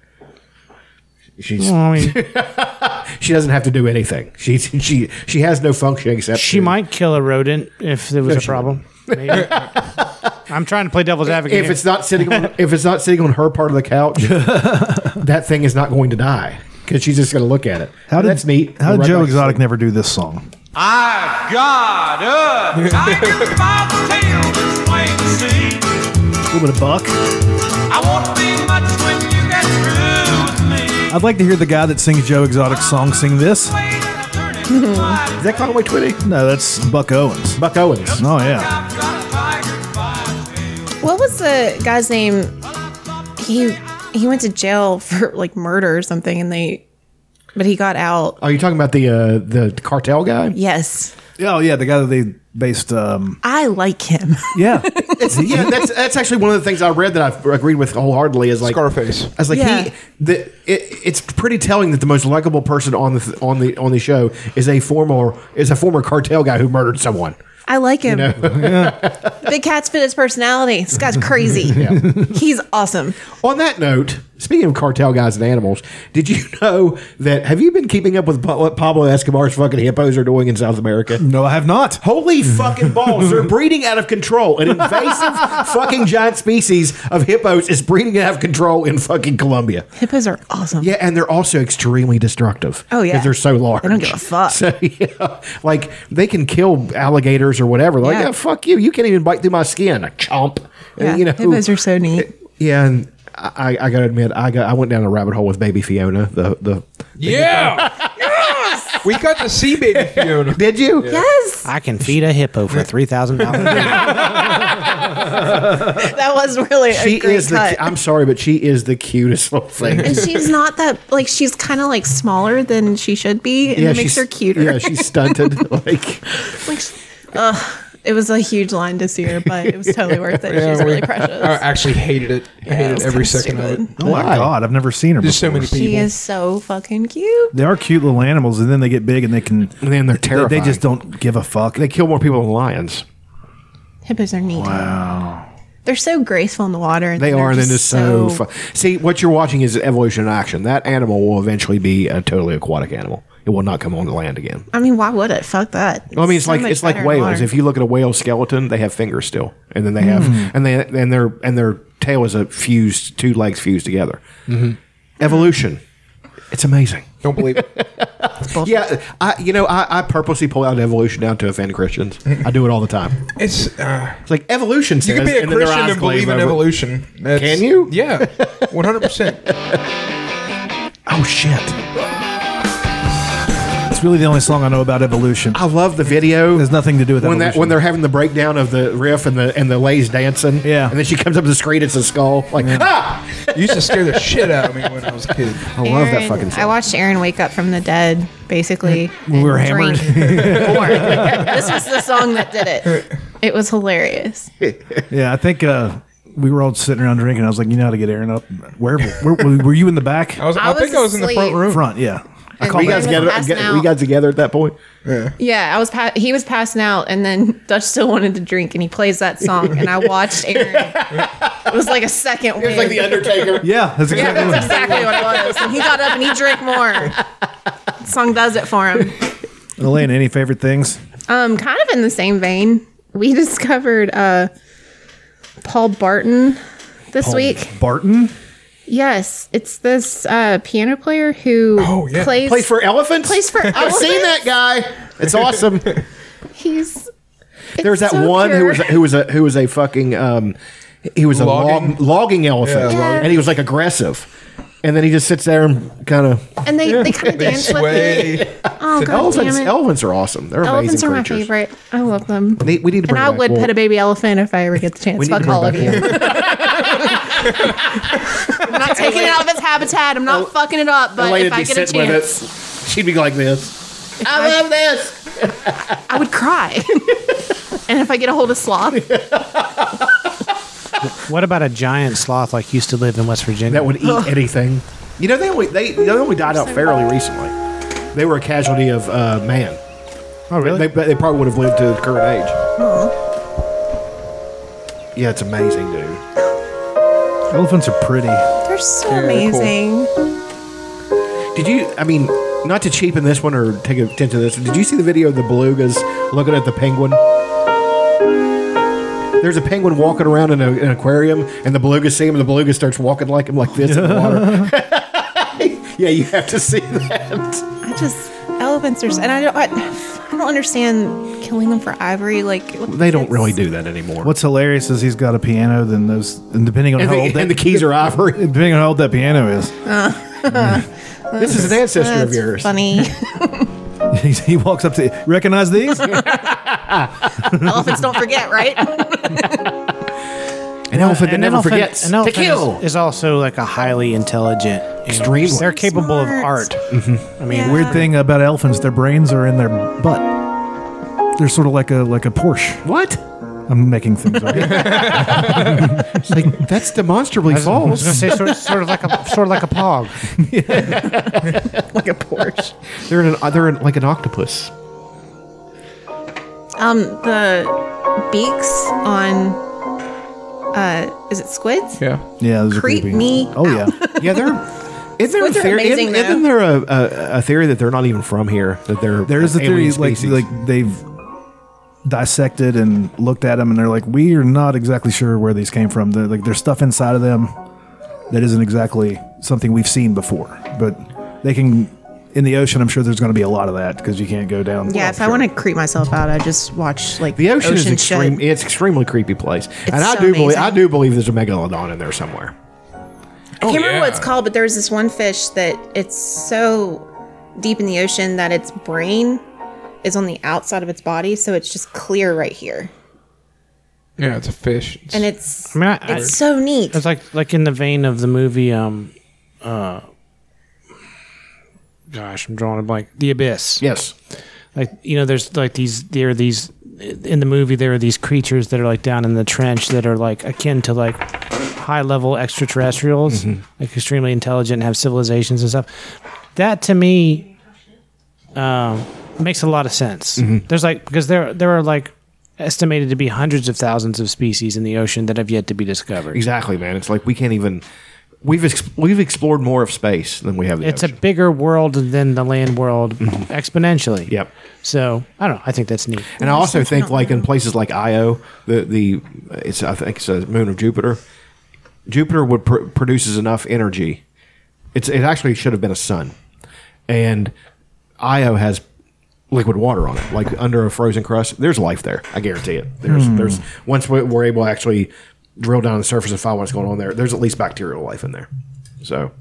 [SPEAKER 4] She's.
[SPEAKER 3] Well, I mean-
[SPEAKER 4] she doesn't have to do anything. She she she has no function except
[SPEAKER 3] <laughs> She might kill a rodent if there was
[SPEAKER 4] No,
[SPEAKER 3] a
[SPEAKER 4] she
[SPEAKER 3] problem. Maybe. <laughs> I'm trying to play devil's advocate.
[SPEAKER 4] if
[SPEAKER 3] here.
[SPEAKER 4] it's not sitting on if it's not sitting on her part of the
[SPEAKER 5] <laughs>
[SPEAKER 4] couch, that thing is not going to die because she's just going to look at it. How that's neat.
[SPEAKER 5] How
[SPEAKER 4] We'll
[SPEAKER 5] did
[SPEAKER 4] right
[SPEAKER 5] Joe
[SPEAKER 4] back to
[SPEAKER 5] Exotic never do this song?
[SPEAKER 7] I got up,
[SPEAKER 9] <laughs>
[SPEAKER 7] tiger by the tail this plain to see.
[SPEAKER 5] A little bit of Buck.
[SPEAKER 7] I won't be much when you get through with me.
[SPEAKER 5] I'd like to hear the guy that sings Joe Exotic's song sing this. Is
[SPEAKER 4] that Conway Twitty?
[SPEAKER 5] No, that's Buck Owens.
[SPEAKER 4] Buck Owens.
[SPEAKER 5] Oh yeah.
[SPEAKER 2] What was the guy's name? He he went to jail <laughs> for like murder or something, and they, but he got out.
[SPEAKER 4] Are you talking about the uh, the cartel guy?
[SPEAKER 2] Yes,
[SPEAKER 5] Oh yeah, the guy that they based. Um,
[SPEAKER 2] I like him. <laughs>
[SPEAKER 4] <laughs>
[SPEAKER 5] yeah,
[SPEAKER 4] It's, yeah, that's that's actually one of the things I read that I've agreed with wholeheartedly is like
[SPEAKER 1] Scarface.
[SPEAKER 4] I was like
[SPEAKER 2] Yeah.
[SPEAKER 4] he, the, it, it's pretty telling that the most likable person on the th- on the on the show is a former is a former cartel guy who murdered someone.
[SPEAKER 2] I like him.
[SPEAKER 4] <laughs>
[SPEAKER 2] Big cat's fit his personality. This guy's
[SPEAKER 4] <laughs>
[SPEAKER 2] crazy. He's awesome.
[SPEAKER 4] On that note, speaking of cartel guys and animals, did you <laughs> know that? Have you been keeping up with Pa- what Pablo Escobar's fucking hippos are doing in South America?
[SPEAKER 5] No, I have not.
[SPEAKER 4] Holy fucking balls! They're breeding out of control. An invasive fucking giant species of hippos is breeding out of control in fucking Colombia.
[SPEAKER 2] Hippos are awesome.
[SPEAKER 4] Yeah, and they're also extremely destructive.
[SPEAKER 2] Oh, yeah.
[SPEAKER 4] because they're so large.
[SPEAKER 2] They don't give a fuck.
[SPEAKER 4] <laughs> So yeah, like they can kill alligators or whatever. Like
[SPEAKER 2] Yeah.
[SPEAKER 4] yeah, fuck you. You can't even bite through my skin. A chomp.
[SPEAKER 2] Yeah,
[SPEAKER 4] you know,
[SPEAKER 2] hippos are so neat.
[SPEAKER 4] yeah, and I, I gotta admit, I got I went down a rabbit hole with baby Fiona. The the
[SPEAKER 1] Yeah.
[SPEAKER 2] <laughs>
[SPEAKER 1] We got to see baby Fiona.
[SPEAKER 4] Did you?
[SPEAKER 2] Yes,
[SPEAKER 3] I can feed a hippo for three thousand dollars.
[SPEAKER 4] <laughs>
[SPEAKER 2] that was really a
[SPEAKER 4] she
[SPEAKER 2] great
[SPEAKER 4] is the.
[SPEAKER 2] cut.
[SPEAKER 4] cu- I'm sorry, but she is the cutest little thing.
[SPEAKER 2] <laughs> and she's not that like she's kind of like smaller than she should be, and it makes
[SPEAKER 4] she's-
[SPEAKER 2] her cuter.
[SPEAKER 4] Yeah,
[SPEAKER 2] <laughs>
[SPEAKER 4] she's stunted. like
[SPEAKER 2] like, ugh, it was a huge line to see her, but it was totally worth it. She's really precious.
[SPEAKER 1] I actually hated it. I
[SPEAKER 2] it
[SPEAKER 1] hated
[SPEAKER 2] was kinda
[SPEAKER 1] every second of
[SPEAKER 2] stupid.
[SPEAKER 1] it.
[SPEAKER 5] Oh my god, I've never seen her.
[SPEAKER 1] There's so
[SPEAKER 5] before.
[SPEAKER 1] many
[SPEAKER 2] She
[SPEAKER 1] people.
[SPEAKER 2] is so fucking cute.
[SPEAKER 5] They are cute little animals, and then they get big, and they can.
[SPEAKER 4] And then they're
[SPEAKER 5] They, they
[SPEAKER 4] terrifying.
[SPEAKER 5] just don't give a fuck.
[SPEAKER 4] they kill more people than lions.
[SPEAKER 2] Hippos are neat.
[SPEAKER 5] Wow.
[SPEAKER 2] They're so graceful in the water. And
[SPEAKER 4] They
[SPEAKER 2] they're
[SPEAKER 4] are, and then just so. fu- See, what you're watching is evolution in action. That animal will eventually be a totally aquatic animal. It will not come on the land again.
[SPEAKER 2] I mean, why would it? Fuck that.
[SPEAKER 4] Well, I mean, it's
[SPEAKER 2] so
[SPEAKER 4] like
[SPEAKER 2] much
[SPEAKER 4] it's like
[SPEAKER 2] better in
[SPEAKER 4] whales.
[SPEAKER 2] water.
[SPEAKER 4] If you look at a whale skeleton, they have fingers still, and then they have
[SPEAKER 2] Hmm.
[SPEAKER 4] and they and their and their tail is a fused two legs fused together.
[SPEAKER 2] Mm-hmm.
[SPEAKER 4] Evolution. It's amazing.
[SPEAKER 1] Don't
[SPEAKER 2] <laughs>
[SPEAKER 1] believe it.
[SPEAKER 4] Yeah, I you know I, I purposely pull out evolution now to offend Christians. I do it all the time.
[SPEAKER 1] It's uh,
[SPEAKER 4] It's like evolution.
[SPEAKER 1] you can
[SPEAKER 4] says,
[SPEAKER 1] be a
[SPEAKER 4] and then their
[SPEAKER 1] Christian
[SPEAKER 4] eyes
[SPEAKER 1] and
[SPEAKER 4] glaze
[SPEAKER 1] believe in
[SPEAKER 4] over.
[SPEAKER 1] evolution. That's-
[SPEAKER 4] Can you?
[SPEAKER 1] Yeah, one hundred percent.
[SPEAKER 4] Oh shit!
[SPEAKER 5] It's really the only song I know about evolution.
[SPEAKER 4] I love the video.
[SPEAKER 5] There's nothing to do with
[SPEAKER 4] Oh. when that
[SPEAKER 5] evolution.
[SPEAKER 4] when they're having the breakdown of the riff and the and the lays dancing.
[SPEAKER 5] Yeah.
[SPEAKER 4] and then she comes up to the screen. It's a skull. Like ah,
[SPEAKER 1] You used to scare the shit out of me when I was a kid.
[SPEAKER 4] I love that
[SPEAKER 2] Aaron-
[SPEAKER 4] fucking. Song.
[SPEAKER 2] I watched Aaron wake up from the dead, basically.
[SPEAKER 5] We were
[SPEAKER 2] <laughs>
[SPEAKER 4] <laughs>
[SPEAKER 5] hammered. <laughs>
[SPEAKER 2] this was the song that did it. It was hilarious.
[SPEAKER 5] yeah, I think uh, we were all sitting around drinking. I was like, you know how to get Aaron up. Where, where, were you in the back?
[SPEAKER 1] I was. I,
[SPEAKER 2] I
[SPEAKER 1] think
[SPEAKER 2] was
[SPEAKER 1] I was in the front
[SPEAKER 2] asleep.
[SPEAKER 1] room.
[SPEAKER 5] front. Yeah. I
[SPEAKER 2] And
[SPEAKER 5] call
[SPEAKER 4] we
[SPEAKER 2] then
[SPEAKER 5] that
[SPEAKER 4] guys
[SPEAKER 2] he was
[SPEAKER 4] together.
[SPEAKER 2] passing
[SPEAKER 4] get- we
[SPEAKER 2] out.
[SPEAKER 4] guys together at that point.
[SPEAKER 2] Yeah, I was. Pa- he was passing out, and then Dutch still wanted to drink, and he plays that song, and I
[SPEAKER 4] <laughs>
[SPEAKER 2] watched Aaron. it was like a second. It was <laughs>
[SPEAKER 4] Undertaker.
[SPEAKER 5] Yeah, that's
[SPEAKER 2] Yeah,
[SPEAKER 5] exactly
[SPEAKER 2] that's
[SPEAKER 5] what
[SPEAKER 2] exactly what it was. And he got up and he drank
[SPEAKER 4] <laughs>
[SPEAKER 2] more. That song does it for him.
[SPEAKER 5] Elaine, any favorite things?
[SPEAKER 2] Um, kind of in the same vein, we <laughs> discovered uh, Paul Barton this week.
[SPEAKER 5] Barton?
[SPEAKER 2] Yes, it's this uh, piano player who
[SPEAKER 1] Oh, yeah.
[SPEAKER 2] plays
[SPEAKER 4] Play for elephants.
[SPEAKER 2] plays for.
[SPEAKER 4] I've seen that guy.
[SPEAKER 2] <laughs>
[SPEAKER 4] It's awesome.
[SPEAKER 2] He's
[SPEAKER 4] there was that
[SPEAKER 2] so
[SPEAKER 4] one who
[SPEAKER 2] pure.
[SPEAKER 4] was who was a who was a fucking um, he was a
[SPEAKER 1] Logging?
[SPEAKER 4] log, logging elephant,
[SPEAKER 2] Yeah.
[SPEAKER 4] and he was like aggressive, and then he just sits there and kind of
[SPEAKER 2] and they, they
[SPEAKER 4] <laughs>
[SPEAKER 2] kind of dance with it.
[SPEAKER 1] Sway.
[SPEAKER 2] Oh god,
[SPEAKER 4] elephants.
[SPEAKER 2] damn it.
[SPEAKER 4] Elephants are awesome. They're
[SPEAKER 2] Elephants
[SPEAKER 4] amazing
[SPEAKER 2] are my
[SPEAKER 4] creatures.
[SPEAKER 2] favorite. I love them.
[SPEAKER 4] They- we need to bring
[SPEAKER 2] and I
[SPEAKER 4] back
[SPEAKER 2] would
[SPEAKER 4] wolf-
[SPEAKER 2] pet a baby elephant if I ever get the chance.
[SPEAKER 4] We need to
[SPEAKER 2] Fuck
[SPEAKER 4] bring
[SPEAKER 2] all
[SPEAKER 4] back
[SPEAKER 2] of you. I'm not taking it out of its habitat. I'm not fucking it up. But if I get a chance,
[SPEAKER 4] it. She'd be like this.
[SPEAKER 2] I love this. <laughs> I would cry. and if I get a hold of sloth,
[SPEAKER 3] What about a giant sloth like used to live in West Virginia that
[SPEAKER 4] would
[SPEAKER 2] <laughs>
[SPEAKER 4] eat anything? You know they only they they only died out fairly recently. They were a casualty of uh, man.
[SPEAKER 3] Oh really?
[SPEAKER 4] They, but they probably would have lived to current age.
[SPEAKER 2] Uh-huh.
[SPEAKER 4] Yeah, it's amazing, dude.
[SPEAKER 5] Elephants are pretty.
[SPEAKER 2] they're so
[SPEAKER 4] Yeah, they're cool.
[SPEAKER 2] amazing.
[SPEAKER 4] Did you? I mean, not to cheapen this one or take attention to this. Did you see the video of the belugas looking at the penguin? There's a penguin walking around in a, an aquarium, and the beluga see him, and the beluga starts walking like him, like this in <laughs> the water. <laughs> yeah, you have to see that.
[SPEAKER 2] I just elephants are, s- and I don't, I, I don't understand killing them for ivory. Like what-
[SPEAKER 4] They don't really do that anymore.
[SPEAKER 5] What's hilarious is he's got a piano. Then those, and depending on
[SPEAKER 4] And
[SPEAKER 5] how
[SPEAKER 4] the-
[SPEAKER 5] old that,
[SPEAKER 4] and the keys are ivory.
[SPEAKER 5] <laughs> Depending on how old that piano is, <laughs>
[SPEAKER 2] Uh,
[SPEAKER 4] This is an ancestor of
[SPEAKER 2] that's
[SPEAKER 4] yours. <laughs>
[SPEAKER 2] Funny.
[SPEAKER 5] he, he walks up to recognize these.
[SPEAKER 2] elephants don't forget, right?
[SPEAKER 4] An elephant that never forgets
[SPEAKER 3] an
[SPEAKER 4] to
[SPEAKER 3] elephant is-
[SPEAKER 4] kill.
[SPEAKER 3] Is, also like a highly intelligent, extremely. They're capable of art. I mean,
[SPEAKER 5] Weird thing about elephants, their brains are in their butt. They're sort of like a like a Porsche.
[SPEAKER 4] What?
[SPEAKER 5] I'm making things
[SPEAKER 3] <laughs>
[SPEAKER 5] up.
[SPEAKER 4] like that's demonstrably
[SPEAKER 3] I was going to say sort, sort of like Oh, a sort of like a pog.
[SPEAKER 4] like a Porsche. They're in an, they're in like an octopus.
[SPEAKER 2] Um, the beaks on, uh, is it squids?
[SPEAKER 1] Yeah.
[SPEAKER 5] Yeah, those are
[SPEAKER 2] Creep
[SPEAKER 5] creepy.
[SPEAKER 2] me
[SPEAKER 5] Oh yeah.
[SPEAKER 4] Yeah, they're. Is there a
[SPEAKER 2] Squids are
[SPEAKER 4] theory?
[SPEAKER 2] amazing,
[SPEAKER 4] Isn't, isn't
[SPEAKER 2] though.
[SPEAKER 4] there a, a, a theory that they're not even from here? That they're
[SPEAKER 5] <laughs> There is a
[SPEAKER 4] alien
[SPEAKER 5] theory like
[SPEAKER 4] species?
[SPEAKER 5] like they've dissected and looked at them, and they're like, we are not exactly sure where these came from. They're, like there's stuff inside of them that isn't exactly something we've seen before, but they can. In the ocean, I'm sure there's going to be a lot of that because you can't go down.
[SPEAKER 2] Yeah, if I want to creep myself out, I just watch like
[SPEAKER 4] the ocean, is
[SPEAKER 2] shit.
[SPEAKER 4] extreme. It's extremely creepy place, and I
[SPEAKER 2] so
[SPEAKER 4] do believe I
[SPEAKER 2] amazing.
[SPEAKER 4] do believe there's a megalodon in there somewhere.
[SPEAKER 2] I
[SPEAKER 4] Oh,
[SPEAKER 2] can't remember what it's called, but there was this one fish that it's so deep in the ocean that its brain is on the outside of its body, so it's just clear right here,
[SPEAKER 1] Yeah, it's a fish.
[SPEAKER 2] and it's
[SPEAKER 3] I mean, I,
[SPEAKER 2] it's so neat.
[SPEAKER 3] It's like like in the vein of the movie. Um, uh, gosh, I'm drawing a blank. The Abyss.
[SPEAKER 4] Yes.
[SPEAKER 3] Like you know, there's like these. There are these in the movie. There are these creatures that are like down in the trench that are like akin to like high level extraterrestrials,
[SPEAKER 4] Mm-hmm.
[SPEAKER 3] like extremely intelligent and have civilizations and stuff. That to me um, makes a lot of sense.
[SPEAKER 4] Mm-hmm.
[SPEAKER 3] There's like because there there are like estimated to be hundreds of thousands of species in the ocean that have yet to be discovered.
[SPEAKER 4] Exactly, man. It's like we can't even. We've ex- we've explored more of space than we have. The
[SPEAKER 3] it's a bigger world than the land world exponentially.
[SPEAKER 4] Mm-hmm. Yep.
[SPEAKER 3] So I don't know. I think that's neat.
[SPEAKER 4] And I also think, like
[SPEAKER 3] Mm-hmm.
[SPEAKER 4] in places like Io, the the it's I think it's a moon of Jupiter. Jupiter would pr- produces enough energy. It's it actually should have been a sun, and Io has liquid water on it, like under a frozen crust. There's life there. I guarantee it. There's
[SPEAKER 5] Hmm.
[SPEAKER 4] there's once we- we're able to actually drill down on the surface and find what's going on there. There's at least bacterial life in there. So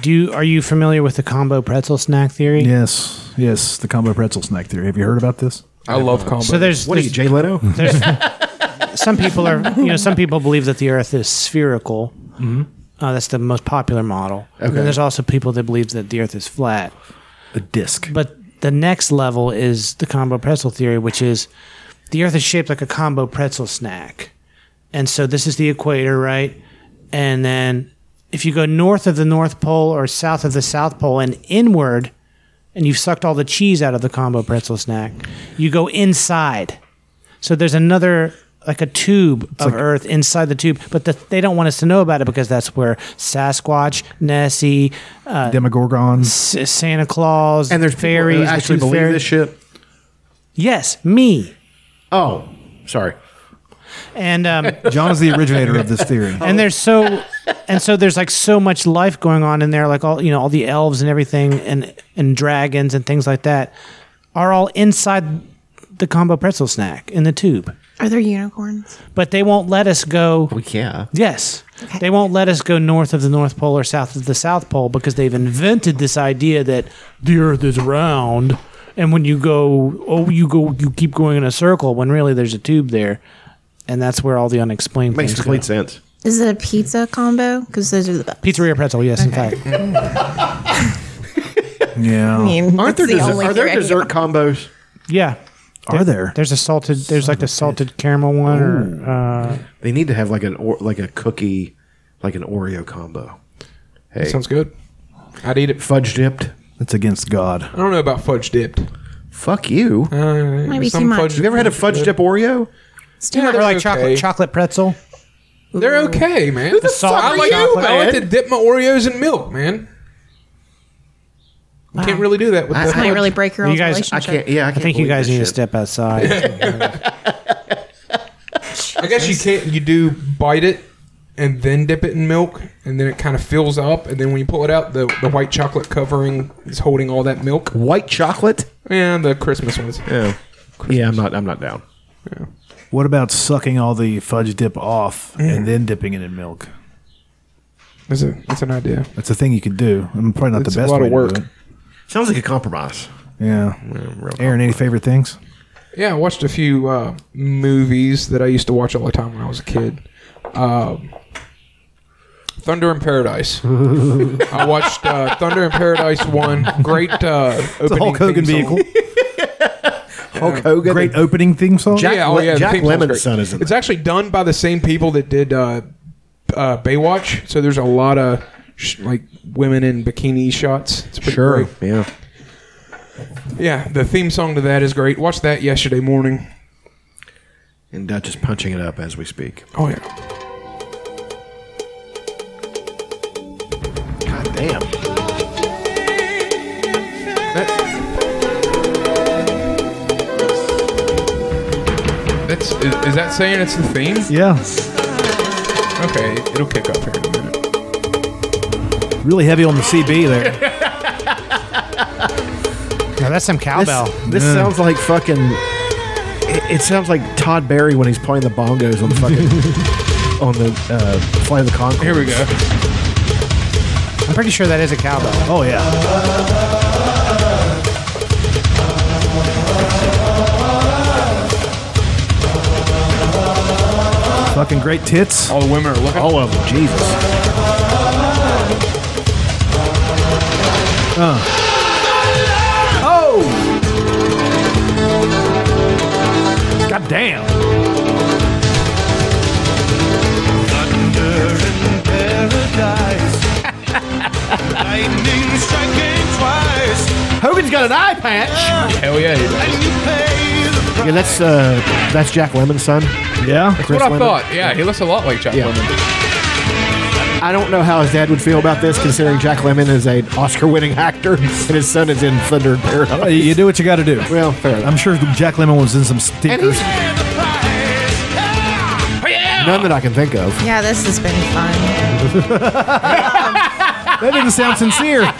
[SPEAKER 3] do you are you familiar with the combo pretzel snack theory?
[SPEAKER 5] Yes, yes, the combo pretzel snack theory. Have you heard about this?
[SPEAKER 1] I love combo.
[SPEAKER 3] So there's
[SPEAKER 4] what are you,
[SPEAKER 3] there's,
[SPEAKER 4] Jay Leno?
[SPEAKER 3] some people are you know some people believe that the Earth is spherical. Mm-hmm. Uh, that's the most popular model. And
[SPEAKER 5] Okay.
[SPEAKER 3] then there's also people that believe that the Earth is flat.
[SPEAKER 5] A disc.
[SPEAKER 3] But the next level is the combo pretzel theory, which is the Earth is shaped like a combo pretzel snack. And so this is the equator, right? And then if you go north of the North Pole or south of the South Pole and inward, and you've sucked all the cheese out of the combo pretzel snack, you go inside. So there's another like a tube of Earth inside the tube, but the, they don't want us to know about it because that's where Sasquatch, Nessie, uh,
[SPEAKER 5] Demogorgon.
[SPEAKER 3] S- uh, Santa Claus,
[SPEAKER 4] And there's people who
[SPEAKER 3] fairies. the
[SPEAKER 4] actually
[SPEAKER 3] tooth
[SPEAKER 4] believe
[SPEAKER 3] fairy.
[SPEAKER 4] this shit.
[SPEAKER 3] Yes, me.
[SPEAKER 4] Oh, sorry.
[SPEAKER 3] And
[SPEAKER 4] <laughs>
[SPEAKER 3] um,
[SPEAKER 5] John is the originator of this theory.
[SPEAKER 3] and there's so and so there's like so much life going on in there like all you know all the elves and everything and and dragons and things like that are all inside the combo pretzel snack in the tube
[SPEAKER 2] Are there unicorns?
[SPEAKER 3] but they won't let us go
[SPEAKER 4] we can
[SPEAKER 3] yes they won't let us go north of the north pole or south of the south pole because they've invented this idea that the earth is round and when you go oh you go you keep going in a circle when really there's a tube there and that's where all the unexplained
[SPEAKER 4] Makes
[SPEAKER 3] things go.
[SPEAKER 4] complete sense.
[SPEAKER 2] Is it a pizza combo? Because those are the best.
[SPEAKER 3] Pizzeria pretzel, yes, in fact.
[SPEAKER 5] Yeah.
[SPEAKER 2] I mean,
[SPEAKER 4] Aren't
[SPEAKER 2] Aren't
[SPEAKER 4] there
[SPEAKER 2] the
[SPEAKER 4] dessert-
[SPEAKER 2] only
[SPEAKER 4] are there
[SPEAKER 2] thing I can-
[SPEAKER 4] dessert combos?
[SPEAKER 3] Yeah.
[SPEAKER 5] Are there?
[SPEAKER 3] There's a salted. There's like a salted caramel one. Or, uh,
[SPEAKER 4] They need to have like an or, like a cookie, like an Oreo combo. Hey,
[SPEAKER 1] Sounds good. I'd eat it.
[SPEAKER 4] Fudge dipped.
[SPEAKER 5] That's against God.
[SPEAKER 1] I don't know about fudge dipped.
[SPEAKER 4] Fuck you.
[SPEAKER 1] Uh,
[SPEAKER 2] Might be
[SPEAKER 1] some
[SPEAKER 2] too much.
[SPEAKER 1] fudge-
[SPEAKER 4] Have you ever had a fudge dip Oreo?
[SPEAKER 3] or like chocolate chocolate pretzel.
[SPEAKER 1] They're okay, man. Mm. Who
[SPEAKER 4] the fuck
[SPEAKER 1] I
[SPEAKER 4] are
[SPEAKER 1] like,
[SPEAKER 4] you,
[SPEAKER 1] I like to
[SPEAKER 4] man?
[SPEAKER 1] dip my Oreos in milk, man. You Can't really do that with
[SPEAKER 2] This
[SPEAKER 1] the
[SPEAKER 2] might
[SPEAKER 1] fudge.
[SPEAKER 2] really break your
[SPEAKER 3] You
[SPEAKER 2] own
[SPEAKER 3] guys- I
[SPEAKER 2] relationship.
[SPEAKER 4] Yeah, I,
[SPEAKER 3] I think you guys need to step outside.
[SPEAKER 1] I guess you can't. You do bite it and then dip it in milk, and then it kind of fills up, and then when you pull it out, the, the white chocolate covering is holding all that milk.
[SPEAKER 4] White chocolate.
[SPEAKER 1] Yeah, the Christmas ones.
[SPEAKER 4] Yeah. Yeah, I'm not. I'm not down.
[SPEAKER 5] What about sucking all the fudge dip off and then dipping it in milk?
[SPEAKER 1] That's a that's an idea.
[SPEAKER 5] That's a thing you could do. I'm probably not
[SPEAKER 1] It's
[SPEAKER 5] the best
[SPEAKER 1] a lot
[SPEAKER 5] way
[SPEAKER 1] of work.
[SPEAKER 5] to do it.
[SPEAKER 4] Sounds like a compromise.
[SPEAKER 5] Yeah. Aaron, any favorite things?
[SPEAKER 1] Yeah, I watched a few uh, movies that I used to watch all the time when I was a kid. Um, Thunder in Paradise. I watched uh, Thunder in Paradise one. Great uh, opening
[SPEAKER 5] It's a Hulk Hogan
[SPEAKER 1] theme song.
[SPEAKER 5] vehicle. <laughs>
[SPEAKER 4] Hulk Hogan.
[SPEAKER 5] Great opening theme song.
[SPEAKER 4] Jack,
[SPEAKER 1] yeah, oh
[SPEAKER 4] Le-
[SPEAKER 1] yeah, the
[SPEAKER 4] Jack
[SPEAKER 1] theme song's
[SPEAKER 4] Lemon's
[SPEAKER 1] great.
[SPEAKER 4] son is in
[SPEAKER 1] It's actually done by the same people that did uh, uh, Baywatch, so there's a lot of sh- like women in bikini shots. It's pretty
[SPEAKER 4] Sure.
[SPEAKER 1] great.
[SPEAKER 4] Yeah.
[SPEAKER 1] Yeah, the theme song to that is great. Watched that yesterday morning.
[SPEAKER 4] And Dutch is punching it up as we speak.
[SPEAKER 1] Oh yeah,
[SPEAKER 4] God damn.
[SPEAKER 1] that's is, is that saying it's the theme?
[SPEAKER 5] Yeah.
[SPEAKER 1] Okay, it'll kick up here in a minute.
[SPEAKER 5] Really heavy on the CB there.
[SPEAKER 3] now Oh, that's some
[SPEAKER 4] This,
[SPEAKER 3] cowbell.
[SPEAKER 4] this sounds like fucking. It, it sounds like Todd Berry when he's playing the bongos on the fucking on the uh, Flight of the Conchords.
[SPEAKER 1] Here we go.
[SPEAKER 3] I'm pretty sure that is a cowbell.
[SPEAKER 5] Oh, yeah. Fucking great tits.
[SPEAKER 1] All the women are looking.
[SPEAKER 4] All of them. Jesus.
[SPEAKER 5] Oh. God damn.
[SPEAKER 4] Hogan's got an eye patch.
[SPEAKER 1] Hell yeah. he does.
[SPEAKER 4] Yeah, that's uh, that's Jack Lemon's son.
[SPEAKER 5] Yeah.
[SPEAKER 4] Chris
[SPEAKER 1] What I
[SPEAKER 4] Lemon.
[SPEAKER 1] thought. Yeah, he looks a lot like Jack
[SPEAKER 4] Yeah.
[SPEAKER 1] Lemmon.
[SPEAKER 4] I don't know how his dad would feel about this, considering Jack Lemon is an Oscar-winning actor and his son is in Thunder and Paradise.
[SPEAKER 5] Oh, You do what you got to do.
[SPEAKER 4] Well, fair enough.
[SPEAKER 5] I'm sure Jack Lemon was in some
[SPEAKER 4] And
[SPEAKER 5] stinkers.
[SPEAKER 4] he's- None that I can think of.
[SPEAKER 2] Yeah, this has been fun.
[SPEAKER 5] That didn't sound
[SPEAKER 4] <laughs>
[SPEAKER 5] sincere.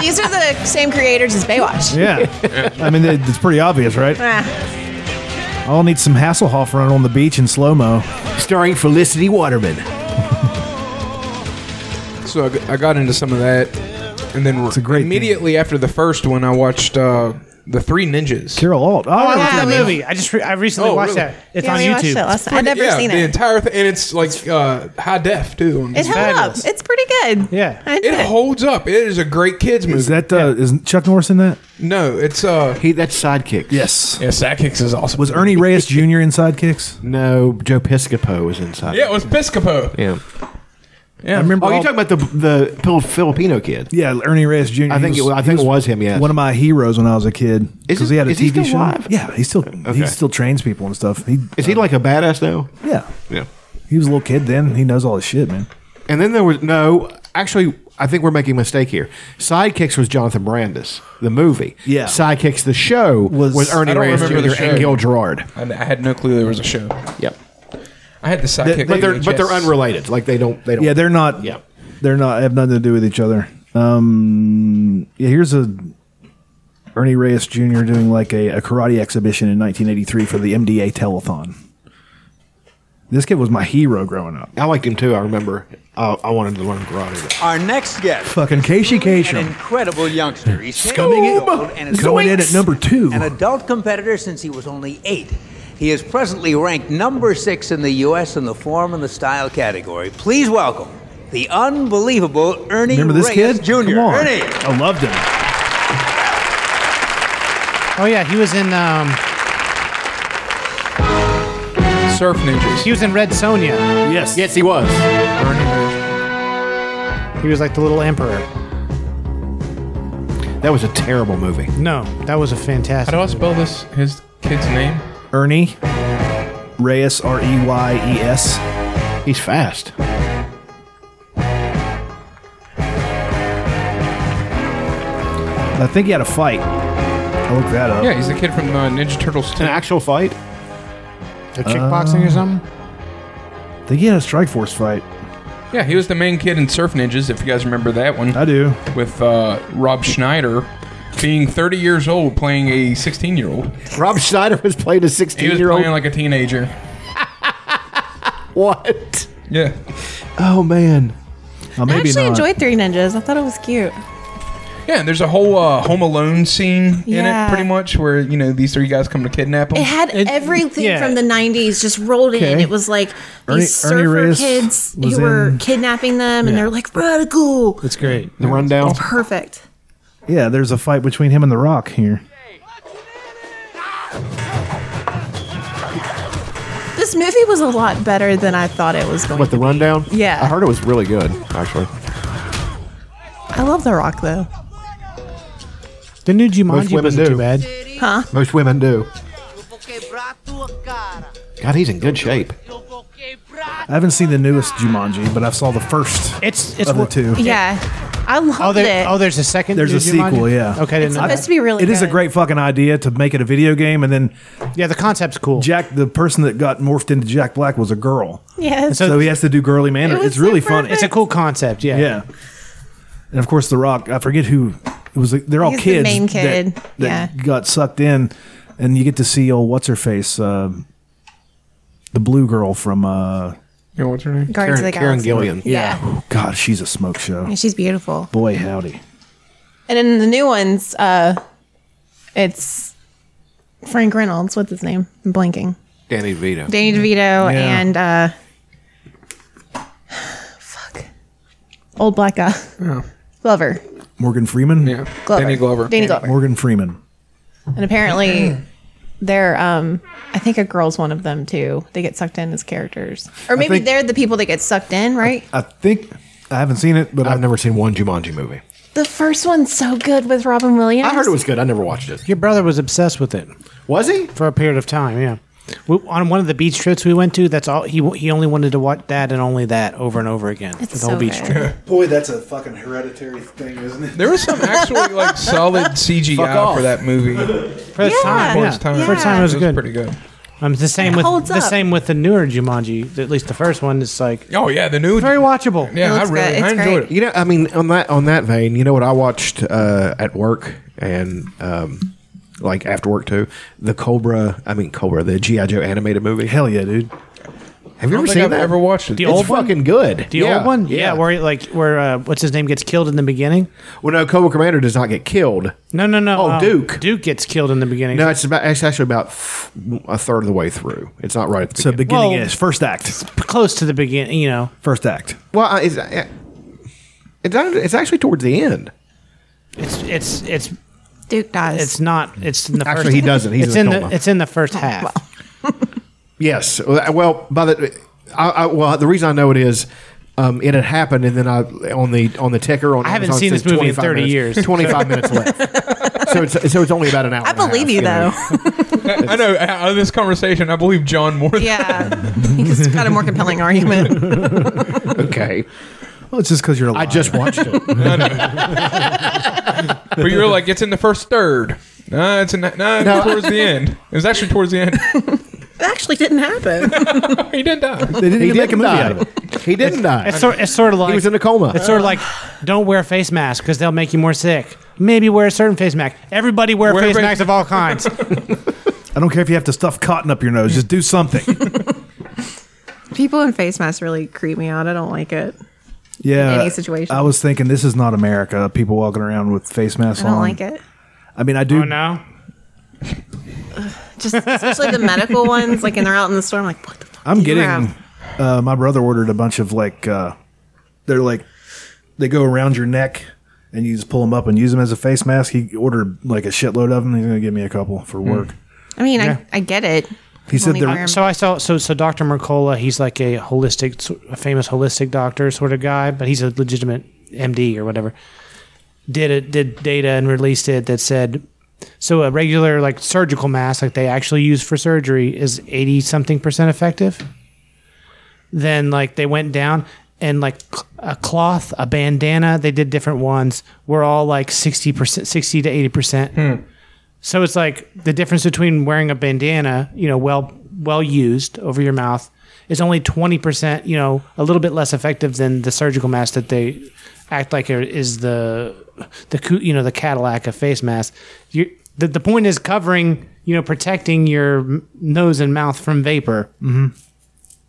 [SPEAKER 2] These are the same creators as Baywatch.
[SPEAKER 5] Yeah. I mean, it- it's pretty obvious, right?
[SPEAKER 2] Ah,
[SPEAKER 5] I'll need some Hasselhoff running on the beach in slow mo.
[SPEAKER 4] Starring Felicity Waterman.
[SPEAKER 1] So I, g- I got into some of that, and then
[SPEAKER 5] a great
[SPEAKER 1] immediately after the first one, I watched uh, the Three Ninjas.
[SPEAKER 5] Carol Alt. Oh,
[SPEAKER 3] I
[SPEAKER 5] I
[SPEAKER 3] love
[SPEAKER 2] Yeah,
[SPEAKER 3] that
[SPEAKER 2] we-
[SPEAKER 3] movie. I just re- I recently
[SPEAKER 1] Oh,
[SPEAKER 3] watched
[SPEAKER 1] really?
[SPEAKER 3] that. It's
[SPEAKER 2] yeah,
[SPEAKER 3] on
[SPEAKER 2] we watched it
[SPEAKER 3] YouTube.
[SPEAKER 2] last night. I've never
[SPEAKER 1] yeah,
[SPEAKER 2] seen
[SPEAKER 1] the
[SPEAKER 2] it.
[SPEAKER 1] entire thing, and it's like uh, high def too. on
[SPEAKER 2] It
[SPEAKER 1] this-
[SPEAKER 2] held
[SPEAKER 3] fabulous.
[SPEAKER 2] up. It's pretty good.
[SPEAKER 3] Yeah.
[SPEAKER 2] I
[SPEAKER 1] it
[SPEAKER 2] did.
[SPEAKER 1] holds up. It is a great kids movie.
[SPEAKER 5] Is that uh, is Chuck Norris in that?
[SPEAKER 1] no? It's uh,
[SPEAKER 4] He that's sidekick.
[SPEAKER 5] Yes.
[SPEAKER 1] yeah, Sidekicks is awesome.
[SPEAKER 5] Was Ernie Reyes Jr. in
[SPEAKER 4] Oh,
[SPEAKER 5] Sidekicks?
[SPEAKER 4] No, Joe Piscopo was inside.
[SPEAKER 1] Yeah, it was Piscopo.
[SPEAKER 4] Yeah.
[SPEAKER 1] Yeah,
[SPEAKER 5] I remember.
[SPEAKER 4] Oh, you're
[SPEAKER 5] all-
[SPEAKER 4] talking about the the Pil- Filipino kid?
[SPEAKER 5] yeah, Ernie Reyes Jr.
[SPEAKER 4] I think
[SPEAKER 5] He
[SPEAKER 4] it, wa- I think
[SPEAKER 5] he
[SPEAKER 4] it was him. Yeah.
[SPEAKER 5] one of my heroes when I was a kid
[SPEAKER 4] Is
[SPEAKER 5] because
[SPEAKER 4] he-
[SPEAKER 5] he had a
[SPEAKER 4] is he
[SPEAKER 5] TV
[SPEAKER 4] still
[SPEAKER 5] show.
[SPEAKER 4] alive?
[SPEAKER 5] Yeah, he still
[SPEAKER 4] Okay.
[SPEAKER 5] he still trains people and stuff. He
[SPEAKER 4] Is he like a badass now?
[SPEAKER 5] yeah.
[SPEAKER 4] Yeah.
[SPEAKER 5] He was a little kid then. He knows all his shit, man.
[SPEAKER 4] And then there was no. Actually, I think we're making a mistake here. Sidekicks was Jonathan Brandis, the movie.
[SPEAKER 5] Yeah.
[SPEAKER 4] Sidekicks, the show was,
[SPEAKER 5] Was-
[SPEAKER 4] Ernie
[SPEAKER 1] I don't
[SPEAKER 4] Reyes
[SPEAKER 1] remember the
[SPEAKER 4] Jr.
[SPEAKER 1] show.
[SPEAKER 4] and Gil Gerard.
[SPEAKER 1] I, I had no clue there was a show.
[SPEAKER 4] Yep.
[SPEAKER 1] I had the sidekick.
[SPEAKER 4] But they're but they're
[SPEAKER 1] VHS.
[SPEAKER 4] unrelated. Like they don't they don't.
[SPEAKER 5] Yeah, they're not.
[SPEAKER 4] Yeah.
[SPEAKER 5] they're not have nothing to do with each other. Um, yeah, here's a Ernie Reyes Jr. doing like a, a karate exhibition in 1983 for the MDA telethon. This kid was my hero growing up.
[SPEAKER 4] I liked him too. I remember. I I wanted to learn karate.
[SPEAKER 6] Our next guest,
[SPEAKER 5] Fucking Casey
[SPEAKER 6] an
[SPEAKER 5] Kasem
[SPEAKER 6] incredible youngster. He's
[SPEAKER 5] Coming in-
[SPEAKER 6] and is
[SPEAKER 5] going in at number two.
[SPEAKER 6] An adult competitor since he was only eight.
[SPEAKER 13] He is presently ranked number six in the U.S. in the form and the style category. Please welcome the unbelievable Ernie
[SPEAKER 5] Remember this
[SPEAKER 13] Reyes
[SPEAKER 5] kid?
[SPEAKER 13] Jr.
[SPEAKER 5] Come on.
[SPEAKER 13] Ernie.
[SPEAKER 5] I loved him.
[SPEAKER 3] Oh yeah, he was in um,
[SPEAKER 1] Surf Ninjas.
[SPEAKER 3] He was in Red Sonja.
[SPEAKER 5] Yes.
[SPEAKER 3] Yes, he was. He was like the little emperor.
[SPEAKER 11] That was a terrible movie.
[SPEAKER 3] No, that was a fantastic.
[SPEAKER 1] How do I spell this? His kid's name?
[SPEAKER 5] Ernie Reyes, R E Y E S. He's fast. I think he had a fight. I looked that up.
[SPEAKER 1] Yeah, he's the kid from uh, Ninja Turtles 2. An
[SPEAKER 11] actual fight?
[SPEAKER 3] A kickboxing or something?
[SPEAKER 5] I think he had a Strike Force fight.
[SPEAKER 1] Yeah, he was the main kid in Surf Ninjas, if you guys remember that one. I
[SPEAKER 5] do.
[SPEAKER 1] With uh, Rob Schneider being 30 years old playing a 16 year old.
[SPEAKER 4] Rob Schneider was playing a 16
[SPEAKER 1] He was
[SPEAKER 4] year old.
[SPEAKER 1] playing like a teenager.
[SPEAKER 4] <laughs> what?
[SPEAKER 1] Yeah.
[SPEAKER 11] Oh man.
[SPEAKER 5] Uh,
[SPEAKER 2] I actually enjoyed Three Ninjas. I thought it was cute.
[SPEAKER 1] Yeah, and there's a whole uh, Home Alone scene in
[SPEAKER 2] Yeah.
[SPEAKER 1] it, pretty much, where, you know, these three guys come to kidnap him.
[SPEAKER 2] It had everything
[SPEAKER 1] yeah.
[SPEAKER 2] from the '90s just rolled in.
[SPEAKER 1] Okay.
[SPEAKER 2] It was like
[SPEAKER 1] Ernie-
[SPEAKER 2] these
[SPEAKER 1] Ernie
[SPEAKER 2] surfer
[SPEAKER 1] Reyes
[SPEAKER 2] kids
[SPEAKER 1] was
[SPEAKER 2] who were
[SPEAKER 5] in-
[SPEAKER 2] kidnapping them, and they're like radical.
[SPEAKER 3] That's great.
[SPEAKER 11] The rundown.
[SPEAKER 2] Perfect.
[SPEAKER 5] Yeah, there's a fight between him and The Rock here.
[SPEAKER 2] This movie was a lot better than I thought it was going.
[SPEAKER 4] What, the rundown?
[SPEAKER 2] Yeah.
[SPEAKER 4] I heard it was really good, actually.
[SPEAKER 2] I love The Rock though.
[SPEAKER 3] The new Jumanji
[SPEAKER 4] Most women
[SPEAKER 3] wasn't
[SPEAKER 4] do.
[SPEAKER 3] too bad.
[SPEAKER 2] Huh?
[SPEAKER 4] Most women do. God, he's in good shape.
[SPEAKER 5] I haven't seen the newest Jumanji, but I saw the first.
[SPEAKER 3] It's it's
[SPEAKER 5] of the
[SPEAKER 3] wor-
[SPEAKER 5] two.
[SPEAKER 2] Yeah, I loved
[SPEAKER 3] Oh, there,
[SPEAKER 2] it.
[SPEAKER 3] oh, there's a second.
[SPEAKER 5] There's a
[SPEAKER 3] Did you mind?
[SPEAKER 5] sequel, yeah.
[SPEAKER 3] Okay, I didn't know.
[SPEAKER 2] supposed to be really
[SPEAKER 5] It is a
[SPEAKER 2] good.
[SPEAKER 5] great fucking idea to make it a video game, and then
[SPEAKER 3] yeah, the concept's cool.
[SPEAKER 5] Jack, the person that got morphed into Jack Black was a girl,
[SPEAKER 2] Yes.
[SPEAKER 5] so, he has to do girly manner.
[SPEAKER 3] It was
[SPEAKER 5] it's really
[SPEAKER 3] so
[SPEAKER 5] funny.
[SPEAKER 3] It's a cool concept. Yeah.
[SPEAKER 5] yeah. And of course, The Rock. I forget who it was. like, They're all
[SPEAKER 2] He's the
[SPEAKER 5] kids.
[SPEAKER 2] main kid,
[SPEAKER 5] That, that got sucked in, and you get to see old what's her face, um the blue girl from. Uh,
[SPEAKER 1] yeah, what's her name?
[SPEAKER 2] Guardians of the Karen- Karen Galaxy. Gillian.
[SPEAKER 5] Yeah.
[SPEAKER 2] Yeah.
[SPEAKER 5] Oh, God, she's a smoke show.
[SPEAKER 2] Yeah, she's beautiful.
[SPEAKER 5] Boy, howdy.
[SPEAKER 2] And in the new ones, uh, it's Frank Reynolds. What's his name? I'm blanking.
[SPEAKER 11] Danny DeVito.
[SPEAKER 2] Danny DeVito
[SPEAKER 11] Yeah.
[SPEAKER 2] and uh, <sighs> fuck, old black guy Glover.
[SPEAKER 5] Morgan Freeman. Yeah.
[SPEAKER 2] Glover. Danny Glover. Danny Glover.
[SPEAKER 5] Morgan Freeman.
[SPEAKER 2] And apparently, they're um, I think a girl's one of them too. They get sucked in as characters, or
[SPEAKER 5] I
[SPEAKER 2] maybe
[SPEAKER 5] think-
[SPEAKER 2] they're the people that get sucked in. Right?
[SPEAKER 5] I think I haven't seen it, but
[SPEAKER 11] I've never seen one Jumanji movie.
[SPEAKER 2] The first one's so good with Robin Williams.
[SPEAKER 3] I heard it
[SPEAKER 4] was good. I never watched it.
[SPEAKER 3] Your brother was obsessed with it.
[SPEAKER 4] Was he?
[SPEAKER 3] For a period of time, yeah. We, on one of the beach trips we went to, that's all he he only wanted to watch that and only that over and over again for the whole beach trip.
[SPEAKER 5] Boy, that's a fucking hereditary thing, isn't it?
[SPEAKER 1] There was some actually like solid
[SPEAKER 4] <laughs>
[SPEAKER 1] CGI for that movie.
[SPEAKER 3] First time,
[SPEAKER 1] For
[SPEAKER 3] yeah.
[SPEAKER 1] its time.
[SPEAKER 3] First time it was good.
[SPEAKER 1] pretty good.
[SPEAKER 3] Um, it's the same with
[SPEAKER 1] holds
[SPEAKER 3] the
[SPEAKER 1] up.
[SPEAKER 3] same with the newer Jumanji. At least the first one is like
[SPEAKER 1] Oh yeah, the new
[SPEAKER 3] very watchable.
[SPEAKER 1] Yeah, I really I enjoyed it.
[SPEAKER 4] You know, I mean, on that on that vein, you know what I watched uh, at work and um, like after work too. The Cobra, I mean Cobra, the GI Joe animated movie.
[SPEAKER 5] Hell yeah, dude!
[SPEAKER 4] Have
[SPEAKER 1] I don't
[SPEAKER 4] you ever
[SPEAKER 1] think
[SPEAKER 4] seen
[SPEAKER 1] I've
[SPEAKER 4] that?
[SPEAKER 1] ever watched it.
[SPEAKER 4] The
[SPEAKER 3] The
[SPEAKER 4] it's
[SPEAKER 3] old one?
[SPEAKER 4] fucking good.
[SPEAKER 3] The old one, yeah, where like where uh, what's his name gets killed in the beginning.
[SPEAKER 4] Well, no, Cobra Commander does not get killed.
[SPEAKER 3] No, no, no.
[SPEAKER 4] Oh,
[SPEAKER 3] um,
[SPEAKER 4] Duke.
[SPEAKER 3] Duke gets killed in the beginning.
[SPEAKER 4] No, it's about it's actually about f- a third of the way through. It's not right at the
[SPEAKER 5] So beginning
[SPEAKER 3] Well-
[SPEAKER 5] is first act.
[SPEAKER 3] close to the beginning, you know.
[SPEAKER 5] First act.
[SPEAKER 4] Well, uh, I- it's I- it's act- it's actually towards the end.
[SPEAKER 3] It's it's it's
[SPEAKER 2] Duke dies.
[SPEAKER 3] It's not. It's in the
[SPEAKER 4] Actually,
[SPEAKER 3] first,
[SPEAKER 4] he doesn't. He's
[SPEAKER 3] it's in,
[SPEAKER 4] in a
[SPEAKER 3] the.
[SPEAKER 4] coma.
[SPEAKER 3] It's in the first half.
[SPEAKER 4] Yes. Well, by the I, I, well, the reason I know it is. Um, it had happened, and then I on the on the ticker on
[SPEAKER 3] I haven't
[SPEAKER 4] Amazon, it
[SPEAKER 3] seen
[SPEAKER 4] says
[SPEAKER 3] this movie in
[SPEAKER 4] 25
[SPEAKER 3] 30
[SPEAKER 4] minutes-
[SPEAKER 3] years. <laughs>
[SPEAKER 4] Twenty five minutes left, so it's so it's only about an hour. I
[SPEAKER 2] believe you,
[SPEAKER 1] I know uh, out of this conversation, I believe John more.
[SPEAKER 2] <laughs>
[SPEAKER 1] Than
[SPEAKER 2] Yeah, he's got a more compelling argument.
[SPEAKER 4] <laughs> okay.
[SPEAKER 5] Well, it's just because you're. Alive.
[SPEAKER 4] I just watched it.
[SPEAKER 1] but you were like, it's in the first third. No, it's in the, no, it's
[SPEAKER 2] No.
[SPEAKER 1] towards the end. It was actually towards
[SPEAKER 3] <laughs>
[SPEAKER 1] the end. <laughs>
[SPEAKER 2] That actually didn't happen.
[SPEAKER 1] he did die. They
[SPEAKER 5] didn't
[SPEAKER 4] even make a movie out of it. He didn't die.
[SPEAKER 3] It's sort. It's sort of like
[SPEAKER 4] he was in a coma.
[SPEAKER 3] It's sort of like don't wear a face mask because they'll make you more sick. Maybe wear a certain face mask. Everybody wear,
[SPEAKER 5] Wear a
[SPEAKER 3] face
[SPEAKER 5] face-
[SPEAKER 3] masks of all kinds. <laughs>
[SPEAKER 5] I don't care if you have to stuff cotton up your nose. Just do something.
[SPEAKER 2] <laughs> People in face masks really creep me out. I don't like it.
[SPEAKER 5] Yeah.
[SPEAKER 2] Any situation.
[SPEAKER 5] I was thinking this is not America. People walking around with face
[SPEAKER 2] I
[SPEAKER 5] masks
[SPEAKER 3] Oh,
[SPEAKER 2] don't
[SPEAKER 5] on.
[SPEAKER 2] like it.
[SPEAKER 5] I mean, I do.
[SPEAKER 3] no.
[SPEAKER 2] Just especially the medical ones, like, and they're out in the store. I'm like, what the fuck?
[SPEAKER 5] I'm
[SPEAKER 2] do you
[SPEAKER 5] getting.
[SPEAKER 2] have?
[SPEAKER 5] Uh, my brother ordered a bunch of like. Uh, they're like, they go around your neck, and you just pull them up and use them as a face mask. He ordered like a shitload of them. He's gonna give me a couple for work.
[SPEAKER 2] I mean,
[SPEAKER 3] Yeah.
[SPEAKER 2] I, I get it. Only wear 'em.
[SPEAKER 3] So I saw. So so Doctor Mercola, he's like a holistic, a famous holistic doctor sort of guy, but he's a legitimate MD or whatever. Did it did data and released it that said, so a regular like surgical mask like they actually use for surgery is eighty something percent effective. Then like they went down and like cl- a cloth, a bandana, they did different ones. We're all like sixty percent, sixty to eighty percent. So it's like the difference between wearing a bandana, you know, well well used over your mouth is only 20%, you know, a little bit less effective than the surgical mask that they act like are- is the the coo- you know, the Cadillac of face mask. You the, the point is covering, you know, protecting your m- nose and mouth from vapor.
[SPEAKER 5] Mm-hmm.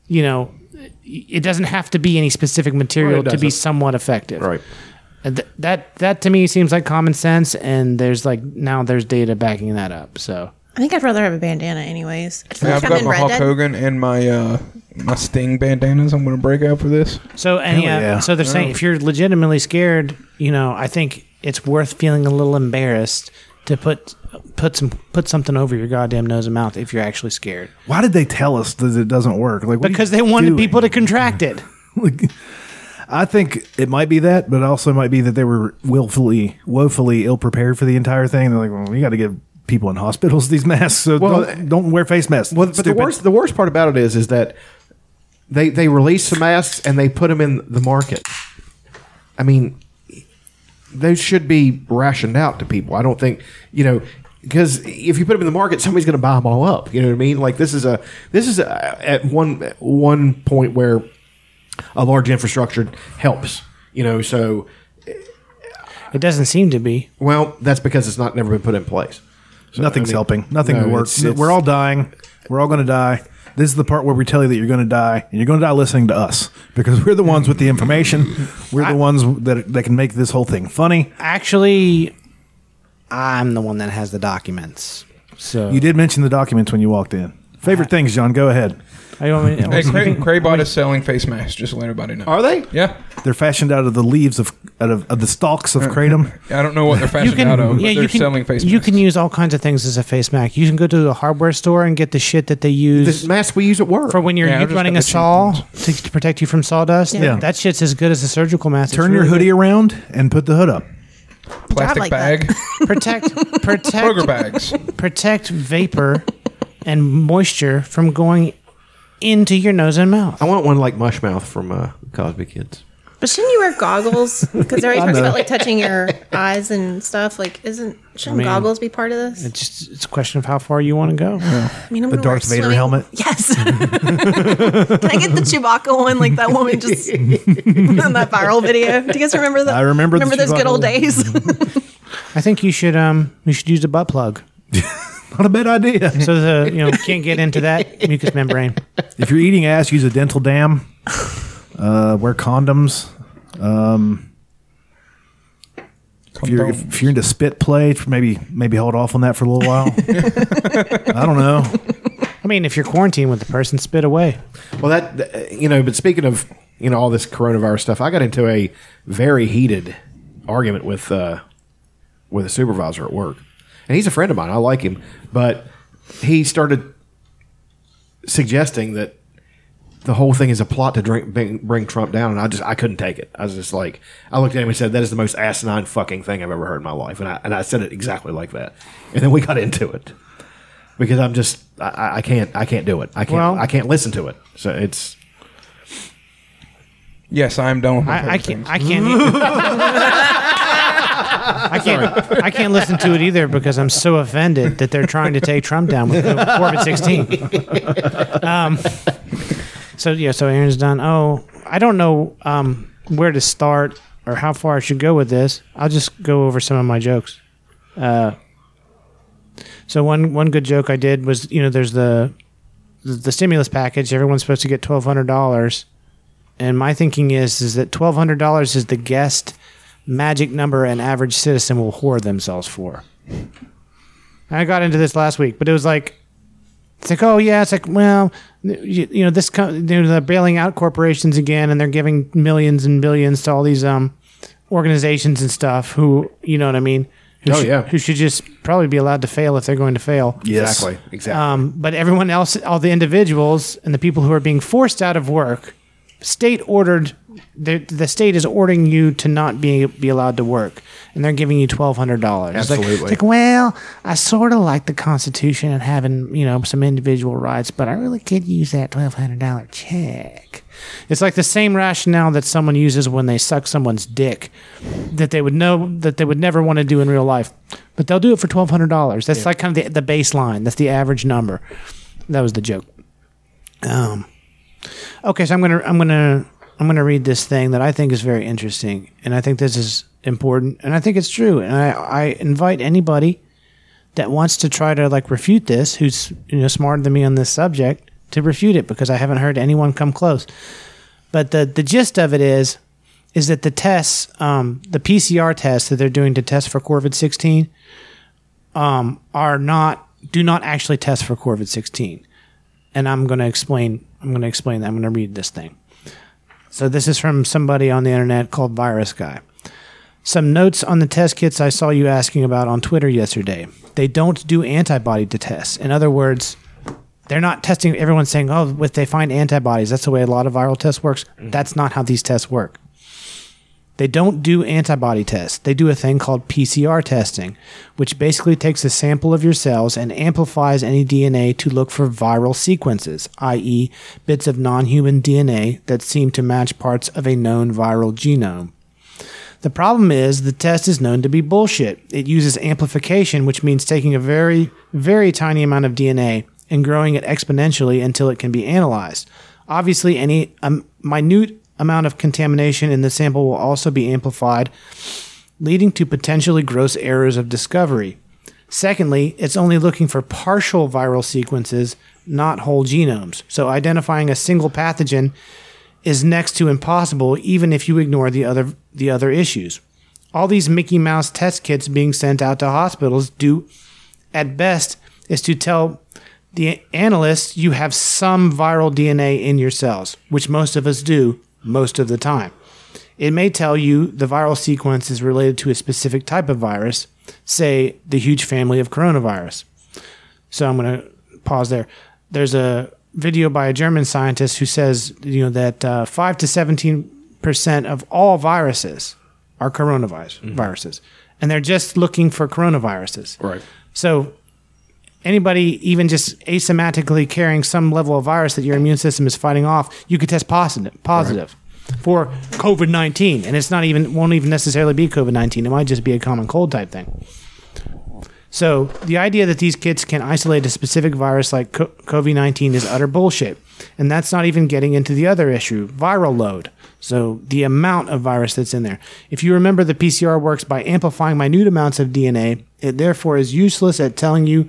[SPEAKER 3] You know, it- it doesn't have to be any specific material to be
[SPEAKER 5] Oh, doesn't.
[SPEAKER 3] somewhat effective. Right. Uh, Th- that that to me seems like common sense and there's like now there's data backing that up. So
[SPEAKER 2] I think I'd rather have a bandana, anyways. I feel
[SPEAKER 1] Yeah,
[SPEAKER 2] like I'm
[SPEAKER 1] I've got
[SPEAKER 2] in
[SPEAKER 1] my
[SPEAKER 2] Red
[SPEAKER 1] Hulk
[SPEAKER 2] Dead.
[SPEAKER 1] Hogan and my uh, my Sting bandanas. I'm going to break out for this.
[SPEAKER 3] So and
[SPEAKER 1] Hell
[SPEAKER 3] yeah,
[SPEAKER 1] yeah.
[SPEAKER 3] so they're saying
[SPEAKER 5] Oh.
[SPEAKER 1] Yeah.
[SPEAKER 3] if you're legitimately scared, you know, I think it's worth feeling a little embarrassed to put put some put something over your goddamn nose and mouth if you're actually scared.
[SPEAKER 5] Why did they tell us that it doesn't work? Like what are
[SPEAKER 3] Because
[SPEAKER 5] you
[SPEAKER 3] they wanted
[SPEAKER 5] doing?
[SPEAKER 3] people to contract it.
[SPEAKER 5] I think it might be that, but it also might be that they were willfully, woefully ill prepared for the entire thing. They're like, well, we got to give people in hospitals these masks, so
[SPEAKER 4] Well,
[SPEAKER 5] don't, don't wear face masks.
[SPEAKER 4] Well, but the worst the worst part about it is is that they they release the masks and they put them in the market. I mean, they should be rationed out to people. I don't think you know because if you put them in the market, somebody's going to buy them all up. You know what I mean? Like this is a this is a, at one at one point where a large infrastructure helps. You know, so
[SPEAKER 3] it doesn't seem to be.
[SPEAKER 4] Well, that's because it's not never been put in place. So, I
[SPEAKER 5] Nothing's
[SPEAKER 4] mean,
[SPEAKER 5] helping. Nothing
[SPEAKER 4] no,
[SPEAKER 5] works.
[SPEAKER 4] it's- it's-
[SPEAKER 5] we're all dying. We're all going to die. This is the part where we tell you that you're going to die, and you're going to die listening to us because we're the ones with the information. We're the ones that that can make this whole thing funny.
[SPEAKER 3] Actually, I'm the one that has the documents. So
[SPEAKER 5] you did mention the documents when you walked in. Favorite things, John. Go ahead.
[SPEAKER 3] I want me,
[SPEAKER 1] Hey, Cray, Craybot is selling face masks. Just to let everybody know. Are
[SPEAKER 4] they?
[SPEAKER 1] Yeah.
[SPEAKER 5] They're fashioned out of the leaves of out of, of the stalks
[SPEAKER 4] Uh,
[SPEAKER 5] of kratom.
[SPEAKER 1] I don't know what they're fashioned out of. but they're selling face.
[SPEAKER 3] You can use all kinds of things as a face mask. You can go to a hardware store and get the shit that they use.
[SPEAKER 4] The masks we use at work.
[SPEAKER 3] For when you're
[SPEAKER 4] Yeah, I've just
[SPEAKER 3] running
[SPEAKER 4] got
[SPEAKER 3] a
[SPEAKER 4] the cheap
[SPEAKER 3] saw to, to protect you from sawdust.
[SPEAKER 5] Yeah.
[SPEAKER 3] That shit's as good as a surgical mask. It's
[SPEAKER 5] Turn your
[SPEAKER 3] really
[SPEAKER 5] hoodie around and put the hood up.
[SPEAKER 3] Plastic like that.
[SPEAKER 5] <laughs>
[SPEAKER 3] protect protect
[SPEAKER 1] Kroger bags.
[SPEAKER 3] Protect vapor and moisture from going into your nose and mouth.
[SPEAKER 4] I want one like Mushmouth from uh, Cosby Kids.
[SPEAKER 2] But shouldn't you wear
[SPEAKER 3] <laughs>
[SPEAKER 2] goggles? Because they're always
[SPEAKER 4] I
[SPEAKER 2] talking
[SPEAKER 4] know.
[SPEAKER 2] about like touching your eyes and stuff. Like, isn't shouldn't
[SPEAKER 3] I mean,
[SPEAKER 2] goggles be part of this?
[SPEAKER 3] It's just it's a question of how far you want to go.
[SPEAKER 2] I mean, I'm The gonna wear Darth Vader swimming- helmet?
[SPEAKER 3] <laughs>
[SPEAKER 2] Yes. Can I get the Chewbacca one? Like that woman
[SPEAKER 3] <laughs>
[SPEAKER 2] just <laughs> in that viral video. Do you guys remember that?
[SPEAKER 3] I remember the
[SPEAKER 2] Remember those good
[SPEAKER 3] Chewbacca
[SPEAKER 2] old
[SPEAKER 3] one.
[SPEAKER 2] days? <laughs>
[SPEAKER 3] I think you should um you should use a butt plug.
[SPEAKER 5] Not a
[SPEAKER 4] <laughs>
[SPEAKER 5] bad idea.
[SPEAKER 3] So the you know can't get into
[SPEAKER 5] <laughs>
[SPEAKER 3] that mucous membrane.
[SPEAKER 5] If you're eating ass, use a dental dam. Uh, wear condoms. Um, if you're if you're into spit play, maybe maybe hold off on that for a little
[SPEAKER 3] <laughs>
[SPEAKER 5] while. I don't know.
[SPEAKER 3] I mean, if you're quarantined with the person, spit away.
[SPEAKER 4] Well, that th- you know. But speaking of you know all this coronavirus stuff, I got into a very heated argument with uh, with a supervisor at work, and he's a friend of mine. I like him, but he started suggesting that the whole thing is a plot to drink, bring, bring Trump down, and I just I couldn't take it. I was just like, I looked at him and said, "That is the most asinine fucking thing I've ever heard in my life," and I and I said it exactly like that, and then we got into it because I'm just I- I, I can't I can't do it. I can't
[SPEAKER 3] Well-
[SPEAKER 4] I can't listen to it. So it's
[SPEAKER 1] yes, I'm done. With my
[SPEAKER 3] I, I can't. I can't. I can't. I can't listen to it either because I'm so offended that they're trying to take Trump down with Corbin 16. Um, so yeah. So Aaron's done. Oh, I don't know um, where to start or how far I should go with this. I'll just go over some of my jokes. Uh, so one one good joke I did was you know there's the the stimulus package. Everyone's supposed to get twelve hundred dollars. And my thinking is is that twelve hundred dollars is the guessed magic number an average citizen will whore themselves for. And I got into this last week, but it was like It's like, oh yeah, it's like, well, you, you know, this co- you know, they're bailing out corporations again, and they're giving millions and billions to all these um organizations and stuff. Who, you know what I mean? Who
[SPEAKER 11] Oh,
[SPEAKER 3] should-
[SPEAKER 11] yeah.
[SPEAKER 3] who should just probably be allowed to fail if they're going to fail.
[SPEAKER 11] Yes. Exactly, exactly.
[SPEAKER 3] Um, but everyone else, all the individuals and the people who are being forced out of work, state ordered, the the state is ordering you to not be be allowed to work, and they're giving you twelve hundred dollars.
[SPEAKER 11] Absolutely.
[SPEAKER 3] Like, well, I sort of like the Constitution and having you know some individual rights, but I really could use that twelve hundred dollar check. It's like the same rationale that someone uses when they suck someone's dick, that they would know that they would never want to do in real life, but they'll do it for twelve hundred dollars. That's like kind of the, the baseline. That's the average number. That was the joke. Um, okay, so I'm gonna I'm gonna I'm gonna read this thing that I think is very interesting, and I think this is important, and I think it's true, and I I invite anybody that wants to try to like refute this, who's you know smarter than me on this subject, to refute it because I haven't heard anyone come close. But the the gist of it is is that the tests, um, the PCR tests that they're doing to test for COVID sixteen, um, are not do not actually test for COVID sixteen and I'm going to explain. I'm going to explain that. I'm going to read this thing. So this is from somebody on the internet called Virus Guy. Some notes on the test kits I saw you asking about on Twitter yesterday. They don't do antibody to tests. In other words, they're not testing. Everyone's saying, "Oh, if they find antibodies, that's the way a lot of viral tests works." That's not how these tests work. They don't do antibody tests. They do a thing called PCR testing, which basically takes a sample of your cells and amplifies any DNA to look for viral sequences, i.e., bits of non human DNA that seem to match parts of a known viral genome. The problem is the test is known to be bullshit. It uses amplification, which means taking a very, very tiny amount of DNA and growing it exponentially until it can be analyzed. Obviously, any um, minute amount of contamination in the sample will also be amplified, leading to potentially gross errors of discovery. Secondly, it's only looking for partial viral sequences, not whole genomes. So identifying a single pathogen is next to impossible even if you ignore the other the other issues. All these Mickey Mouse test kits being sent out to hospitals do at best is to tell the analysts you have some viral DNA in your cells, which most of us do most of the time. It may tell you the viral sequence is related to a specific type of virus, say the huge family of coronavirus. So I'm going to pause there. There's a video by a German scientist who says, you know, that uh, five to seventeen percent of all viruses are coronavirus viruses, and they're just looking for coronaviruses. Right. So anybody, even just asymptomatically carrying some level of virus that your immune system is fighting off, you could test positive. Positive. For COVID nineteen, and it's not even won't even necessarily be COVID nineteen. It might just be a common cold type thing. So the idea that these kits can isolate a specific virus like co- COVID-19 is utter bullshit. And that's not even getting into the other issue, viral load. So the amount of virus that's in there. If you remember the PCR works by amplifying minute amounts of DNA, it therefore is useless at telling you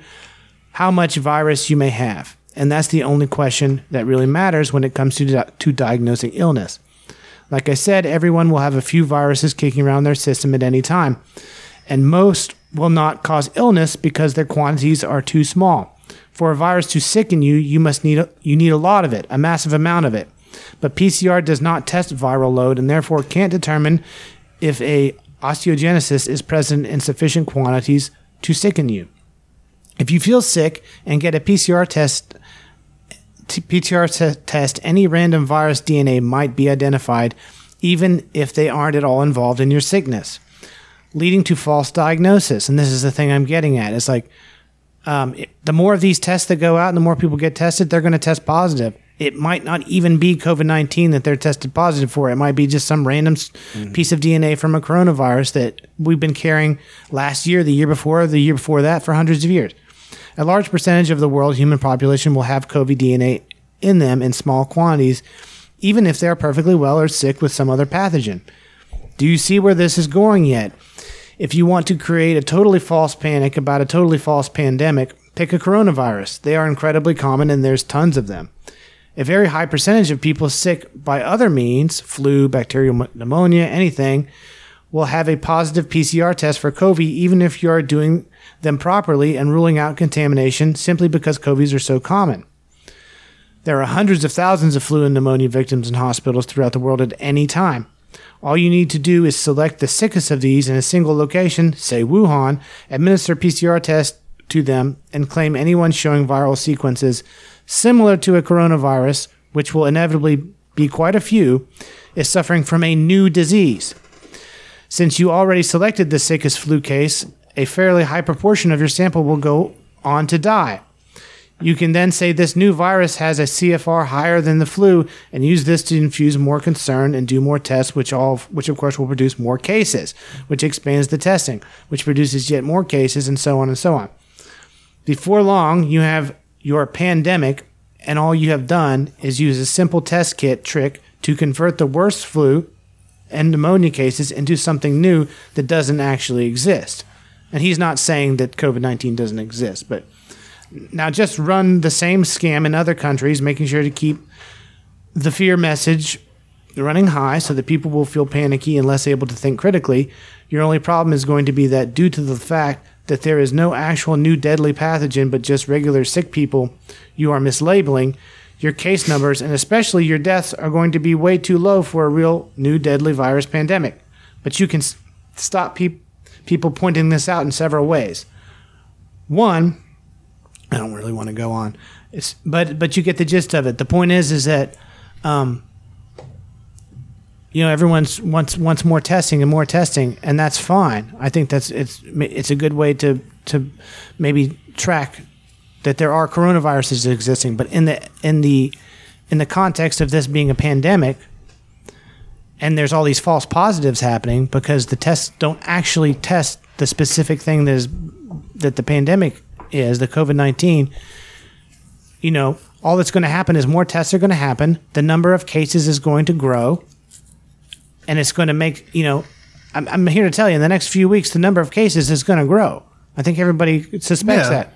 [SPEAKER 3] how much virus you may have. And that's the only question that really matters when it comes to, di- to diagnosing illness. Like I said, everyone will have a few viruses kicking around their system at any time, and most will not cause illness because their quantities are too small. For a virus to sicken you, you must need a, you need a lot of it, a massive amount of it. But PCR does not test viral load and therefore can't determine if a osteogenesis is present in sufficient quantities to sicken you. If you feel sick and get a PCR test t- PTR te- test, any random virus DNA might be identified, even if they aren't at all involved in your sickness, leading to false diagnosis. And this is the thing I'm getting at. It's like um, it- the more of these tests that go out and the more people get tested, they're going to test positive. It might not even be COVID 19 that they're tested positive for. It might be just some random s piece of DNA from a coronavirus that we've been carrying last year, the year before, the year before that for hundreds of years. A large percentage of the world human population will have COVID DNA in them in small quantities, even if they are perfectly well or sick with some other pathogen. Do you see where this is going yet? If you want to create a totally false panic about a totally false pandemic, pick a coronavirus. They are incredibly common and there's tons of them. A very high percentage of people sick by other means, flu, bacterial mo- pneumonia, anything, will have a positive PCR test for COVID even if you are doing them properly and ruling out contamination simply because covies are so common. There are hundreds of thousands of flu and pneumonia victims in hospitals throughout the world at any time. All you need to do is select the sickest of these in a single location, say Wuhan, administer PCR tests to them, and claim anyone showing viral sequences similar to a coronavirus, which will inevitably be quite a few, is suffering from a new disease. Since you already selected the sickest flu case, a fairly high proportion of your sample will go on to die. You can then say this new virus has a CFR higher than the flu and use this to infuse more concern and do more tests, which all which of course will produce more cases, which expands the testing, which produces yet more cases, and so on and so on. Before long, you have your pandemic, and all you have done is use a simple test kit trick to convert the worst flu and pneumonia cases into something new that doesn't actually exist. And he's not saying that COVID 19 doesn't exist, but now just run the same scam in other countries, making sure to keep the fear message running high so that people will feel panicky and less able to think critically. Your only problem is going to be that due to the fact that there is no actual new deadly pathogen but just regular sick people you are mislabeling, your case numbers and especially your deaths are going to be way too low for a real new deadly virus pandemic. But you can s- stop peop people pointing this out in several ways. One, I don't really want to go on. It's, but but you get the gist of it. The point is is that um, you know everyone's wants wants more testing and more testing, and that's fine. I think that's it's it's a good way to to maybe track that there are coronaviruses existing. But in the in the in the context of this being a pandemic, and there's all these false positives happening because the tests don't actually test the specific thing that is that the pandemic is the COVID nineteen. You know, all that's going to happen is more tests are going to happen. The number of cases is going to grow, and it's going to make you know. I'm, I'm here to tell you, in the next few weeks, the number of cases is going to grow. I think everybody suspects
[SPEAKER 5] Yeah.
[SPEAKER 3] that.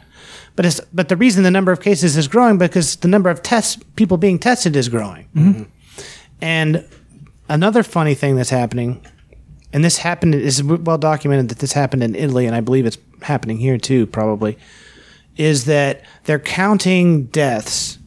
[SPEAKER 3] But it's but the reason the number of cases is growing because the number of tests people being tested is growing. And another funny thing that's happening, and this happened is well documented that this happened in Italy, and I believe it's happening here too, probably, is that they're counting deaths.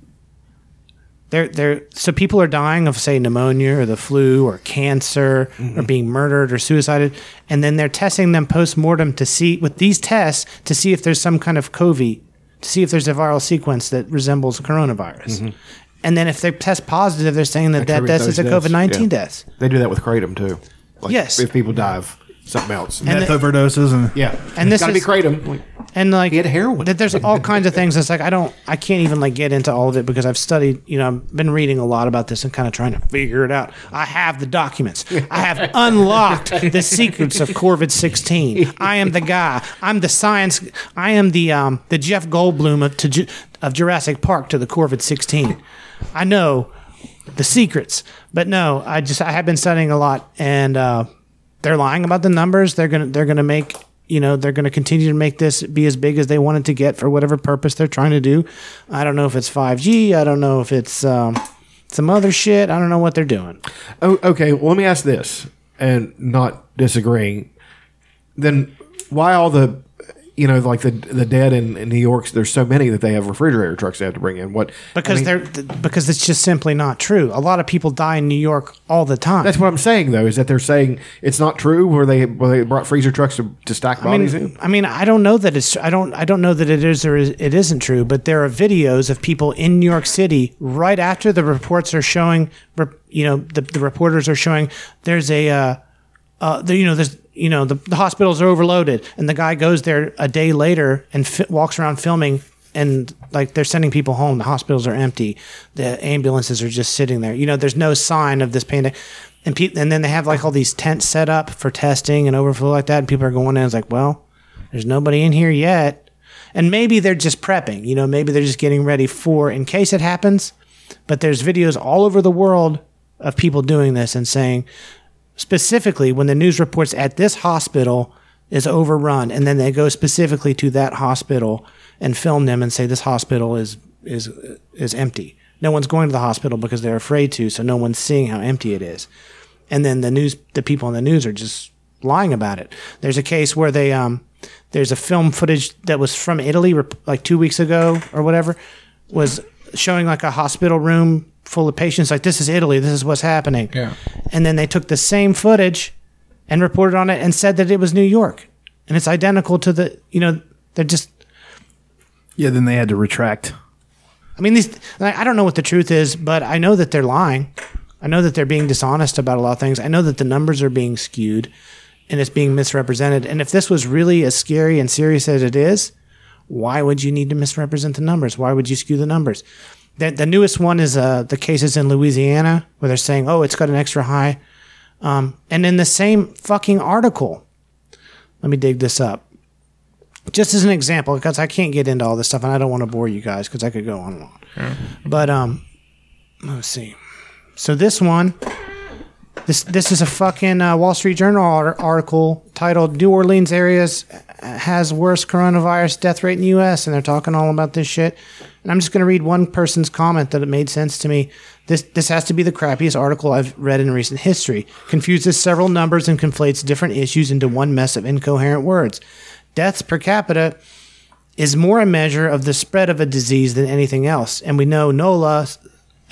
[SPEAKER 3] They're, they're, so people are dying of say pneumonia or the flu or cancer or being murdered or suicided, and then they're testing them post mortem to see with these tests to see if there's some kind of COVID, to see if there's a viral sequence that resembles coronavirus. And then if they test positive, they're saying that that death is a COVID nineteen death.
[SPEAKER 11] They do that with kratom too. Like,
[SPEAKER 3] Yes.
[SPEAKER 11] if people die of something else,
[SPEAKER 3] And Meth the-
[SPEAKER 5] overdoses and
[SPEAKER 11] yeah,
[SPEAKER 3] And this
[SPEAKER 11] gotta
[SPEAKER 3] is
[SPEAKER 11] be kratom. Like,
[SPEAKER 3] and like he had heroin. That there's all kinds of things. It's like I don't, I can't even like get into all of it because I've studied. You know, I've been reading a lot about this and kind of trying to figure it out. I have the documents. I <laughs> have unlocked the secrets of Corvid 16. I am the guy. I'm the science. I am the um the Jeff Goldblum of to, Ju- of Jurassic Park to the Corvid 16. I know the secrets. But no, I just I have been studying a lot, and uh, they're lying about the numbers. They're gonna they're gonna make you know they're gonna continue to make this be as big as they want it to get for whatever purpose they're trying to do. I don't know if it's five G. I don't know if it's um, some other shit. I don't know what they're doing.
[SPEAKER 11] Oh, okay. Well, let me ask this, and not disagreeing. Then why all the, you know, like the the dead in, in New York? There's so many that they have refrigerator trucks they have to bring in. What
[SPEAKER 3] Because they're th- because it's just simply not true. A lot of people die in New York all the time.
[SPEAKER 11] that's what I'm saying though is that they're saying it's not true. Where they where they brought freezer trucks to, to stack
[SPEAKER 3] I
[SPEAKER 11] bodies
[SPEAKER 3] mean, I mean, I don't know that it's. I don't. I don't know that it is or is, it isn't true. But there are videos of people in New York City right after the reports are showing. rep- You know, the, the reporters are showing. There's a. Uh, uh, the, you know, there's. You know, the, the hospitals are overloaded, and the guy goes there a day later and fi- walks around filming. And like they're sending people home, the hospitals are empty, the ambulances are just sitting there. You know, there's no sign of this pandemic and pe- and then they have like all these tents set up for testing and overflow like that, and people are going in. It's like, well, there's nobody in here yet, and maybe they're just prepping. You know, maybe they're just getting ready for in case it happens. But there's videos all over the world of people doing this and saying specifically when the news reports at this hospital is overrun, and then they go specifically to that hospital and film them and say this hospital is is is empty. No one's going to the hospital because they're afraid to, so no one's seeing how empty it is and then the news the people in the news are just lying about it there's a case where they um there's a film footage that was from Italy, rep- like two weeks ago or whatever, was showing like a hospital room full of patients. Like this is Italy. This is what's happening.
[SPEAKER 1] Yeah.
[SPEAKER 3] And then they took the same footage and reported on it and said that it was New York, and it's identical to the you know they're just
[SPEAKER 5] Yeah, then they had to retract.
[SPEAKER 3] I mean, these. Like, I don't know what the truth is, but I know that they're lying. I know that they're being dishonest about a lot of things. I know that the numbers are being skewed, and it's being misrepresented. And if this was really as scary and serious as it is, why would you need to misrepresent the numbers? Why would you skew the numbers? The, the newest one is uh, the cases in Louisiana where they're saying, "Oh, it's got an extra high," um, and in the same fucking article. Let me dig this up just as an example, because I can't get into all this stuff, and I don't want to bore you guys because I could go on and on. But um, let's see. So this one, this this is a fucking uh, Wall Street Journal ar- article titled "New Orleans Areas Has Worst Coronavirus Death Rate in the U.S." and they're talking all about this shit. And I'm just going to read one person's comment that it made sense to me. This this has to be the crappiest article I've read in recent history. Confuses several numbers and conflates different issues into one mess of incoherent words deaths per capita is more a measure of the spread of a disease than anything else. And we know NOLA,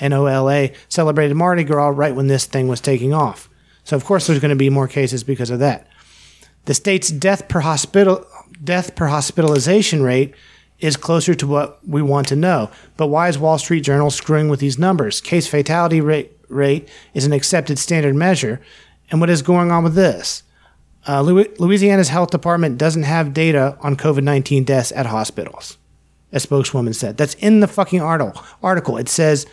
[SPEAKER 3] N O L A, celebrated Mardi Gras right when this thing was taking off. So, of course, there's going to be more cases because of that. The state's death per hospital death per hospitalization rate is closer to what we want to know. But why is Wall Street Journal screwing with these numbers? Case fatality rate rate is an accepted standard measure. And what is going on with this? Uh, Lu- Louisiana's health department doesn't have data on COVID 19 deaths at hospitals, a spokeswoman said. That's in the fucking article. article. It says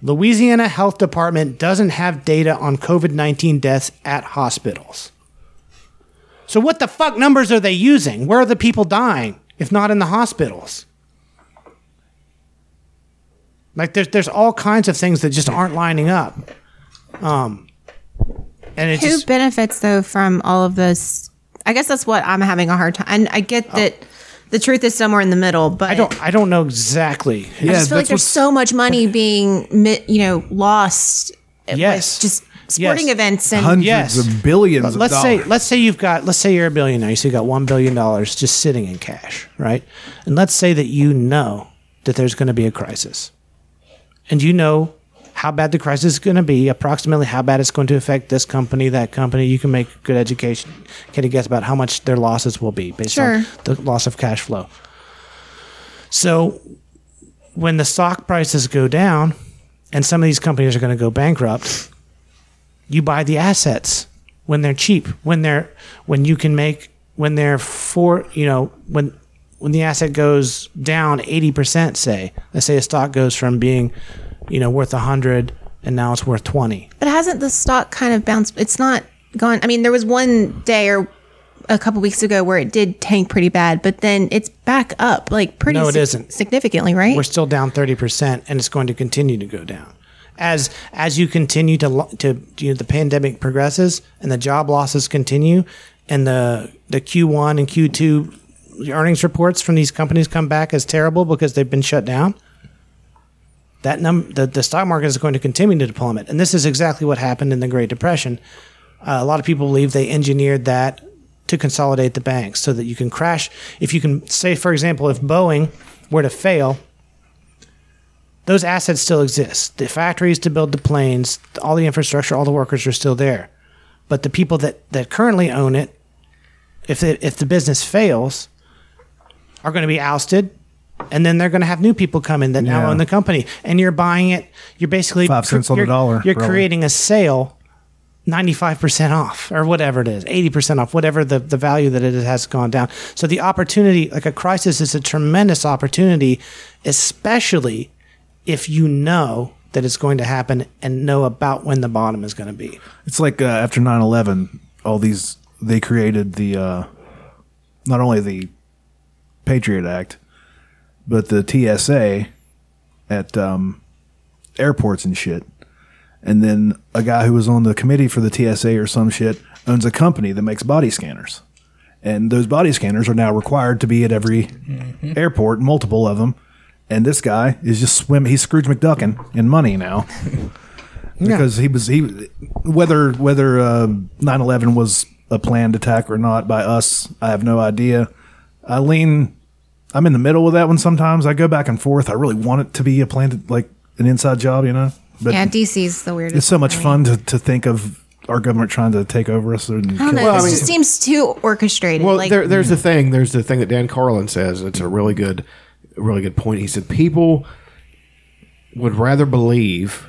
[SPEAKER 3] Louisiana health department doesn't have data on COVID 19 deaths at hospitals. So, what the fuck numbers are they using? Where are the people dying if not in the hospitals? Like, there's, there's all kinds of things that just aren't lining up. Um, and it's
[SPEAKER 14] Who
[SPEAKER 3] just,
[SPEAKER 14] benefits though from all of this? I guess that's what I'm having a hard time. And I
[SPEAKER 5] Oh.
[SPEAKER 14] get that the truth is somewhere in the middle, but I don't.
[SPEAKER 3] I don't know exactly.
[SPEAKER 14] I just feel like there's so much money being, mi- you know, lost. Yes, just sporting events and
[SPEAKER 5] of billions
[SPEAKER 3] Let-
[SPEAKER 5] of
[SPEAKER 3] let's
[SPEAKER 5] dollars.
[SPEAKER 3] say let's say you've got let's say you're a billionaire so you got one billion dollars just sitting in cash right and let's say that you know that there's going to be a crisis and you know how bad the crisis is going to be approximately how bad it's going to affect this company that company you can make good education can you guess about how much their losses will be based on
[SPEAKER 14] Sure.
[SPEAKER 3] the loss of cash flow so when the stock prices go down and some of these companies are going to go bankrupt, you buy the assets when they're cheap, when they're when you can make when they're for you know when when the asset goes down eighty percent, say let's say a stock goes from being you know worth a hundred and now it's worth twenty.
[SPEAKER 14] But hasn't the stock kind of bounced? It's not gone. I mean, there was one day or a couple weeks ago where it did tank pretty bad, but then it's back up like pretty.
[SPEAKER 3] No, it
[SPEAKER 14] sig-
[SPEAKER 3] isn't.
[SPEAKER 14] significantly, right?
[SPEAKER 3] We're still down thirty percent, and it's going to continue to go down as as you continue to lo- to you know, the pandemic progresses and the job losses continue, and the the Q one and Q two earnings reports from these companies come back as terrible because they've been shut down. That num the, the stock market is going to continue to plummet, and this is exactly what happened in the Great Depression. Uh, a lot of people believe they engineered that to consolidate the banks so that you can crash. If you can say, for example, if Boeing were to fail, those assets still exist. The factories to build the planes, all the infrastructure, all the workers are still there. But the people that, that currently own it, if it, if the business fails, are going to be ousted, and then they're going to have new people come in that now
[SPEAKER 5] Yeah.
[SPEAKER 3] own the company. And you're buying it. You're basically
[SPEAKER 5] Five cents on the
[SPEAKER 3] you're-
[SPEAKER 5] dollar,
[SPEAKER 3] You're
[SPEAKER 5] probably.
[SPEAKER 3] creating a sale 95% off or whatever it is 80% off whatever the, the value that it has gone down so the opportunity like a crisis is a tremendous opportunity especially if you know that it's going to happen and know about when the bottom is going to be
[SPEAKER 5] It's like uh, after 9/11, all these they created the uh, not only the Patriot Act, but the TSA at um, airports and shit. And then a guy who was on the committee for the TSA or some shit owns a company that makes body scanners. And those body scanners are now required to be at every airport, multiple of them. And this guy is just swim. He's Scrooge McDuckin in money now because he was he whether whether uh, 9-11 was a planned attack or not by us. I have no idea. I lean. I'm in the middle with that one sometimes. I go back and forth. I really want it to be a planned, like an inside job, you know. But
[SPEAKER 14] yeah, DC's the weirdest.
[SPEAKER 5] it's so much
[SPEAKER 14] for me.
[SPEAKER 5] fun to, to think of our government trying to take over us. And
[SPEAKER 14] I don't know.
[SPEAKER 5] kill
[SPEAKER 14] this
[SPEAKER 5] us.
[SPEAKER 14] just seems too orchestrated.
[SPEAKER 11] Well,
[SPEAKER 14] like,
[SPEAKER 11] there, there's the thing. There's the thing that Dan Carlin says. It's a really good, really good point. He said people would rather believe,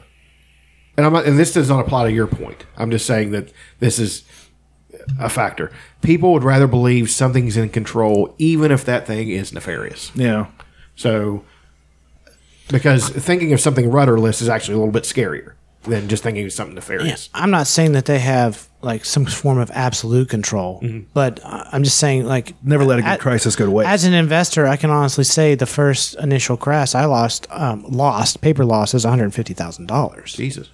[SPEAKER 11] and I'm not, and this does not apply to your point. I'm just saying that this is a factor. People would rather believe something's in control, even if that thing is nefarious.
[SPEAKER 5] Yeah.
[SPEAKER 11] So, because thinking of something rudderless is actually a little bit scarier than just thinking of something nefarious.
[SPEAKER 3] I'm not saying that they have like some form of absolute control, but I- I'm just saying like
[SPEAKER 5] never let a good
[SPEAKER 3] at-
[SPEAKER 5] crisis go to waste.
[SPEAKER 3] As an investor, I can honestly say the first initial crash I lost, um, lost paper loss is one hundred fifty thousand dollars.
[SPEAKER 11] Jesus.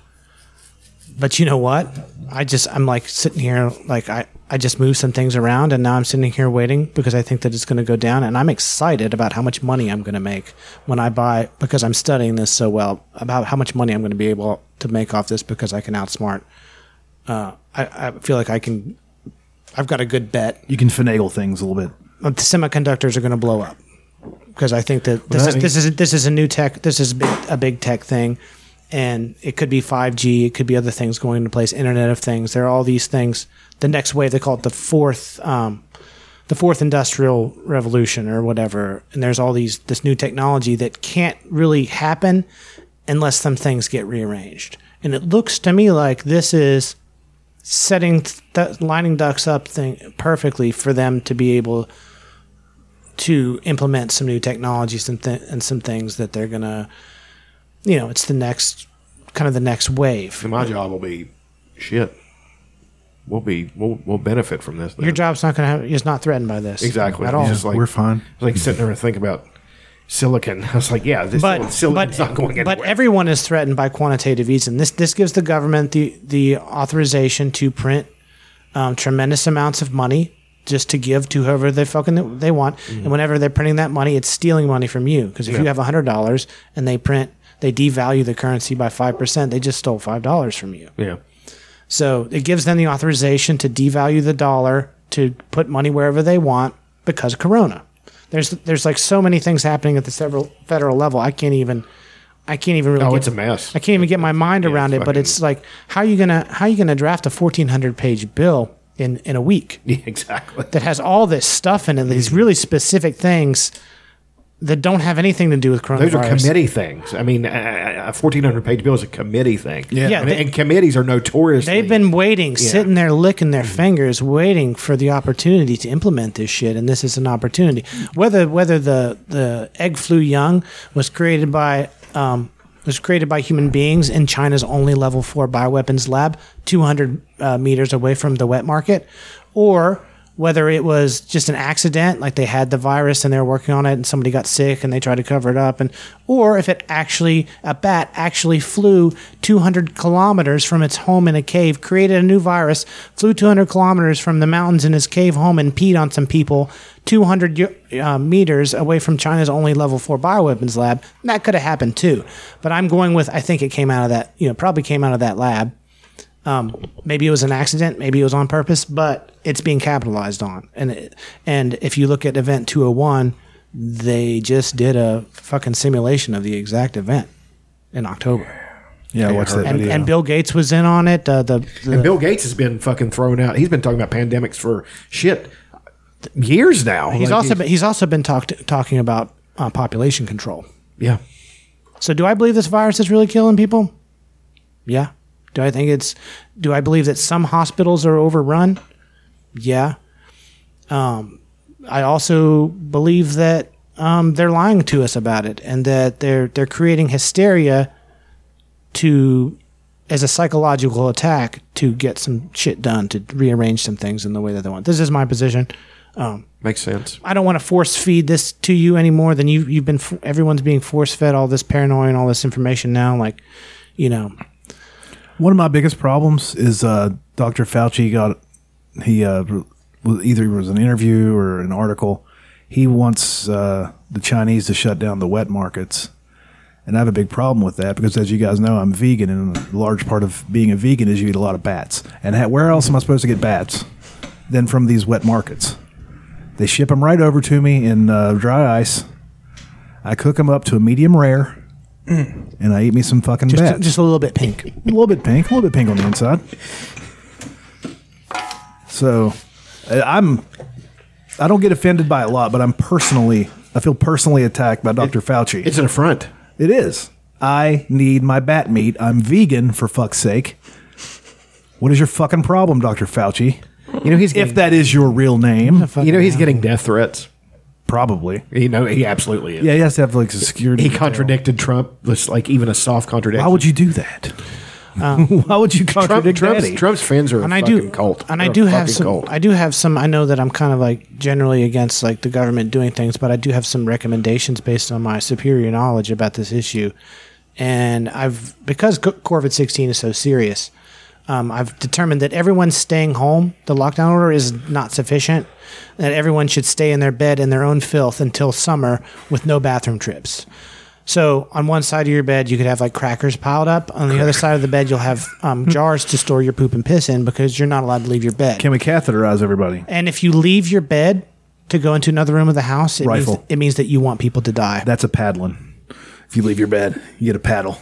[SPEAKER 3] But you know what? I just I'm like sitting here like I I just moved some things around and now I'm sitting here waiting because I think that it's going to go down and I'm excited about how much money I'm going to make when I buy because I'm studying this so well about how much money I'm going to be able to make off this because I can outsmart. Uh, I I feel like I can. I've got a good bet.
[SPEAKER 5] You can finagle things a little bit.
[SPEAKER 3] uh, The semiconductors are going to blow up because I think that this
[SPEAKER 5] that
[SPEAKER 3] is this is this is a new tech. This is big, a big tech thing, and it could be five G. It could be other things going into place. Internet of Things. There are all these things. The next wave they call it the fourth, um, the fourth industrial revolution or whatever. And there's all these this new technology that can't really happen unless some things get rearranged. And it looks to me like this is setting th- lining ducks up thing perfectly for them to be able to implement some new technologies and, th- and some things that they're gonna you know it's the next kind of the next wave
[SPEAKER 11] And my job will be shit. We'll be we'll, we'll benefit from this.
[SPEAKER 3] your job's not gonna have is not threatened by this
[SPEAKER 11] exactly
[SPEAKER 3] at all
[SPEAKER 11] It's just like,
[SPEAKER 5] we're fine.
[SPEAKER 11] It's like sitting there and think about silicon. <laughs> I was like, yeah, this
[SPEAKER 3] But-
[SPEAKER 11] silicon's not going anywhere.
[SPEAKER 3] but everyone is threatened by quantitative easing this this gives the government the the authorization to print um, tremendous amounts of money just to give to whoever they fucking they want. And whenever they're printing that money, it's stealing money from you because if you
[SPEAKER 11] Mm. Yeah.
[SPEAKER 3] have hundred dollars and they print, they devalue the currency by five percent. They just stole five dollars from you.
[SPEAKER 11] yeah, <laughs>
[SPEAKER 3] So it gives them the authorization to devalue the dollar to put money wherever they want because of Corona. There's there's like so many things happening at the several federal level. I can't even I can't even really.
[SPEAKER 11] Oh,
[SPEAKER 3] get-
[SPEAKER 11] it's a mess.
[SPEAKER 3] I can't even get my mind around it. But
[SPEAKER 11] fucking-
[SPEAKER 3] it's like how you gonna how you gonna draft a fourteen hundred page bill in in a week?
[SPEAKER 11] Yeah, exactly.
[SPEAKER 3] that has all this stuff in it, these
[SPEAKER 11] Mm-hmm.
[SPEAKER 3] really specific things that don't have anything to do with coronavirus.
[SPEAKER 11] Those are committee things. I mean, a- a fourteen hundred page bill is a committee thing.
[SPEAKER 3] Yeah. Yeah,
[SPEAKER 11] and,
[SPEAKER 3] they-
[SPEAKER 11] and committees are notorious.
[SPEAKER 3] They've been waiting,
[SPEAKER 11] Yeah.
[SPEAKER 3] sitting there licking their fingers, waiting for the opportunity to implement this shit, and this is an opportunity. Whether whether the the egg flu young was created by um, was created by human beings in China's only level four bioweapons lab, two hundred uh, meters away from the wet market, or whether it was just an accident, like they had the virus and they were working on it, and somebody got sick and they tried to cover it up, and or if it actually a bat actually flew 200 kilometers from its home in a cave, created a new virus, flew 200 kilometers from the mountains in his cave home and peed on some people 200 yo- uh, meters away from China's only level four bioweapons lab. That could have happened too, but I'm going with I think it came out of that you know probably came out of that lab. Um, maybe it was an accident, maybe it was on purpose, but it's being capitalized on. And it, and if you look at event 201, they just did a fucking simulation of the exact event in October.
[SPEAKER 5] Yeah, what's that
[SPEAKER 3] And,
[SPEAKER 5] video?
[SPEAKER 3] and Bill Gates was in on it. Uh, the, the
[SPEAKER 11] and Bill Gates has been fucking thrown out. He's been talking about pandemics for shit years now.
[SPEAKER 3] he's
[SPEAKER 11] Like,
[SPEAKER 3] also been, he's also been talked talking about uh, population control.
[SPEAKER 11] yeah.
[SPEAKER 3] So do I believe this virus is really killing people? Yeah. Do I think it's do I believe that some hospitals are overrun? Yeah. Um I also believe that um, they're lying to us about it and that they're they're creating hysteria to as a psychological attack to get some shit done to rearrange some things in the way that they want. This is my position. Um,
[SPEAKER 11] Makes sense.
[SPEAKER 3] I don't want to force feed this to you any more than you you've been. f- Everyone's being force fed all this paranoia and all this information now. Like, you know,
[SPEAKER 5] One of my biggest problems is uh, Dr. Fauci got he uh, was- either it was an interview or an article. He wants uh, the Chinese to shut down the wet markets, and I have a big problem with that because, as you guys know, I'm vegan, and a large part of being a vegan is you eat a lot of bats. And ha- where else am I supposed to get bats? than from these wet markets. They ship them right over to me in uh, dry ice. I cook them up to a medium rare, and I eat me some fucking
[SPEAKER 3] Mm. Just-
[SPEAKER 5] bats.
[SPEAKER 3] just a little bit pink.
[SPEAKER 5] a little bit pink, a little bit pink on the inside. So, I- I'm. I don't get offended by a lot, but I'm personally. I feel personally attacked by Dr. Fauci. It's
[SPEAKER 11] an affront.
[SPEAKER 5] It is. I need my bat meat. I'm vegan for fuck's sake. What is your fucking problem, Dr. Fauci?
[SPEAKER 11] You know he's
[SPEAKER 5] if that is your real name.
[SPEAKER 11] You know he's getting death threats.
[SPEAKER 5] Probably.
[SPEAKER 11] You know he absolutely is.
[SPEAKER 5] Yeah, he has to have like security.
[SPEAKER 11] He contradicted Trump. This like even a soft contradiction.
[SPEAKER 5] Why would you do that? <laughs> Why would you contradict
[SPEAKER 11] Um, Trump, Trump's,
[SPEAKER 3] Daddy?
[SPEAKER 11] Trump's fans are a
[SPEAKER 3] and I
[SPEAKER 11] fucking
[SPEAKER 3] do,
[SPEAKER 11] cult.
[SPEAKER 3] And
[SPEAKER 11] They're
[SPEAKER 3] I
[SPEAKER 11] a
[SPEAKER 3] do have
[SPEAKER 11] fucking
[SPEAKER 3] some.
[SPEAKER 11] cult.
[SPEAKER 3] I do have some. I know that I'm kind of like generally against like the government doing things, but I do have some recommendations based on my superior knowledge about this issue. And I've because COVID sixteen is so serious, um, I've determined that everyone's staying home. The lockdown order is not sufficient. That everyone should stay in their bed in their own filth until summer with no bathroom trips. So on one side of your bed, you could have like crackers piled up. On the other side of the bed, you'll have um, jars to store your poop and piss in because you're not allowed to leave your bed.
[SPEAKER 5] Can we catheterize everybody?
[SPEAKER 3] And if you leave your bed to go into another room of the house, it, means,
[SPEAKER 5] Rifle.
[SPEAKER 3] it means that you want people to die.
[SPEAKER 5] That's a paddling. If you leave your bed, you get a paddle.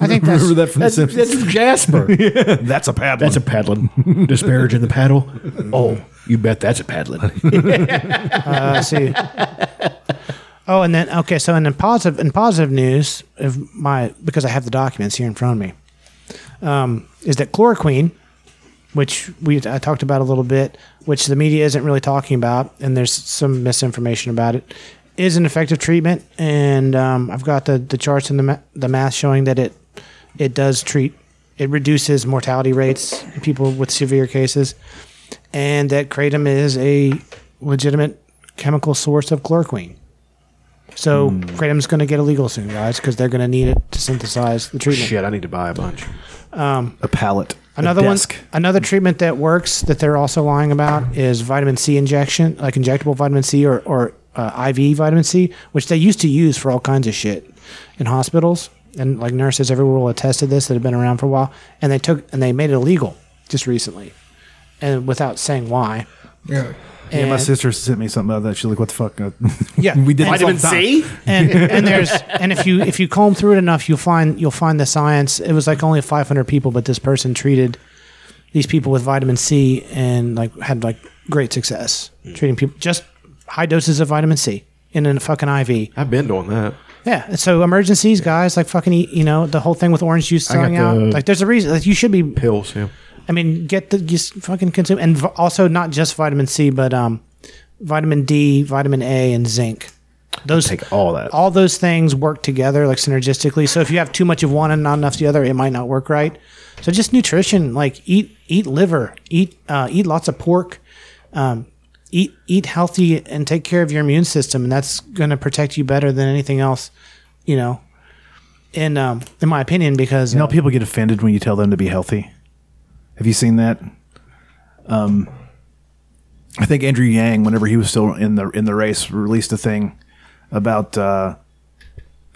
[SPEAKER 3] I think that's-
[SPEAKER 5] remember that from
[SPEAKER 3] that's-
[SPEAKER 5] the Simpsons.
[SPEAKER 3] that's <laughs>
[SPEAKER 11] Jasper.
[SPEAKER 5] Yeah, that's a paddling.
[SPEAKER 11] That's a paddling. Disparaging the paddle. Oh, you bet that's a
[SPEAKER 3] <laughs>
[SPEAKER 11] paddling.
[SPEAKER 3] Uh, let's see. Oh, and then okay. So, and in positive in positive news, if my because I have the documents here in front of me, um, is that chloroquine, which we I talked about a little bit, which the media isn't really talking about, and there's some misinformation about it, is an effective treatment, and um, I've got the the charts and the ma- the math showing that it it does treat, it reduces mortality rates in people with severe cases, and that kratom is a legitimate chemical source of chloroquine. So kratom's going to get illegal soon, guys, because they're going to need it to synthesize the treatment.
[SPEAKER 11] Shit, I need to buy a bunch.
[SPEAKER 3] Um,
[SPEAKER 5] a pallet.
[SPEAKER 3] Another
[SPEAKER 5] a
[SPEAKER 3] one,
[SPEAKER 5] desk.
[SPEAKER 3] another treatment that works that they're also lying about is vitamin C injection, like injectable vitamin C or, or uh, IV vitamin C, which they used to use for all kinds of shit in hospitals. And like nurses everywhere will attest to this that have been around for a while. And they took and they made it illegal just recently, and without saying why.
[SPEAKER 1] Yeah.
[SPEAKER 5] Yeah, my
[SPEAKER 3] And-
[SPEAKER 5] sister sent me something about that. She's like, "What the fuck?"
[SPEAKER 3] Yeah,
[SPEAKER 5] <laughs> we did
[SPEAKER 3] And- and and there's and if you if you comb through it enough, you'll find you'll find the science. It was like only 500 people, but this person treated these people with vitamin C and like had like great success
[SPEAKER 11] Mm.
[SPEAKER 3] treating people just high doses of vitamin C in a fucking IV.
[SPEAKER 11] I've been doing that.
[SPEAKER 3] Yeah, and so emergencies, guys, like fucking, eat, you know, the whole thing with orange juice
[SPEAKER 11] I got
[SPEAKER 3] selling out.
[SPEAKER 11] the-
[SPEAKER 3] Like, there's a reason. Like, you should be
[SPEAKER 11] pills. Yeah.
[SPEAKER 3] I mean, get the just fucking consume, and v- also not just vitamin C, but um, vitamin D, vitamin A, and zinc. Those
[SPEAKER 11] take all that.
[SPEAKER 3] All those things work together like synergistically. So if you have too much of one and not enough of the other, it might not work right. So just nutrition, like eat eat liver, eat uh, eat lots of pork, um, eat eat healthy, and take care of your immune system, and that's going to protect you better than anything else. You know, in um, in my opinion, because
[SPEAKER 5] You know, people get offended when you tell them to be healthy. Have you seen that? Um, I think Andrew Yang, whenever he was still in the in the race, released a thing about uh,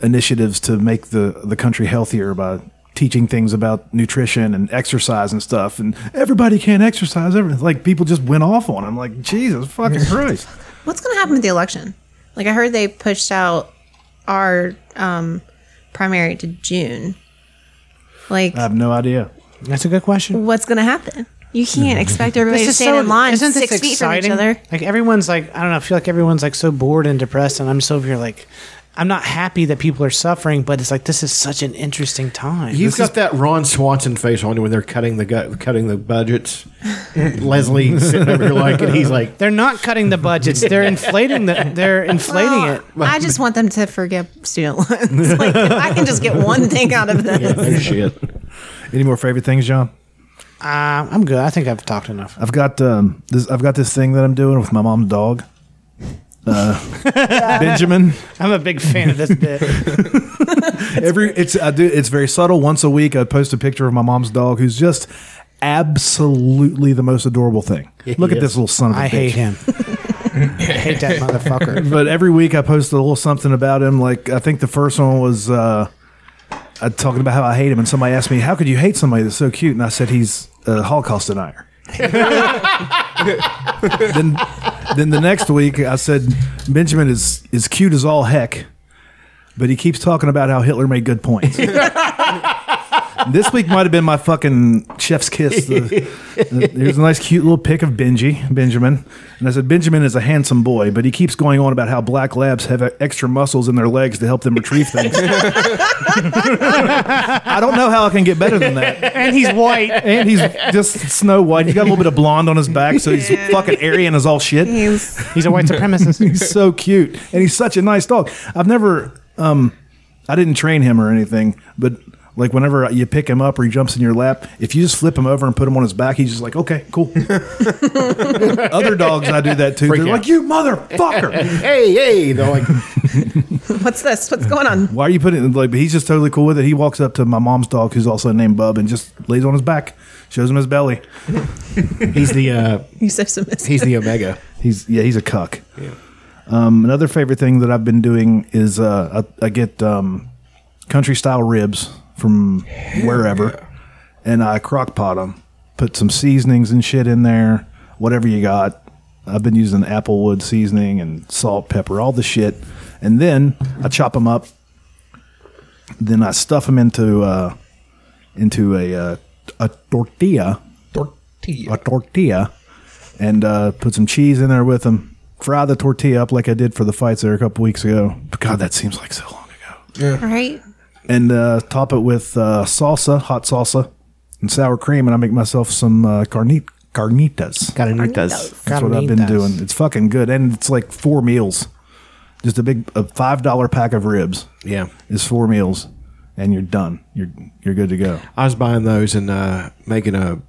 [SPEAKER 5] initiatives to make the the country healthier by teaching things about nutrition and exercise and stuff. And everybody can't exercise. Everything like people just went off on. him. like, Jesus fucking Christ.
[SPEAKER 14] What's going to happen with the election? Like I heard they pushed out our um, primary to June. Like
[SPEAKER 5] I have no idea.
[SPEAKER 3] That's a good question.
[SPEAKER 14] what's going to happen? You can't expect
[SPEAKER 3] Mm-hmm. This
[SPEAKER 14] everybody to
[SPEAKER 3] is
[SPEAKER 14] stand
[SPEAKER 3] so-
[SPEAKER 14] in line
[SPEAKER 3] isn't this
[SPEAKER 14] six feet from each
[SPEAKER 3] exciting?
[SPEAKER 14] other.
[SPEAKER 3] Like everyone's like, I don't know. I feel like everyone's like so bored and depressed, and I'm so over here like, I'm not happy that people are suffering, but it's like this is such an interesting time.
[SPEAKER 11] You've
[SPEAKER 3] This
[SPEAKER 11] got
[SPEAKER 3] is-
[SPEAKER 11] that Ron Swanson face on you when they're cutting the gu- cutting the budgets. <laughs> Leslie sitting over here like, and he's like,
[SPEAKER 3] they're not cutting the budgets; <laughs> they're inflating the they're inflating
[SPEAKER 14] Well,
[SPEAKER 3] it.
[SPEAKER 14] I just want them to forgive student
[SPEAKER 3] <laughs>
[SPEAKER 14] loans. like if I can just get one thing out of this.
[SPEAKER 11] shit.
[SPEAKER 5] Any more favorite things, John?
[SPEAKER 3] Uh, I'm good. I think I've talked enough.
[SPEAKER 5] I've got um, this. I've got this thing that I'm doing with my mom's dog, uh, Benjamin.
[SPEAKER 3] I'm a big fan of <laughs> this bit.
[SPEAKER 5] Every it's I do. It's very subtle. Once a week, I post a picture of my mom's dog, who's just absolutely the most adorable thing.
[SPEAKER 3] He
[SPEAKER 5] Look at
[SPEAKER 3] is.
[SPEAKER 5] this little son of a
[SPEAKER 3] I hate
[SPEAKER 5] bitch.
[SPEAKER 3] him. <laughs> I hate that motherfucker.
[SPEAKER 5] But every week I post a little something about him. Like I think the first one was uh, I talking about how I hate him, and somebody asked me, "How could you hate somebody that's so cute?" And I said, "He's a Holocaust denier." then then the next week I said Benjamin is is cute as all heck, but he keeps talking about how Hitler made good points. <laughs> this week might have been my fucking chef's kiss. The- the- There's a nice cute little pic of Benji Benjamin, and I said Benjamin is a handsome boy, but he keeps going on about how black labs have extra muscles in their legs to help them retrieve things. <laughs> I don't know how I can get better than that.
[SPEAKER 3] and he's white.
[SPEAKER 5] And he's just snow white. He's got a little bit of blonde on his back, so he's fucking Aryan as all shit.
[SPEAKER 14] He's,
[SPEAKER 3] he's a white supremacist. <laughs>
[SPEAKER 5] <laughs> he's so cute, and he's such a nice dog. I've never, um, I didn't train him or anything, but like whenever you pick him up or he jumps in your lap, if you just flip him over and put him on his back, he's just like, okay,
[SPEAKER 4] <laughs>
[SPEAKER 5] cool. Other dogs, I do that too.
[SPEAKER 4] Freak
[SPEAKER 5] They're
[SPEAKER 4] out.
[SPEAKER 5] like,
[SPEAKER 4] <laughs>
[SPEAKER 5] you motherfucker.
[SPEAKER 4] hey, hey. They're like,
[SPEAKER 14] What's this? What's going on?
[SPEAKER 5] Why are you putting it like? But he's just totally cool with it. He walks up to my mom's dog, who's also named Bub, and just lays on his back, shows him his belly.
[SPEAKER 4] he's the uh,
[SPEAKER 14] You're so submissive.
[SPEAKER 4] he's the omega.
[SPEAKER 5] He's yeah, he's a cuck.
[SPEAKER 4] Yeah.
[SPEAKER 5] Um, another favorite thing that I've been doing is uh, I, I get um, country style ribs from wherever, and I crock pot them, put some seasonings and shit in there, whatever you got. I've been using applewood seasoning and salt, pepper, all the shit, and then I chop them up. Then I stuff them into uh, into a uh, a tortilla, tortilla, a tortilla, and uh, put some cheese in there with them. Fry the tortilla up like I did for the fights there a couple weeks ago. But God, that seems like so long
[SPEAKER 15] Right?
[SPEAKER 5] and uh, top it with uh, salsa, hot salsa, and sour cream. And I make myself some uh, carni- carnitas. Carnitas. That's what I've been
[SPEAKER 3] Carnitas.
[SPEAKER 5] doing. It's fucking good, and it's like four meals. Just a big a five dollar pack of ribs.
[SPEAKER 4] Yeah.
[SPEAKER 5] is four meals, and you're done. You're you're good to go.
[SPEAKER 4] I was buying those and uh, making a.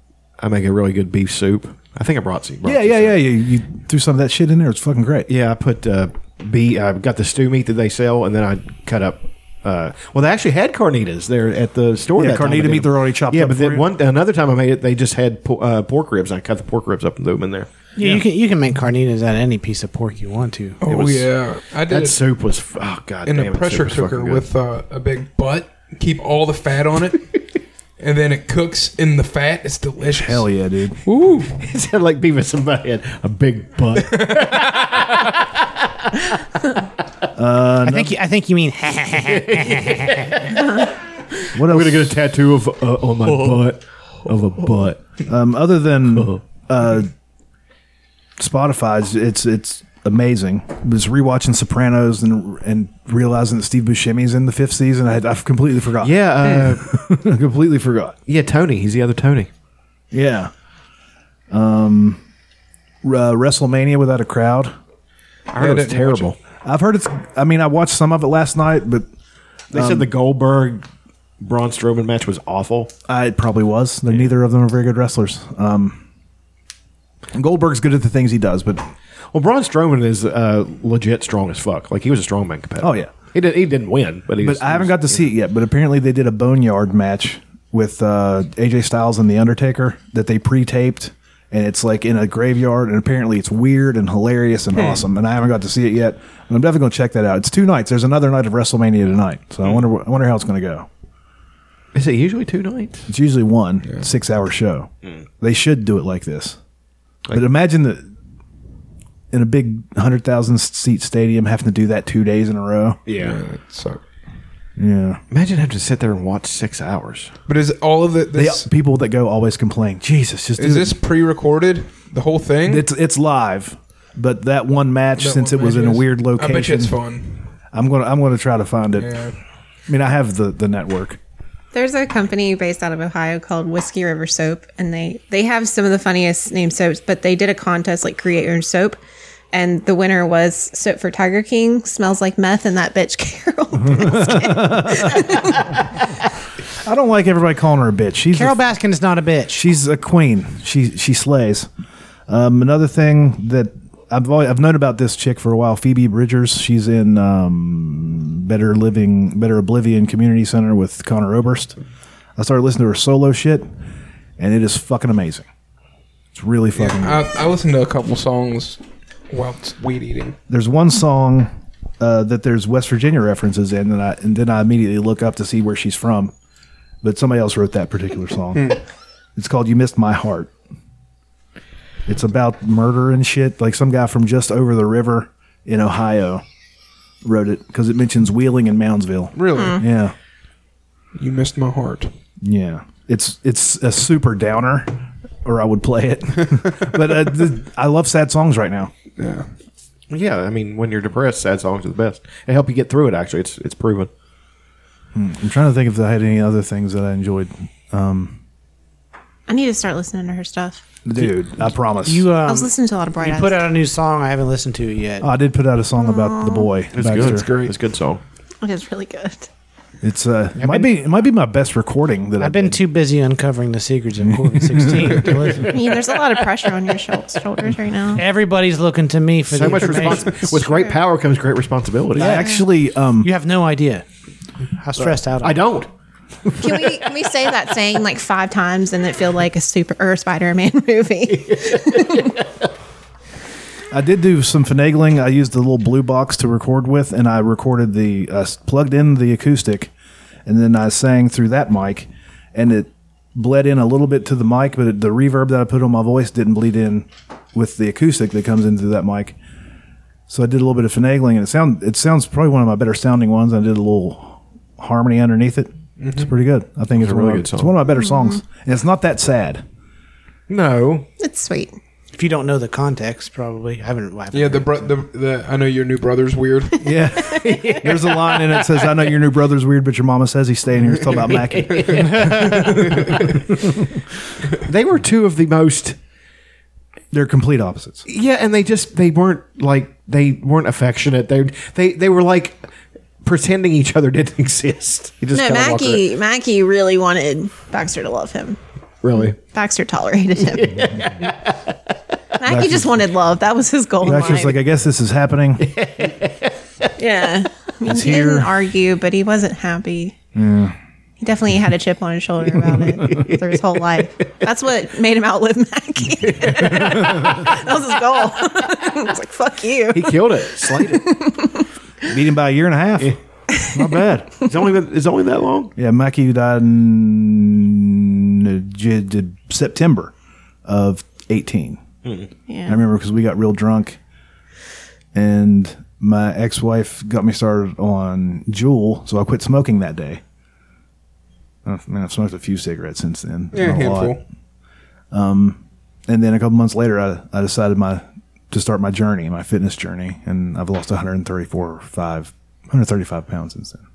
[SPEAKER 4] I make a really good beef soup. I think I brought some. brought
[SPEAKER 5] Yeah, yeah, yeah. You, you threw some of that shit in there. It's fucking great.
[SPEAKER 4] Yeah, I put uh, beef. I got the stew meat that they sell, and then I cut up. Uh, well, they actually had carnitas there at the store.
[SPEAKER 5] Yeah,
[SPEAKER 4] that time
[SPEAKER 5] carnita
[SPEAKER 4] I did
[SPEAKER 5] meat,
[SPEAKER 4] them.
[SPEAKER 5] they're already chopped
[SPEAKER 4] Yeah,
[SPEAKER 5] up
[SPEAKER 4] but
[SPEAKER 5] for
[SPEAKER 4] then
[SPEAKER 5] you.
[SPEAKER 4] one another time I made it, they just had po- uh, pork ribs, and I cut the pork ribs up and threw them in there.
[SPEAKER 3] Yeah, you can you can make carnitas out of any piece of pork you want to.
[SPEAKER 4] It
[SPEAKER 1] Oh,
[SPEAKER 4] was-
[SPEAKER 1] yeah. I did
[SPEAKER 4] that
[SPEAKER 1] it
[SPEAKER 4] soup was f- oh god.
[SPEAKER 1] in
[SPEAKER 4] damn,
[SPEAKER 1] a
[SPEAKER 4] that soup
[SPEAKER 1] pressure
[SPEAKER 4] was fucking
[SPEAKER 1] cooker
[SPEAKER 4] good.
[SPEAKER 1] with uh, a big butt. Keep all the fat on
[SPEAKER 5] <laughs>
[SPEAKER 1] it, and then it cooks in the fat. It's delicious.
[SPEAKER 5] Hell yeah, dude.
[SPEAKER 1] Ooh,
[SPEAKER 4] it sounded <laughs> like Beavis and Butthead. A big
[SPEAKER 5] <laughs>
[SPEAKER 4] butt.
[SPEAKER 5] Uh,
[SPEAKER 3] I think you, I think <laughs> you mean.
[SPEAKER 5] What else? Oh.
[SPEAKER 4] I'm gonna get a tattoo of uh, on my butt of a butt.
[SPEAKER 5] Um, other than uh, Spotify's, it's it's amazing. I was rewatching Sopranos and and realizing that Steve Buscemi's in the fifth season. I, I've completely forgot.
[SPEAKER 4] Yeah, <laughs>
[SPEAKER 5] uh, completely forgot.
[SPEAKER 4] Yeah, Tony. He's the other Tony.
[SPEAKER 5] Yeah. Um, uh, WrestleMania without a crowd.
[SPEAKER 4] I heard it's terrible.
[SPEAKER 5] I've heard it's. I mean, I watched some of it last night, but
[SPEAKER 4] They said the Goldberg Braun Strowman match was awful.
[SPEAKER 5] I, it probably was. They're Neither of them are very good wrestlers. Um, Goldberg's good at the things he does, but
[SPEAKER 4] well, Braun Strowman is uh, legit strong as fuck. Like he was a strongman competitor.
[SPEAKER 5] Oh, yeah.
[SPEAKER 4] he did. He didn't win, but he. was,
[SPEAKER 5] but I haven't got to see it yet. But apparently, they did a boneyard match with uh, AJ Styles and The Undertaker that they pre-taped, and it's like in a graveyard. And apparently, it's weird and hilarious and
[SPEAKER 4] Hmm.
[SPEAKER 5] awesome. And I haven't got to see it yet. And I'm definitely going to check that out. It's two nights. There's another night of WrestleMania tonight, so
[SPEAKER 4] Hmm.
[SPEAKER 5] I wonder. I wonder how it's going to go.
[SPEAKER 4] Is it usually two nights?
[SPEAKER 5] It's usually one six-hour show.
[SPEAKER 4] Mm.
[SPEAKER 5] They should do it like this. but imagine that in a big hundred thousand seat stadium having to do that two days in a row.
[SPEAKER 4] Yeah,
[SPEAKER 1] it sucked.
[SPEAKER 5] Yeah.
[SPEAKER 4] Imagine having to sit there and watch six hours.
[SPEAKER 1] But is all of it?
[SPEAKER 5] They-
[SPEAKER 1] This,
[SPEAKER 5] people that go always complain. Jesus, just
[SPEAKER 1] is
[SPEAKER 5] do it."
[SPEAKER 1] this pre-recorded? The whole thing.
[SPEAKER 5] It's it's live, but that one match
[SPEAKER 1] That
[SPEAKER 5] since
[SPEAKER 1] one
[SPEAKER 5] it was
[SPEAKER 1] match
[SPEAKER 5] in a
[SPEAKER 1] is-
[SPEAKER 5] weird
[SPEAKER 1] I bet
[SPEAKER 5] location.
[SPEAKER 1] you it's fun.
[SPEAKER 5] I'm gonna I'm gonna try to find it.
[SPEAKER 1] Yeah.
[SPEAKER 5] I mean, I have the the network.
[SPEAKER 14] There's a company based out of Ohio called Whiskey River Soap, and they they have some of the funniest name soaps. But they did a contest like create your own soap, and the winner was soap for Tiger King, smells like meth, and that bitch Carol.
[SPEAKER 3] <laughs>
[SPEAKER 5] I don't like everybody calling her a bitch. She's
[SPEAKER 3] Carol
[SPEAKER 5] a,
[SPEAKER 3] Baskin is not a bitch.
[SPEAKER 5] She's a queen. She she slays. Um, another thing that I've always, I've known about this chick for a while, Phoebe Bridgers. She's in um, Better Living, Better Oblivion Community Center with Connor Oberst. I started listening to her solo shit, and it is fucking amazing. It's really fucking. good.
[SPEAKER 1] I, I listened to a couple songs while weed eating.
[SPEAKER 5] there's one song uh, that there's West Virginia references in, and I and then I immediately look up to see where she's from, but somebody else wrote that particular song.
[SPEAKER 1] Hmm.
[SPEAKER 5] it's called "You Missed My Heart." It's about murder and shit. Like some guy from just over the river in Ohio wrote it because it mentions Wheeling and Moundsville.
[SPEAKER 1] Really? Hmm.
[SPEAKER 5] Yeah.
[SPEAKER 1] You missed my heart.
[SPEAKER 5] Yeah. It's it's a super downer, or I would play it. <laughs> but uh, th- I love sad songs right now.
[SPEAKER 1] Yeah.
[SPEAKER 11] Yeah, I mean, when you're depressed, sad songs are the best. They help you get through it. Actually, it's it's proven.
[SPEAKER 5] Hmm. I'm trying to think if I had any other things that I enjoyed. Um,
[SPEAKER 14] <laughs> I need to start listening to her stuff.
[SPEAKER 5] dude, I promise.
[SPEAKER 3] You, um,
[SPEAKER 14] I was listening to a lot of Bright
[SPEAKER 3] you
[SPEAKER 14] Eyes.
[SPEAKER 3] put out a new song I haven't listened to yet.
[SPEAKER 5] Oh, I did put out a song about the boy.
[SPEAKER 11] It's good. It's great. It's a good song.
[SPEAKER 14] it is really good.
[SPEAKER 5] It's uh, it might be it might be my best recording that
[SPEAKER 3] I've been too busy uncovering the secrets of Corbin 16. to
[SPEAKER 14] I
[SPEAKER 3] listen.
[SPEAKER 14] mean, there's a lot of pressure on your shou- shoulders right now.
[SPEAKER 3] Everybody's looking to me for
[SPEAKER 11] So
[SPEAKER 3] the
[SPEAKER 11] much
[SPEAKER 3] information.
[SPEAKER 5] <laughs>
[SPEAKER 11] responsibility. With great power comes great responsibility.
[SPEAKER 5] I actually um,
[SPEAKER 3] you have no idea how stressed out I,
[SPEAKER 11] I don't.
[SPEAKER 14] Can we can we say that saying like five times and it feel like a super or a Spider-Man <laughs> movie?
[SPEAKER 5] I did do some finagling. I used the little blue box to record with, and I recorded the uh, plugged in the acoustic, and then I sang through that mic, and it bled in a little bit to the mic, but it, the reverb that I put on my voice didn't bleed in with the acoustic that comes in through that mic. So I did a little bit of finagling, and it sound it sounds probably one of my better sounding ones. I did a little harmony underneath it. It's pretty good. I think
[SPEAKER 11] Mm-hmm.
[SPEAKER 5] it's,
[SPEAKER 11] a
[SPEAKER 5] one
[SPEAKER 11] really
[SPEAKER 5] of-
[SPEAKER 11] good song.
[SPEAKER 5] It's one of my better songs, and it's not that sad.
[SPEAKER 11] No,
[SPEAKER 14] It's sweet.
[SPEAKER 3] if you don't know the context, probably I haven't. I haven't
[SPEAKER 1] Yeah, the, bro- the the I know your new brother's weird.
[SPEAKER 5] <laughs> Yeah. There's a line in it that says, I know your new brother's weird, but your mama says he's staying here. It's all about Mackie.
[SPEAKER 11] they were two of the most.
[SPEAKER 5] They're complete opposites.
[SPEAKER 11] Yeah, and they just they weren't like they weren't affectionate. They they they were like pretending each other didn't <laughs> exist. You just
[SPEAKER 14] no,
[SPEAKER 11] kinda walk around-
[SPEAKER 14] Mackie Mackie really wanted Baxter to love him.
[SPEAKER 11] really.
[SPEAKER 14] Baxter tolerated him. Mackie just wanted love. That was his goal. in
[SPEAKER 5] That's just
[SPEAKER 14] life.
[SPEAKER 5] like, I guess this is happening.
[SPEAKER 14] yeah. I mean,
[SPEAKER 5] It's
[SPEAKER 14] he
[SPEAKER 5] here.
[SPEAKER 14] didn't argue, but he wasn't happy.
[SPEAKER 5] Yeah.
[SPEAKER 14] He definitely had a chip on his shoulder about it through his whole life. That's what made him outlive Mackie. <laughs> that was his goal. <laughs> it's like fuck you.
[SPEAKER 11] He killed it, slayed it.
[SPEAKER 5] Beat him by a year and a half. <laughs> Not bad.
[SPEAKER 11] It's only that, it's only that long.
[SPEAKER 5] Yeah, Mackie died in uh, J- J- September of 18. I
[SPEAKER 14] Yeah.
[SPEAKER 5] remember because we got real drunk, and my ex-wife got me started on Juul, so I quit smoking that day. I mean, I've smoked a few cigarettes since then.
[SPEAKER 1] Yeah,
[SPEAKER 5] Not a lot.
[SPEAKER 1] handful.
[SPEAKER 5] Um, and then a couple months later, I, I decided my to start my journey, my fitness journey, and I've lost 134 or five, 135 pounds since then.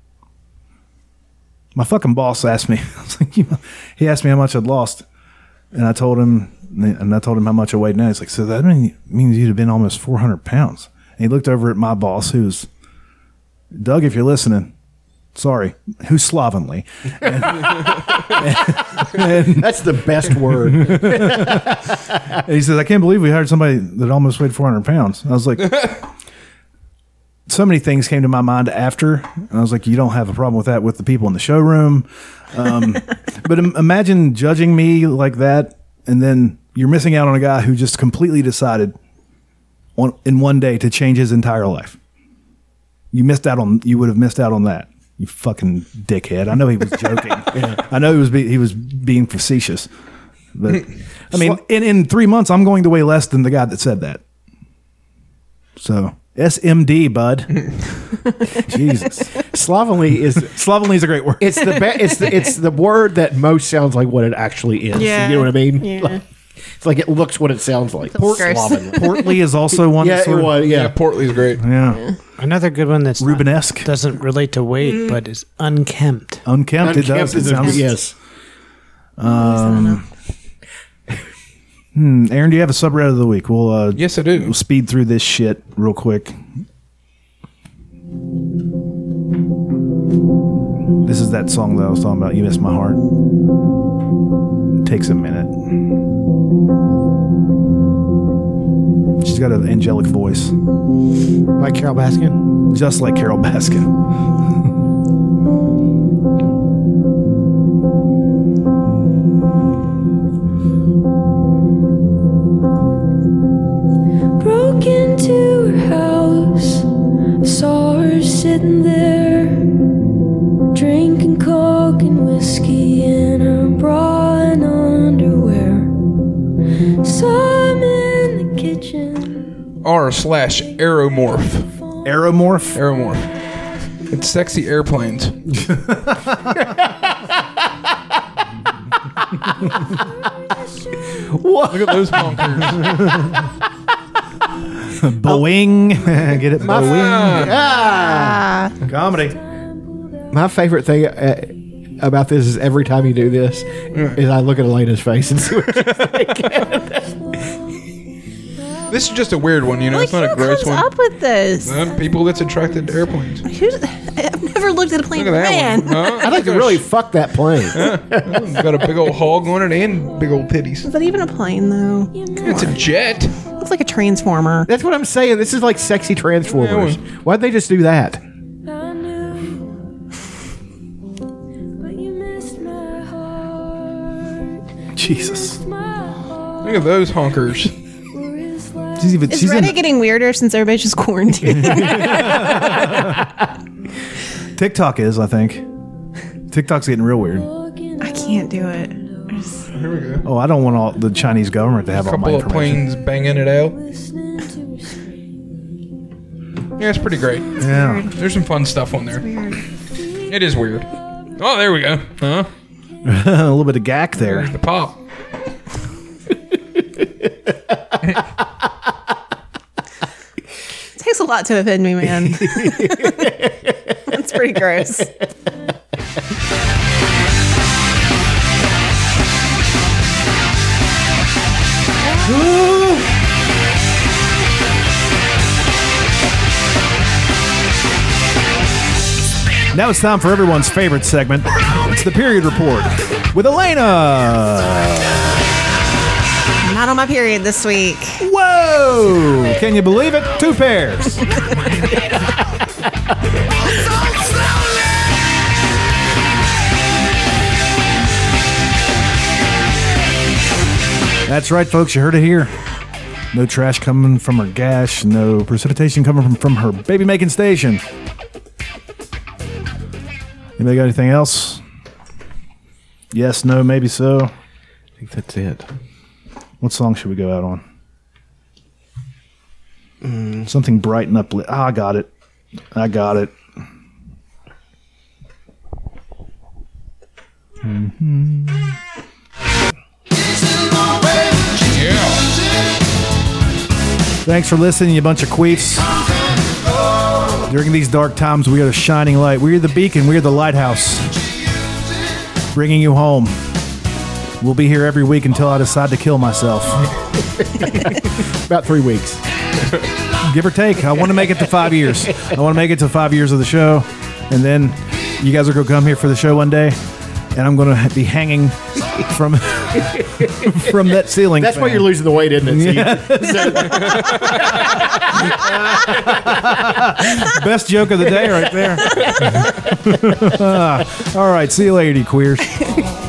[SPEAKER 5] My fucking boss asked me. <laughs> I was like, you know, he asked me how much I'd lost, and I told him, and I told him how much I weighed now. He's like, so that mean, means you'd have been almost 400 pounds. And he looked over at my boss, who's Doug, if you're listening. Sorry, who's slovenly?
[SPEAKER 11] <laughs> That's the best word.
[SPEAKER 5] And he says, I can't believe we hired somebody that almost weighed 400 pounds. I was like, so many things came to my mind after. And I was like, you don't have a problem with that with the people in the showroom. Um, but im- imagine judging me like that. And then you're missing out on a guy who just completely decided on, in one day to change his entire life. You missed out on, you would have missed out on that. You fucking dickhead. I know he was joking. I know he was, be, he was being facetious. But <laughs> I mean, in, in three months, I'm going to weigh less than the guy that said that. So SMD, bud. Jesus,
[SPEAKER 11] Slovenly is
[SPEAKER 5] slovenly is a great word.
[SPEAKER 11] it's the be- it's the it's the word that most sounds like what it actually is.
[SPEAKER 14] Yeah.
[SPEAKER 11] You know what I mean?
[SPEAKER 14] Yeah.
[SPEAKER 11] Like, it's like it looks what it sounds like.
[SPEAKER 14] Feels gross.
[SPEAKER 11] slovenly.
[SPEAKER 5] Portly is also one.
[SPEAKER 11] yeah,
[SPEAKER 5] that's
[SPEAKER 11] it
[SPEAKER 5] sort of-
[SPEAKER 11] was. Yeah.
[SPEAKER 1] Yeah, Portly's great.
[SPEAKER 5] Yeah,
[SPEAKER 3] Another good one that's not, <laughs>
[SPEAKER 5] Rubenesque,
[SPEAKER 3] doesn't relate to weight, but is unkempt.
[SPEAKER 5] unkempt. It
[SPEAKER 11] Unkempt
[SPEAKER 5] does. It
[SPEAKER 11] is a-
[SPEAKER 5] sounds.
[SPEAKER 11] yes.
[SPEAKER 5] Um, hmm, Aaron, do you have a subreddit of the week? We'll uh,
[SPEAKER 1] Yes, I do.
[SPEAKER 5] we'll speed through this shit real quick. This is that song that I was talking about. You missed my heart. Takes a minute. She's got an angelic voice,
[SPEAKER 3] Like Carol Baskin.
[SPEAKER 5] just like Carol Baskin.
[SPEAKER 16] broke into her house. Saw her sitting there, drinking coke and whiskey in her bra and underwear. Saw me
[SPEAKER 1] R slash aeromorph.
[SPEAKER 5] Aeromorph?
[SPEAKER 1] Aeromorph. It's sexy
[SPEAKER 5] <laughs>
[SPEAKER 1] airplanes.
[SPEAKER 11] <laughs> what?
[SPEAKER 1] Look at those bonkers.
[SPEAKER 11] <laughs>
[SPEAKER 5] Boeing. Get it?
[SPEAKER 11] My-
[SPEAKER 5] Boeing.
[SPEAKER 11] Ah.
[SPEAKER 5] Comedy.
[SPEAKER 11] My favorite thing uh, about this is every time you do this is I look at Elena's face and see what
[SPEAKER 1] This is just a weird one, you know. it's not a gross
[SPEAKER 14] What's
[SPEAKER 1] one.
[SPEAKER 14] up with this?
[SPEAKER 1] Uh, people that's attracted to airplanes.
[SPEAKER 14] Who's, <laughs> I've never looked at a plane.
[SPEAKER 1] Look at that
[SPEAKER 14] Man,
[SPEAKER 1] one. Huh?
[SPEAKER 11] I'd like to really fuck that plane.
[SPEAKER 1] Got a big old hog on it and big old titties.
[SPEAKER 14] is that even a plane though?
[SPEAKER 1] It's a jet.
[SPEAKER 14] Looks like a transformer.
[SPEAKER 11] That's what I'm saying. This is like sexy Transformers. Why'd they just do that?
[SPEAKER 5] Jesus.
[SPEAKER 1] Look at those honkers.
[SPEAKER 5] She's even,
[SPEAKER 14] Is
[SPEAKER 5] she's
[SPEAKER 14] Reddit
[SPEAKER 5] in,
[SPEAKER 14] getting weirder since everybody's just quarantined?
[SPEAKER 1] <laughs>
[SPEAKER 5] TikTok is, I think. TikTok's getting real weird.
[SPEAKER 14] I can't do it. I just-
[SPEAKER 1] Here we go.
[SPEAKER 5] Oh, I don't want all the Chinese government to have all my
[SPEAKER 1] couple of
[SPEAKER 5] information.
[SPEAKER 1] planes banging it out. Yeah, it's pretty great.
[SPEAKER 5] Yeah.
[SPEAKER 1] There's some fun stuff on there. It is weird. Oh, there we go. Huh?
[SPEAKER 5] <laughs> a little bit of gack
[SPEAKER 1] There's
[SPEAKER 5] there.
[SPEAKER 1] the pop.
[SPEAKER 14] It takes a lot to offend me, man. That's pretty gross.
[SPEAKER 5] Now it's time for everyone's favorite segment. It's the period report with Elena.
[SPEAKER 14] I'm not on my period this week.
[SPEAKER 5] Whoa! Can you believe it? Two pairs. That's right, folks. You heard it here. No trash coming from her gash. No precipitation coming from, from her baby making station. Anybody got anything else? Yes, no, maybe so. I
[SPEAKER 11] think that's it.
[SPEAKER 5] What song should we go out on? Something bright and uplift. Ah, I got it. I got it. Mm-hmm. Thanks for listening, you bunch of queefs. During these dark times, we are the shining light. We are the beacon. We are the lighthouse, bringing you home. We'll be here every week until I decide to kill myself.
[SPEAKER 11] About three weeks.
[SPEAKER 5] Give or take. I want to make it to five years. I want to make it to five years of the show. And then you guys are going to come here for the show one day. And I'm going to be hanging from <laughs> from that ceiling.
[SPEAKER 11] That's why
[SPEAKER 5] fan.
[SPEAKER 11] you're losing the weight, isn't it? So you-
[SPEAKER 5] Best
[SPEAKER 11] <laughs>
[SPEAKER 5] joke <laughs> of the day right there. All right. See you later, you queers.